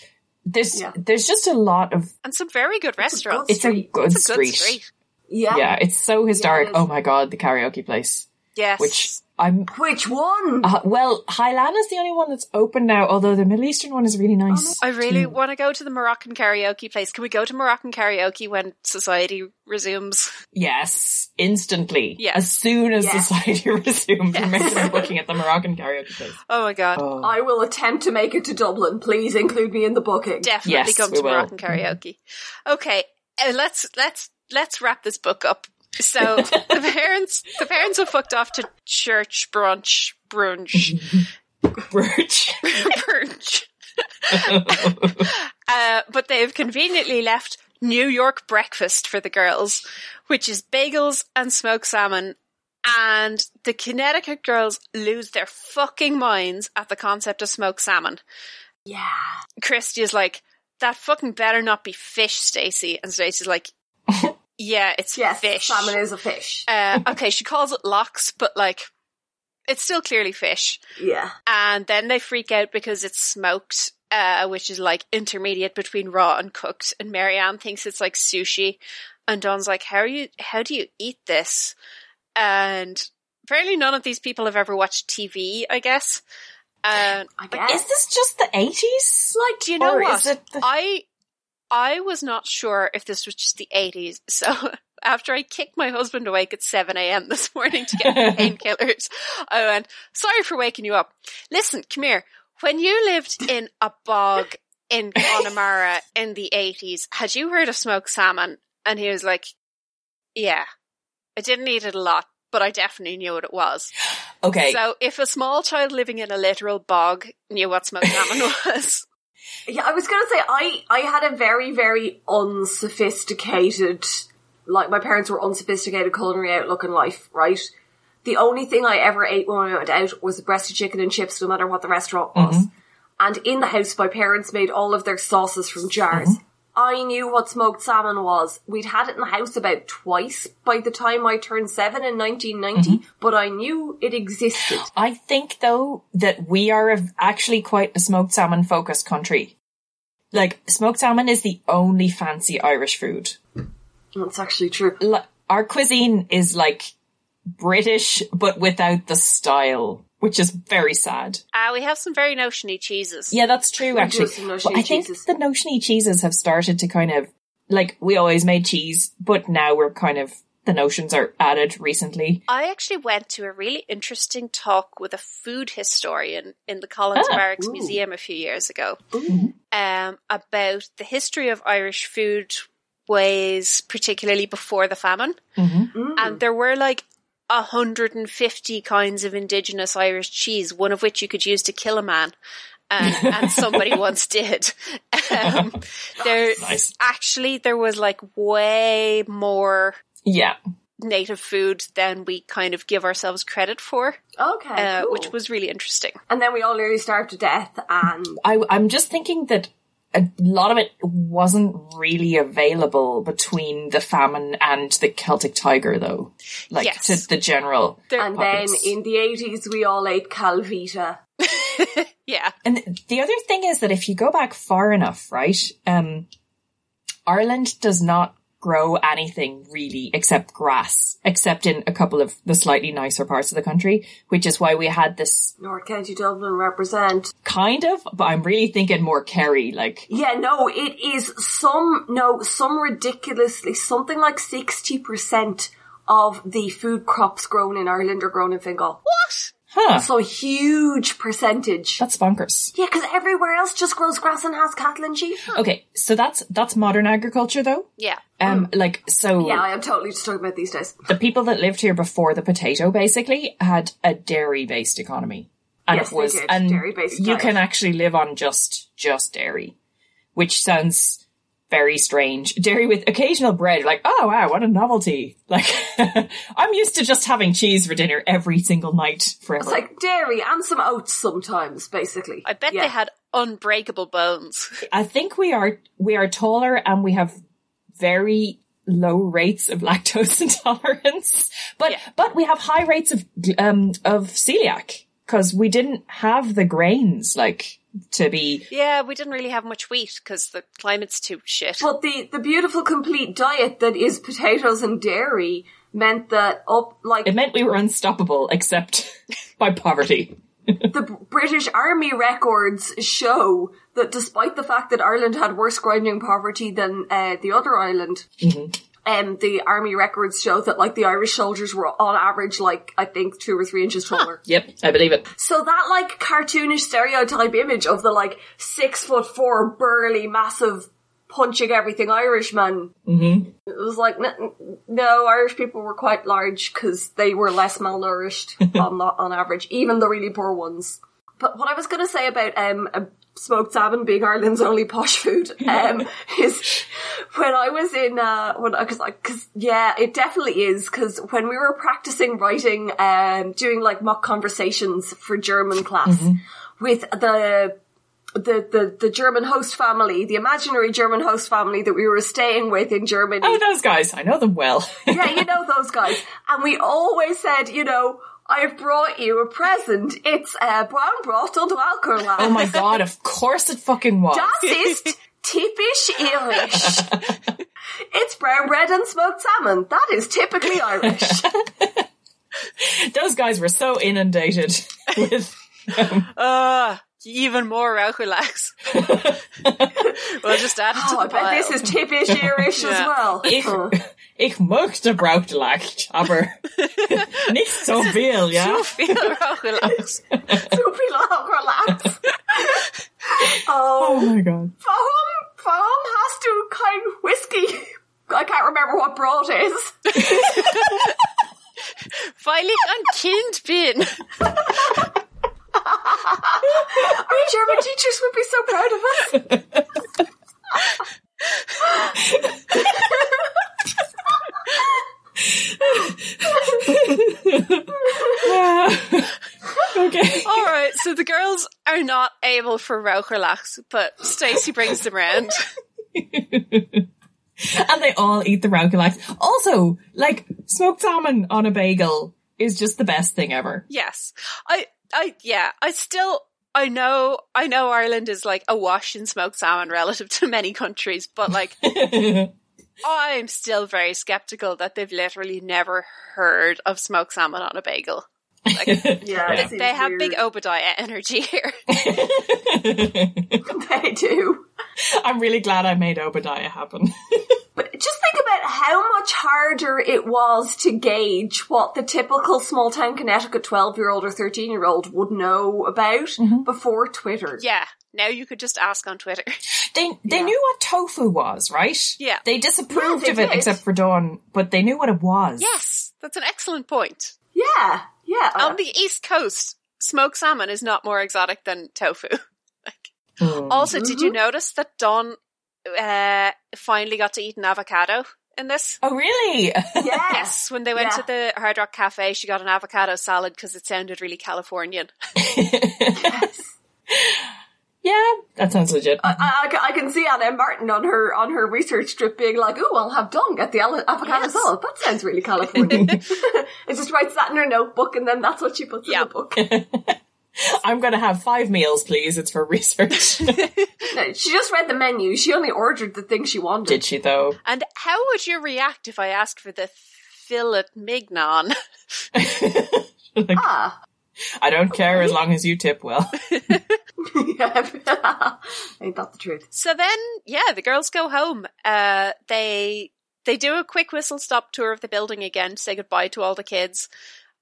Speaker 2: There's
Speaker 3: Yeah.
Speaker 2: there's just a lot of
Speaker 1: And some very good restaurants.
Speaker 2: it's a good,
Speaker 1: It's a good
Speaker 2: street.
Speaker 1: street.
Speaker 3: Yeah.
Speaker 2: Yeah, it's so historic.
Speaker 3: it is.
Speaker 2: oh my god, the karaoke place.
Speaker 1: Yes.
Speaker 2: Which I'm
Speaker 3: Which one?
Speaker 2: uh, well, Highland is the only one that's open now, although the Middle Eastern one is really nice.
Speaker 1: I really
Speaker 2: too.
Speaker 1: want to go to the Moroccan karaoke place. Can we go to Moroccan karaoke when society resumes?
Speaker 2: Yes, instantly.
Speaker 1: Yes.
Speaker 2: As soon as
Speaker 3: Yes.
Speaker 2: society resumed, remember I'm looking at the Moroccan karaoke place.
Speaker 1: Oh my god.
Speaker 2: Uh,
Speaker 3: I will attempt to make it to Dublin. Please include me in the booking.
Speaker 1: Definitely
Speaker 2: Yes,
Speaker 1: come
Speaker 2: we
Speaker 1: to
Speaker 2: will.
Speaker 1: Moroccan karaoke. Okay, uh, let's let's let's wrap this book up. So the parents the parents have fucked off to church brunch brunch
Speaker 2: Birch.
Speaker 1: brunch. uh, but they have conveniently left New York breakfast for the girls, which is bagels and smoked salmon. And the Connecticut girls lose their fucking minds at the concept of smoked salmon.
Speaker 3: Yeah.
Speaker 1: Christy is like, that fucking better not be fish, Stacy. And Stacy's like, yeah, it's
Speaker 3: Yes.
Speaker 1: fish.
Speaker 3: Salmon is a fish.
Speaker 1: Uh, okay, she calls it lox, but like, it's still clearly fish.
Speaker 3: Yeah.
Speaker 1: And then they freak out because it's smoked, uh, which is like intermediate between raw and cooked. And Marianne thinks it's like sushi. And Don's like, how are you, how do you eat this? and apparently none of these people have ever watched TV. I guess. Um,
Speaker 3: I guess.
Speaker 2: Is this just the eighties? Like,
Speaker 1: do you know
Speaker 2: or
Speaker 1: what?
Speaker 2: is it the-
Speaker 1: I I was not sure if this was just the eighties, so after I kicked my husband awake at seven AM this morning to get painkillers, I went, Sorry for waking you up. Listen, come here. When you lived in a bog in Connemara in the eighties, had you heard of smoked salmon? And he was like, Yeah. I didn't eat it a lot, but I definitely knew what it was.
Speaker 2: okay?
Speaker 1: So if a small child living in a literal bog knew what smoked salmon was
Speaker 3: Yeah, I was gonna say I I had a very very unsophisticated like my parents were unsophisticated culinary outlook in life, right? The only thing I ever ate when I went out was breasted chicken and chips, no matter what the restaurant was. And in the house, my parents made all of their sauces from jars. I knew what smoked salmon was. We'd had it in the house about twice by the time I turned seven in 1990, but I knew it existed.
Speaker 2: I think though that we are a, actually quite a smoked salmon focused country. Like smoked salmon is the only fancy Irish food.
Speaker 3: That's actually true.
Speaker 2: L- Our cuisine is like British, but without the style, which is very sad.
Speaker 1: Ah, we have some very notiony cheeses.
Speaker 2: Yeah, that's true. Actually,
Speaker 3: some notiony
Speaker 2: But I think
Speaker 3: cheeses.
Speaker 2: the notiony cheeses have started to kind of like we always made cheese, but now we're kind of the notions are added recently.
Speaker 1: I actually went to a really interesting talk with a food historian in the Collins
Speaker 2: Ah,
Speaker 1: Barracks
Speaker 3: ooh.
Speaker 1: Museum a few years ago
Speaker 3: Ooh.
Speaker 1: um, about the history of Irish food ways, particularly before the famine.
Speaker 3: Mm.
Speaker 1: And there were like 150 kinds of indigenous Irish cheese, one of which you could use to kill a man. Um, and somebody once did. Um, there
Speaker 2: Nice.
Speaker 1: actually there was like way more
Speaker 2: Yeah,
Speaker 1: native food than we kind of give ourselves credit for,
Speaker 3: Okay.
Speaker 1: uh,
Speaker 3: cool.
Speaker 1: which was really interesting.
Speaker 3: And then we all nearly starved to death, and
Speaker 2: I, I'm just thinking that a lot of it wasn't really available between the famine and the Celtic tiger, though. Like
Speaker 1: Yes.
Speaker 2: to the general.
Speaker 1: There-
Speaker 3: and
Speaker 2: Poppies.
Speaker 3: then in the eighties we all ate Calvita.
Speaker 1: yeah,
Speaker 2: And th- the other thing is that if you go back far enough, right, um, Ireland does not grow anything really except grass, except in a couple of the slightly nicer parts of the country, which is why we had this
Speaker 3: North County Dublin represent.
Speaker 2: kind of, but I'm really thinking more Kerry, like,
Speaker 3: Yeah, no, it is some no some ridiculously something like sixty percent of the food crops grown in Ireland are grown in Fingal.
Speaker 2: huh,
Speaker 3: So a huge percentage.
Speaker 2: that's bonkers.
Speaker 3: Yeah, because everywhere else just grows grass and has cattle and sheep.
Speaker 2: Okay, so that's that's modern agriculture though.
Speaker 1: yeah.
Speaker 2: Um like so
Speaker 3: Yeah, I am totally just talking about these days.
Speaker 2: the people that lived here before the potato basically had a dairy based economy. And
Speaker 3: Yes,
Speaker 2: it
Speaker 3: they
Speaker 2: was
Speaker 3: did,
Speaker 2: and
Speaker 3: dairy-based
Speaker 2: you
Speaker 3: diet.
Speaker 2: can actually live on just just dairy, which sounds very strange. Dairy with occasional bread, like, oh wow, what a novelty. Like I'm used to just having cheese for dinner every single night forever.
Speaker 3: It's like dairy and some oats sometimes, basically.
Speaker 1: I bet
Speaker 3: Yeah.
Speaker 1: they had unbreakable bones.
Speaker 2: I think we are we are taller and we have very low rates of lactose intolerance, but
Speaker 1: Yeah.
Speaker 2: but we have high rates of um of celiac because we didn't have the grains like to be.
Speaker 1: yeah, we didn't really have much wheat because the climate's too shit.
Speaker 3: But the, the beautiful complete diet that is potatoes and dairy meant that up like
Speaker 2: It meant we were unstoppable, except by poverty.
Speaker 3: the British Army records show that despite the fact that Ireland had worse grinding poverty than uh, the other island, um, the Army records show that like the Irish soldiers were on average like I think two or three inches taller.
Speaker 2: Yep, I believe it.
Speaker 3: So that like cartoonish stereotype image of the like six foot four burly massive punching everything Irishman. Mm-hmm. It was like n- n- no Irish people were quite large because they were less malnourished on the- on average, even the really poor ones. But what I was going to say about um, uh, smoked salmon being Ireland's only posh food um, is when I was in uh, when because because yeah, it definitely is because when we were practicing writing, um, doing like mock conversations for German class with the. The, the the German host family, the imaginary German host family that we were staying with in Germany
Speaker 2: Oh, those guys, I know them well.
Speaker 3: yeah, you know those guys. And we always said, you know, I've brought you a present. It's uh, brown broth und Alkerland.
Speaker 2: oh my god, of course it fucking was.
Speaker 3: Das ist typisch Irish. it's brown bread and smoked salmon. That is typically Irish.
Speaker 2: Those guys were so inundated with.
Speaker 1: Uh, even more Raukulax. we'll just add it to
Speaker 3: Oh,
Speaker 1: the
Speaker 3: I bet
Speaker 1: pile.
Speaker 3: this is tippish earish as
Speaker 1: Yeah.
Speaker 3: well.
Speaker 2: Ich,
Speaker 3: Huh.
Speaker 2: ich möchte Brautlach, aber nicht so viel, ja?
Speaker 1: You feel Raukulax.
Speaker 3: Soupy log, relax.
Speaker 2: Oh
Speaker 3: oh,
Speaker 2: my god.
Speaker 3: Faham, Faham has to kind of whiskey. I can't remember what broad is.
Speaker 1: Weil ich ein Kind bin.
Speaker 3: Our German teachers would be so proud of us.
Speaker 2: okay.
Speaker 1: All right, so the girls are not able for Raucherlachs, but Stacy brings them round.
Speaker 2: And they all eat the Raukalax. Also, like, smoked salmon on a bagel is just the best thing ever.
Speaker 1: Yes, I, I, yeah, I still, I know, I know Ireland is like awash in smoked salmon relative to many countries, but like, I'm still very skeptical that they've literally never heard of smoked salmon on a bagel.
Speaker 3: Yeah,
Speaker 2: Yeah.
Speaker 3: it
Speaker 1: They
Speaker 3: seems
Speaker 1: have
Speaker 3: weird.
Speaker 1: big Obadiah energy here.
Speaker 3: They do.
Speaker 2: I'm really glad I made Obadiah happen.
Speaker 3: But just think about how much harder it was to gauge what the typical small town Connecticut 12 year old or 13 year old would know about before Twitter.
Speaker 1: yeah, now you could just ask on Twitter.
Speaker 2: They they knew what tofu was, right?
Speaker 1: Yeah.
Speaker 2: They disapproved
Speaker 3: Yeah, they
Speaker 2: of it
Speaker 3: did.
Speaker 2: except for Dawn, but they knew what it was.
Speaker 1: Yes, that's an excellent point.
Speaker 3: Yeah, yeah.
Speaker 1: on the East Coast, smoked salmon is not more exotic than tofu.
Speaker 2: Mm.
Speaker 1: Also, did
Speaker 3: Mm-hmm.
Speaker 1: you notice that Don uh, finally got to eat an avocado in this?
Speaker 2: Oh really?
Speaker 3: yeah.
Speaker 1: Yes, when they went
Speaker 3: Yeah.
Speaker 1: to the Hard Rock Cafe, she got an avocado salad because it sounded really Californian.
Speaker 2: yeah, that sounds legit.
Speaker 3: I, I ca- I can see Anna Martin on her on her research trip being like, "Ooh, I'll have Dong at the al- avocado
Speaker 1: Yes.
Speaker 3: salad." That sounds really Californian. it just writes that in her notebook, and then that's what she puts
Speaker 1: Yeah.
Speaker 3: in the book.
Speaker 2: I'm gonna have five meals, please. It's for research.
Speaker 3: No, she just read the menu. She only ordered the thing she wanted.
Speaker 2: Did she though?
Speaker 1: And how would you react if I asked for the fillet mignon?
Speaker 3: Ah,
Speaker 2: I don't care as long as you tip well.
Speaker 3: yeah. ain't that the truth?
Speaker 1: So then, yeah, the girls go home. Uh, they they do a quick whistle stop tour of the building again to say goodbye to all the kids.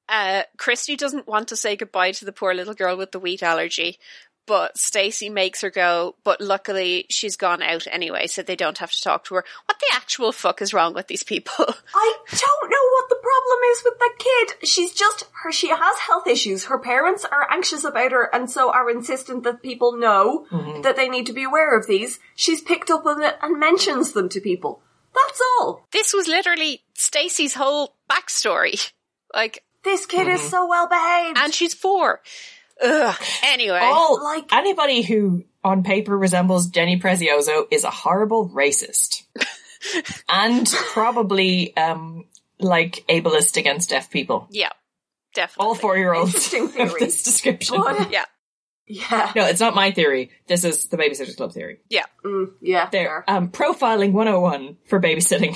Speaker 1: Uh, Christy doesn't want to say goodbye to the poor little girl with the wheat allergy, but Stacy makes her go. But luckily, she's gone out anyway, so they don't have to talk to her. What the actual fuck is wrong with these people?
Speaker 3: I don't know what the problem is with that kid. She's just her. She has health issues. Her parents are anxious about her, and so are insistent that people know that they need to be aware of these. She's picked up on it and mentions them to people. That's all.
Speaker 1: this was literally Stacy's whole backstory. Like,
Speaker 3: This kid is so well behaved.
Speaker 1: and she's four. Ugh. Anyway,
Speaker 2: All
Speaker 3: Like-
Speaker 2: anybody who on paper resembles Jenny Prezioso is a horrible racist. and probably um like ableist against deaf people.
Speaker 1: yeah, definitely.
Speaker 2: All four year olds.
Speaker 3: Interesting theory.
Speaker 2: this description.
Speaker 3: What?
Speaker 1: Yeah,
Speaker 3: yeah,
Speaker 2: No, it's not my theory. This is the Babysitters Club theory.
Speaker 1: yeah.
Speaker 3: Mm, yeah.
Speaker 2: There. Um, profiling 101 for babysitting.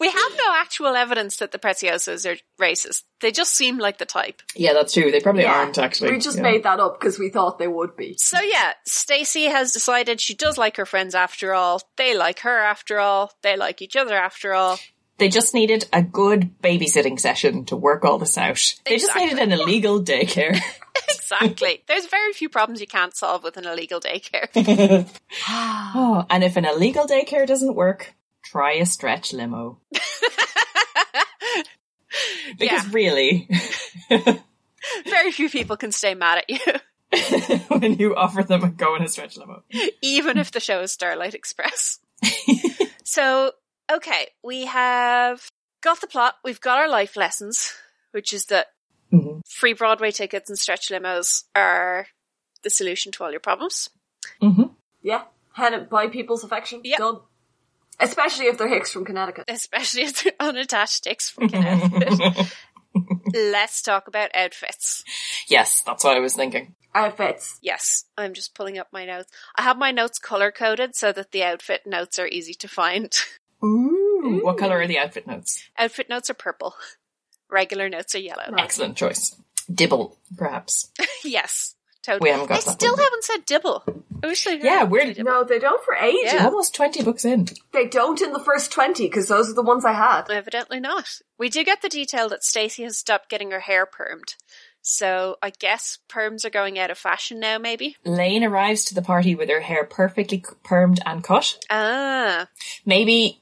Speaker 1: We have no actual evidence that the Preciosos are racist. They just seem like the type.
Speaker 2: yeah, that's true. They probably
Speaker 3: Yeah.
Speaker 2: aren't actually.
Speaker 3: We just
Speaker 2: Yeah.
Speaker 3: made that up because we thought they would be.
Speaker 1: So yeah, Stacy has decided she does like her friends after all. They like her after all. They like each other after all.
Speaker 2: They just needed a good babysitting session to work all this out. They just
Speaker 1: Exactly.
Speaker 2: needed an illegal daycare.
Speaker 1: Exactly. There's very few problems you can't solve with an illegal daycare.
Speaker 2: oh, and if an illegal daycare doesn't work, try a stretch limo. because
Speaker 1: Yeah.
Speaker 2: really,
Speaker 1: very few people can stay mad at you,
Speaker 2: when you offer them a go in a stretch limo,
Speaker 1: even if the show is Starlight Express. so, okay, we have got the plot. We've got our life lessons, which is that
Speaker 2: Mhm.
Speaker 1: free Broadway tickets and stretch limos are the solution to all your problems. Mm-hmm.
Speaker 3: Yeah, had it by people's affection.
Speaker 1: Yep.
Speaker 3: Done. Especially if they're Hicks from Connecticut.
Speaker 1: especially if they're unattached sticks from Connecticut. Let's talk about outfits.
Speaker 2: yes, that's what I was thinking.
Speaker 3: Outfits.
Speaker 1: Yes, I'm just pulling up my notes. I have my notes color coded so that the outfit notes are easy to find.
Speaker 2: What color are the outfit notes?
Speaker 1: outfit notes are purple. Regular notes are yellow.
Speaker 2: Excellent choice. Dibble, perhaps.
Speaker 1: yes, totally.
Speaker 2: We haven't got
Speaker 1: They
Speaker 2: to that
Speaker 1: still
Speaker 2: one.
Speaker 1: haven't said dibble. I wish they
Speaker 2: Yeah, we're-
Speaker 3: No, they don't for ages.
Speaker 1: Yeah.
Speaker 2: Almost 20 books in.
Speaker 3: They don't in the first 20 because those are the ones I had.
Speaker 1: Evidently not. We do get the detail that Stacey has stopped getting her hair permed. So I guess perms are going out of fashion now, maybe.
Speaker 2: Lane arrives to the party with her hair perfectly c- permed and cut.
Speaker 1: Ah,
Speaker 2: Maybe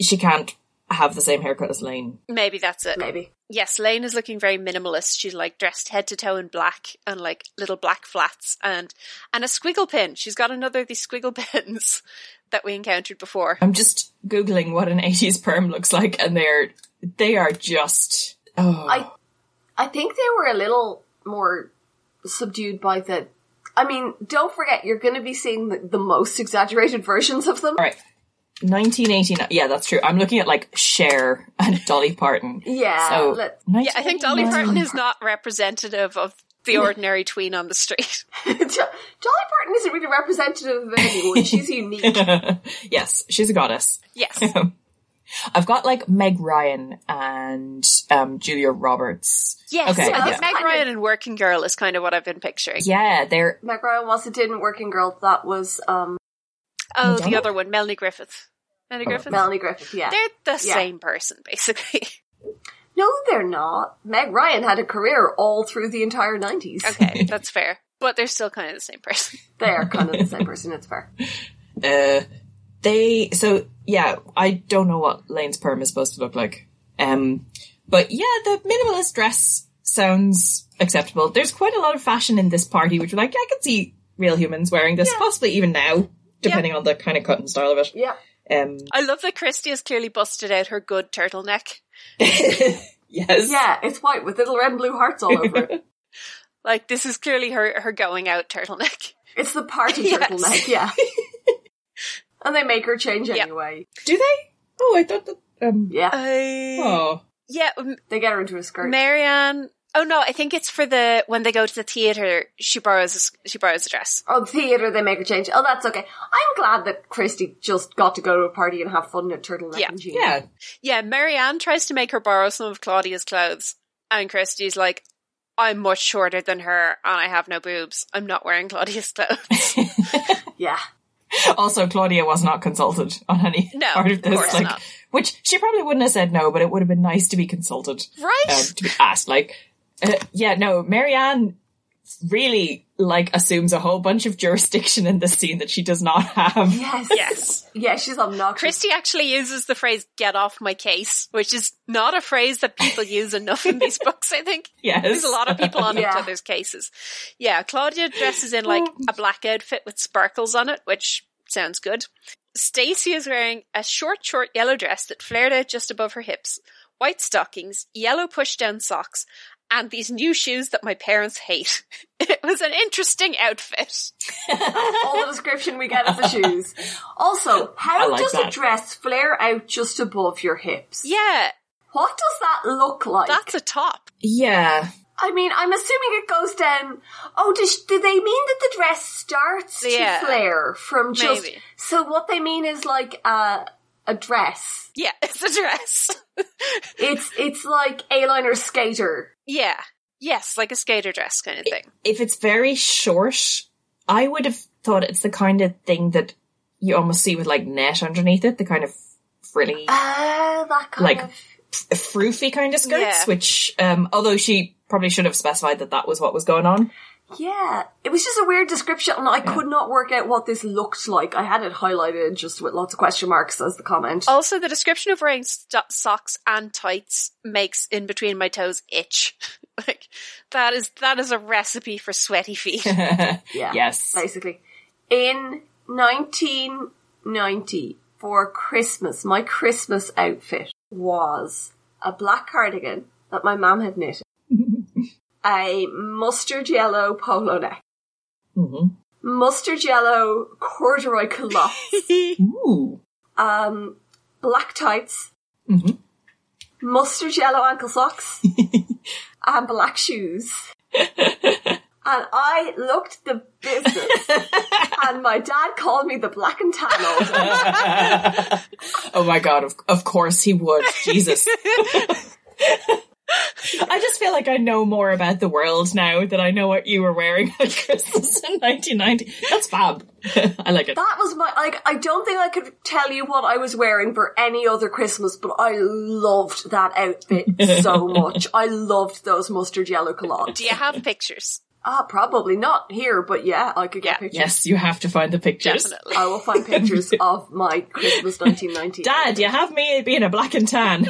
Speaker 2: she can't have the same haircut as Lane.
Speaker 1: maybe that's it.
Speaker 3: Maybe.
Speaker 1: Yes, Lane is looking very minimalist. She's like dressed head to toe in black and like little black flats and and a squiggle pin. She's got another of these squiggle pins that we encountered before.
Speaker 2: I'm just googling what an 80s perm looks like and they're they are just oh
Speaker 3: I I think they were a little more subdued by the. I mean, don't forget, you're going to be seeing the, the most exaggerated versions of them.
Speaker 2: All right. 1989. Yeah, that's true. I'm looking at like Cher and Dolly Parton.
Speaker 3: Yeah.
Speaker 2: So,
Speaker 3: let-
Speaker 1: Yeah, I think Dolly
Speaker 2: 1989.
Speaker 1: Parton is not representative of the ordinary tween on the street.
Speaker 3: Dolly Parton isn't really representative of anyone. She's unique.
Speaker 2: yes, she's a goddess.
Speaker 1: Yes.
Speaker 2: I've got like Meg Ryan and um, Julia Roberts.
Speaker 1: Yes.
Speaker 2: Okay,
Speaker 1: I
Speaker 2: yeah.
Speaker 1: think Meg Ryan and Working Girl is kind of what I've been picturing.
Speaker 2: Yeah, they're
Speaker 3: Meg Ryan wasn't in Working Girl. That was um,
Speaker 1: Oh,
Speaker 2: Madonna?
Speaker 1: the other one, Melanie Griffith. Melanie Griffith.
Speaker 3: Melanie Griffith. Yeah.
Speaker 1: They're the
Speaker 3: Yeah.
Speaker 1: same person, basically.
Speaker 3: no, they're not. Meg Ryan had a career all through the entire 90s.
Speaker 1: Okay, that's fair. But they're still kind of the same person.
Speaker 3: They are kind of the same person. It's fair.
Speaker 2: uh, they so yeah. I don't know what Lane's perm is supposed to look like. Um, but yeah, the minimalist dress sounds acceptable. There's quite a lot of fashion in this party, which like I can see real humans wearing this, possibly even now, depending on the kind of cut and style of it.
Speaker 3: Yeah.
Speaker 2: Um,
Speaker 1: I love that Christy has clearly busted out her good turtleneck.
Speaker 2: yes.
Speaker 3: Yeah, it's white with little red and blue hearts all over it.
Speaker 1: Like this is clearly her her going out turtleneck.
Speaker 3: It's the party
Speaker 1: Yes.
Speaker 3: turtleneck, yeah. and they make her change
Speaker 1: Yeah. Uh,
Speaker 3: anyway.
Speaker 2: Do they? Oh, I thought that. Um,
Speaker 3: Yeah.
Speaker 1: I
Speaker 2: Oh.
Speaker 1: yeah, M-
Speaker 3: They get her into a skirt.
Speaker 1: Marianne. Oh no, I think it's for the when they go to the theater. She borrows a, s- she borrows a dress.
Speaker 3: Oh, theatre, they make her change. Oh, that's okay. I'm glad that Christy just got to go to a party and have fun in a turtleneck
Speaker 1: Yeah.
Speaker 3: and jeans.
Speaker 2: Yeah.
Speaker 1: Yeah, Marianne tries to make her borrow some of Claudia's clothes, and Christy's like, "I'm much shorter than her, and I have no boobs. I'm not wearing Claudia's clothes."
Speaker 3: Yeah.
Speaker 2: Also, Claudia was not consulted on any
Speaker 1: No,
Speaker 2: part of
Speaker 1: of
Speaker 2: this.
Speaker 1: course
Speaker 2: like,
Speaker 1: not.
Speaker 2: which she probably wouldn't have said no, but it would have been nice to be consulted,
Speaker 1: right?
Speaker 2: um, to be asked. Like, uh, yeah, no, Marianne really like assumes a whole bunch of jurisdiction in this scene that she does not have.
Speaker 3: Yes.
Speaker 1: yes.
Speaker 3: Yeah, she's obnoxious.
Speaker 1: Christy actually uses the phrase "get off my case," which is not a phrase that people use enough in these books. I think
Speaker 2: Yes,
Speaker 1: there's a lot of people on
Speaker 3: Yeah.
Speaker 1: each other's cases. Yeah, Claudia dresses in like a black outfit with sparkles on it, which sounds good. Stacy is wearing a short, short yellow dress that flared out just above her hips, white stockings, yellow push-down socks, and these new shoes that my parents hate. It was an interesting outfit.
Speaker 3: all the description we get of the shoes. Also,
Speaker 2: I
Speaker 3: how
Speaker 2: like
Speaker 3: does
Speaker 2: that.
Speaker 3: a dress flare out just above your hips?
Speaker 1: Yeah,
Speaker 3: What does that look like?
Speaker 1: that's a top.
Speaker 2: Yeah,
Speaker 3: I mean, I'm assuming it goes down. Oh, does, do they mean that the dress starts
Speaker 1: Yeah.
Speaker 3: to flare from just?
Speaker 1: Maybe.
Speaker 3: So what they mean is like a a dress.
Speaker 1: Yeah, it's a dress.
Speaker 3: It's it's like A-liner skater.
Speaker 1: Yeah. Yes, like a skater dress kind of thing.
Speaker 2: if it's very short, I would have thought it's the kind of thing that you almost see with like net underneath it, the kind of frilly,
Speaker 3: Ah, that kind
Speaker 2: Like-
Speaker 3: of.
Speaker 2: f- froofy kind of skirts.
Speaker 1: Yeah.
Speaker 2: Which, um, although she probably should have specified that that was what was going on.
Speaker 3: Yeah, it was just a weird description, and I could not work out what this looked like. I had it highlighted just with lots of question marks as the comment.
Speaker 1: Also, the description of wearing st- socks and tights makes in between my toes itch. like that is that is a recipe for sweaty feet.
Speaker 3: Yeah.
Speaker 2: Yes.
Speaker 3: Basically. In 1990, for Christmas, my Christmas outfit was a black cardigan that my mum had knitted, a mustard yellow polo neck,
Speaker 2: hmm
Speaker 3: mustard yellow corduroy culottes,
Speaker 2: Ooh.
Speaker 3: um, black tights,
Speaker 1: Mm-hmm.
Speaker 2: Mhm.
Speaker 3: mustard yellow ankle socks, and black shoes. And I looked the business, and my dad called me the black and tan all day.
Speaker 2: Oh my god! Of, of course he would. Jesus. I just feel like I know more about the world now that I know what you were wearing at Christmas in 1990. That's fab. I like it.
Speaker 3: That was my like. I don't think I could tell you what I was wearing for any other Christmas, but I loved that outfit so much. I loved those mustard yellow collants.
Speaker 1: Do you have pictures?
Speaker 3: Ah, probably not here, but yeah, I could get
Speaker 1: Yeah.
Speaker 3: pictures.
Speaker 2: Yes, you have to find the pictures.
Speaker 1: Definitely.
Speaker 3: I will find pictures of my Christmas 1990.
Speaker 2: Dad, you have me being a black and tan.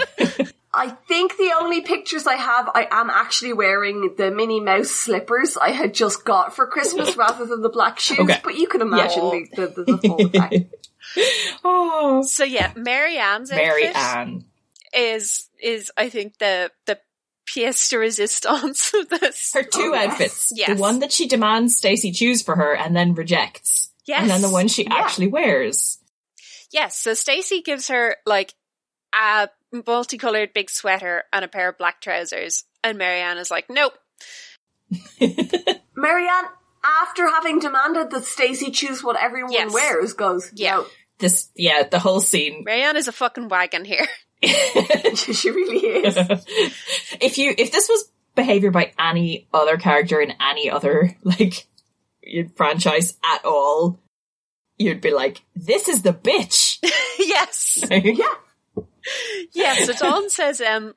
Speaker 3: I think the only pictures I have, I am actually wearing the Minnie Mouse slippers I had just got for Christmas rather than the black shoes.
Speaker 2: Okay.
Speaker 3: But you can imagine the, the, the full effect.
Speaker 2: oh,
Speaker 1: So yeah, Mary Ann's
Speaker 2: Mary
Speaker 1: outfit
Speaker 2: Ann.
Speaker 1: is is I think the the pièce de résistance of this.
Speaker 2: Her two
Speaker 3: Oh, yes.
Speaker 2: outfits.
Speaker 1: Yes.
Speaker 2: The one that she demands Stacey choose for her and then rejects.
Speaker 1: yes,
Speaker 2: And then the one she
Speaker 3: Yeah.
Speaker 2: actually wears.
Speaker 1: Yes, so Stacy gives her like a multicolored big sweater and a pair of black trousers, and Marianne is like, "Nope."
Speaker 3: Marianne, after having demanded that Stacey choose what everyone
Speaker 1: Yes.
Speaker 3: wears, goes,
Speaker 1: Yeah.
Speaker 3: no,
Speaker 2: This, yeah, the whole scene.
Speaker 1: Marianne is a fucking wagon here.
Speaker 3: she really is.
Speaker 2: if you, if this was behavior by any other character in any other, like, franchise at all, you'd be like, this is the bitch.
Speaker 1: yes,
Speaker 3: yeah.
Speaker 1: yes. So Dawn says, "Um,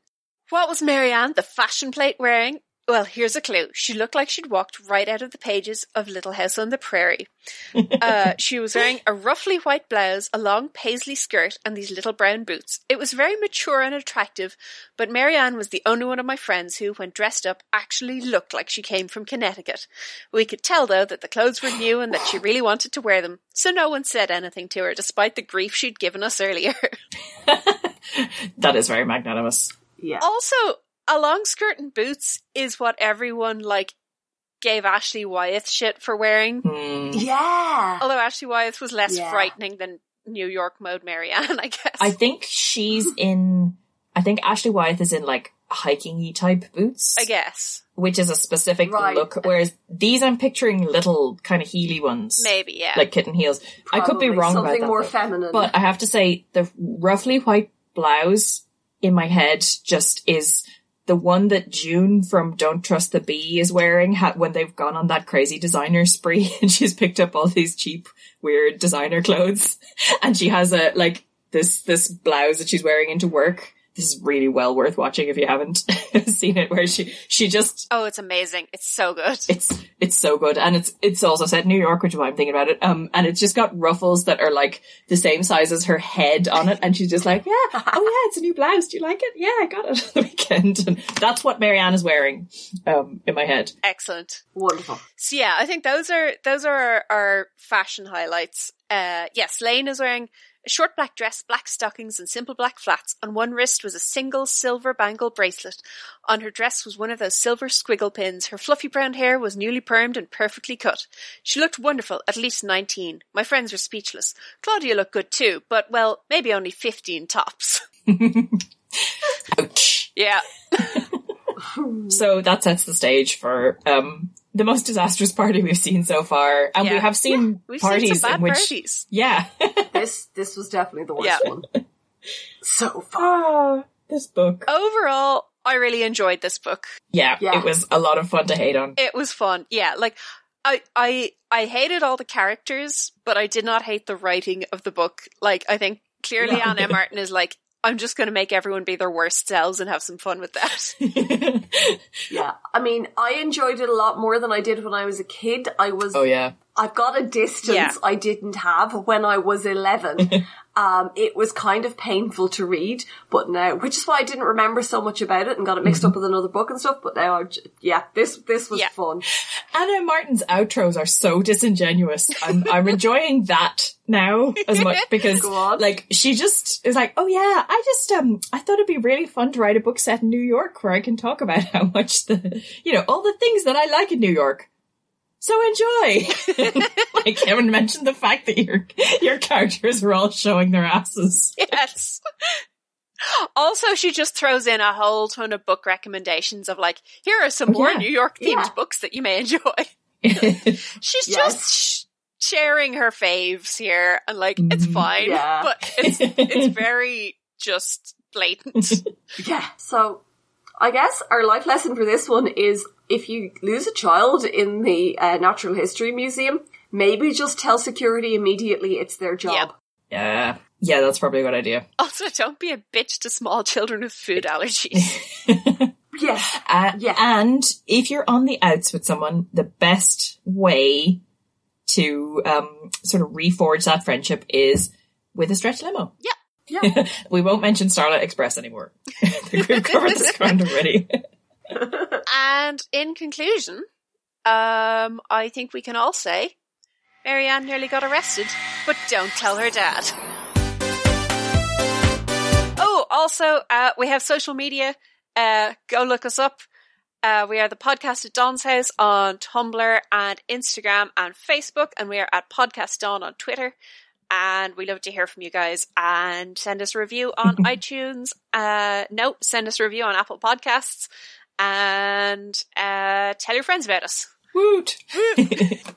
Speaker 1: what was Marianne, the fashion plate, wearing?" Well, here's a clue. She looked like she'd walked right out of the pages of Little House on the Prairie. Uh, she was wearing a roughly white blouse, a long paisley skirt, and these little brown boots. It was very mature and attractive, but Marianne was the only one of my friends who, when dressed up, actually looked like she came from Connecticut. We could tell, though, that the clothes were new and that she really wanted to wear them, so no one said anything to her, despite the grief she'd given us earlier.
Speaker 2: that is very magnanimous.
Speaker 3: Yeah.
Speaker 2: Oh.
Speaker 1: also, a long skirt and boots is what everyone, like, gave Ashley Wyeth shit for wearing.
Speaker 2: Hmm.
Speaker 3: Yeah.
Speaker 1: Although Ashley Wyeth was less
Speaker 3: Yeah.
Speaker 1: frightening than New York mode Marianne, I guess.
Speaker 2: I think she's in. I think Ashley Wyeth is in like hiking type boots,
Speaker 1: I guess.
Speaker 2: which is a specific
Speaker 3: Right.
Speaker 2: look. Whereas these, I'm picturing little kind of heely ones,
Speaker 1: Maybe, yeah.
Speaker 2: like kitten heels. I could be
Speaker 3: Probably
Speaker 2: wrong
Speaker 3: Something
Speaker 2: about that,
Speaker 3: more
Speaker 2: though.
Speaker 3: feminine.
Speaker 2: but I have to say the roughly white blouse in my head just is the one that June from Don't Trust the Bee is wearing ha- when they've gone on that crazy designer spree and she's picked up all these cheap weird designer clothes and she has a like this this blouse that she's wearing into work. This is really well worth watching if you haven't seen it where she she just
Speaker 1: Oh, it's amazing. It's so good.
Speaker 2: it's it's so good, and it's it's also set in New York, which is why I'm thinking about it. Um, and it's just got ruffles that are like the same size as her head on it, and she's just like, yeah, oh yeah, it's a new blouse. Do you like it? Yeah, I got it on the weekend, and that's what Marianne is wearing. Um, in my head,
Speaker 1: Excellent.
Speaker 3: Wonderful.
Speaker 1: So yeah, I think those are those are our, our fashion highlights. Uh, yes, Lane is wearing a short black dress, black stockings, and simple black flats. On one wrist was a single silver bangle bracelet. On her dress was one of those silver squiggle pins. Her fluffy brown hair was newly permed and perfectly cut. She looked wonderful, at least nineteen. My friends were speechless. Claudia looked good too, but well, maybe only fifteen tops.
Speaker 2: ouch.
Speaker 1: yeah.
Speaker 2: So that sets the stage for um the most disastrous party we've seen so far, and we
Speaker 1: Yeah.
Speaker 2: have seen
Speaker 1: We've
Speaker 2: parties
Speaker 1: seen some bad
Speaker 2: in which,
Speaker 1: parties.
Speaker 2: yeah,
Speaker 3: This this was definitely the worst
Speaker 1: Yeah.
Speaker 3: one. So far.
Speaker 2: Ah, this book,
Speaker 1: Overall, I really enjoyed this book.
Speaker 2: yeah,
Speaker 3: Yeah.
Speaker 2: it was a lot of fun to hate on.
Speaker 1: It was fun. Yeah, like I I I hated all the characters, but I did not hate the writing of the book. Like I think clearly
Speaker 2: Yeah.
Speaker 1: Anne M. Martin is like I'm just going to make everyone be their worst selves and have some fun with that.
Speaker 3: Yeah. I mean, I enjoyed it a lot more than I did when I was a kid. I was
Speaker 2: oh yeah.
Speaker 3: I've got a distance
Speaker 1: Yeah.
Speaker 3: I didn't have when I was 11. um, it was kind of painful to read, but now, which is why I didn't remember so much about it and got it mixed up with another book and stuff, but now I, j- yeah, this, this was
Speaker 1: Mm-hmm. Yeah.
Speaker 3: fun.
Speaker 2: Anna Martin's outros are so disingenuous. I'm I'm enjoying that now as much because
Speaker 3: Go on.
Speaker 2: like she just is like, oh yeah, I just um I thought it'd be really fun to write a book set in New York where I can talk about how much the you know all the things that I like in New York. So enjoy. like Kevin mentioned the fact that your your characters are all showing their asses.
Speaker 1: yes. Also, she just throws in a whole ton of book recommendations of like, here are some
Speaker 2: Oh,
Speaker 1: more
Speaker 2: yeah.
Speaker 1: New York themed
Speaker 3: Yeah.
Speaker 1: books that you may enjoy. She's just sh- sharing her faves here, and like, it's
Speaker 2: Mhm.
Speaker 1: fine,
Speaker 3: Yeah.
Speaker 1: but it's it's very just blatant.
Speaker 3: Yeah. So I guess our life lesson for this one is if you lose a child in the uh, Natural History Museum, maybe just tell security immediately it's their job.
Speaker 1: Yep.
Speaker 2: Yeah. Yeah, that's probably a good idea.
Speaker 1: Also, don't be a bitch to small children with food allergies.
Speaker 3: Yes.
Speaker 2: Uh,
Speaker 3: Yeah.
Speaker 2: And if you're on the outs with someone, the best way to um, sort of reforge that friendship is with a stretch limo.
Speaker 3: Yeah.
Speaker 2: We won't mention Starlight Express anymore. I think we've covered this ground already.
Speaker 1: and in conclusion, um, I think we can all say Marianne nearly got arrested, but don't tell her dad. Oh, also, uh, we have social media. Uh, go look us up. Uh, we are the podcast at Dawn's House on Tumblr and Instagram and Facebook, and we are at Podcast Dawn on Twitter. And we love to hear from you guys and send us a review on iTunes. Uh, no, send us a review on Apple Podcasts and uh, tell your friends about us.
Speaker 2: Woot!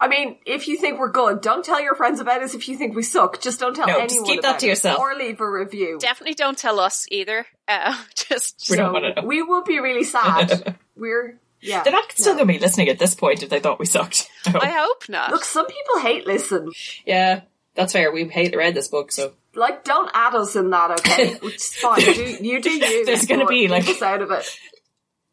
Speaker 3: I mean, if you think we're good, don't tell your friends about us. If you think we suck, just don't tell
Speaker 2: No,
Speaker 3: anyone.
Speaker 2: just keep that
Speaker 3: about
Speaker 2: to
Speaker 3: it.
Speaker 2: yourself.
Speaker 3: Or leave a review.
Speaker 1: Definitely don't tell us either. Uh, just, just-
Speaker 2: We don't want to know.
Speaker 3: we will be really sad. we're, yeah.
Speaker 2: They're not still
Speaker 3: No.
Speaker 2: going to be listening at this point if they thought we sucked. I hope.
Speaker 1: I hope not.
Speaker 3: Look, some people hate listen.
Speaker 2: yeah, that's fair. We hate read this book, so
Speaker 3: Like, don't add us in that, okay? Which is fine. Do, you do you.
Speaker 2: There's gonna
Speaker 3: but
Speaker 2: be, like-
Speaker 3: keep us out of it.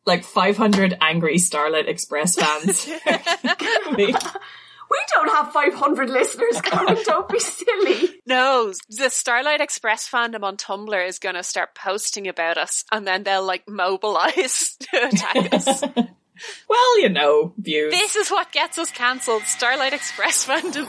Speaker 2: like 500 angry Starlight Express fans. Me.
Speaker 3: We don't have 500 listeners, Karen. Don't be silly.
Speaker 1: No, the Starlight Express fandom on Tumblr is going to start posting about us, and then they'll like mobilize to attack us.
Speaker 2: well, you know, views.
Speaker 1: this is what gets us cancelled: Starlight Express fandom.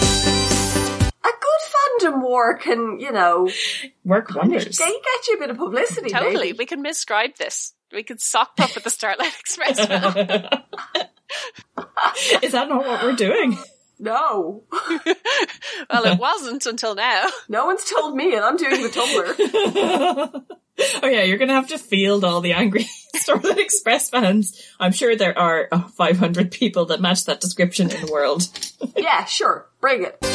Speaker 3: A good fandom war can, you know,
Speaker 2: Work
Speaker 3: they
Speaker 2: wonders.
Speaker 3: get you a bit of publicity.
Speaker 1: Totally,
Speaker 3: maybe.
Speaker 1: we can misscribe this. We can sock puppet the Starlight Express fandom.
Speaker 2: Is that not what we're doing?
Speaker 3: No.
Speaker 1: Well, it wasn't until now.
Speaker 3: No one's told me, and I'm doing the Tumblr.
Speaker 2: Oh yeah, you're gonna have to field all the angry Starlight Express fans. I'm sure oh, there are uh, 500 people that match that description in the world.
Speaker 3: yeah, sure. Bring it.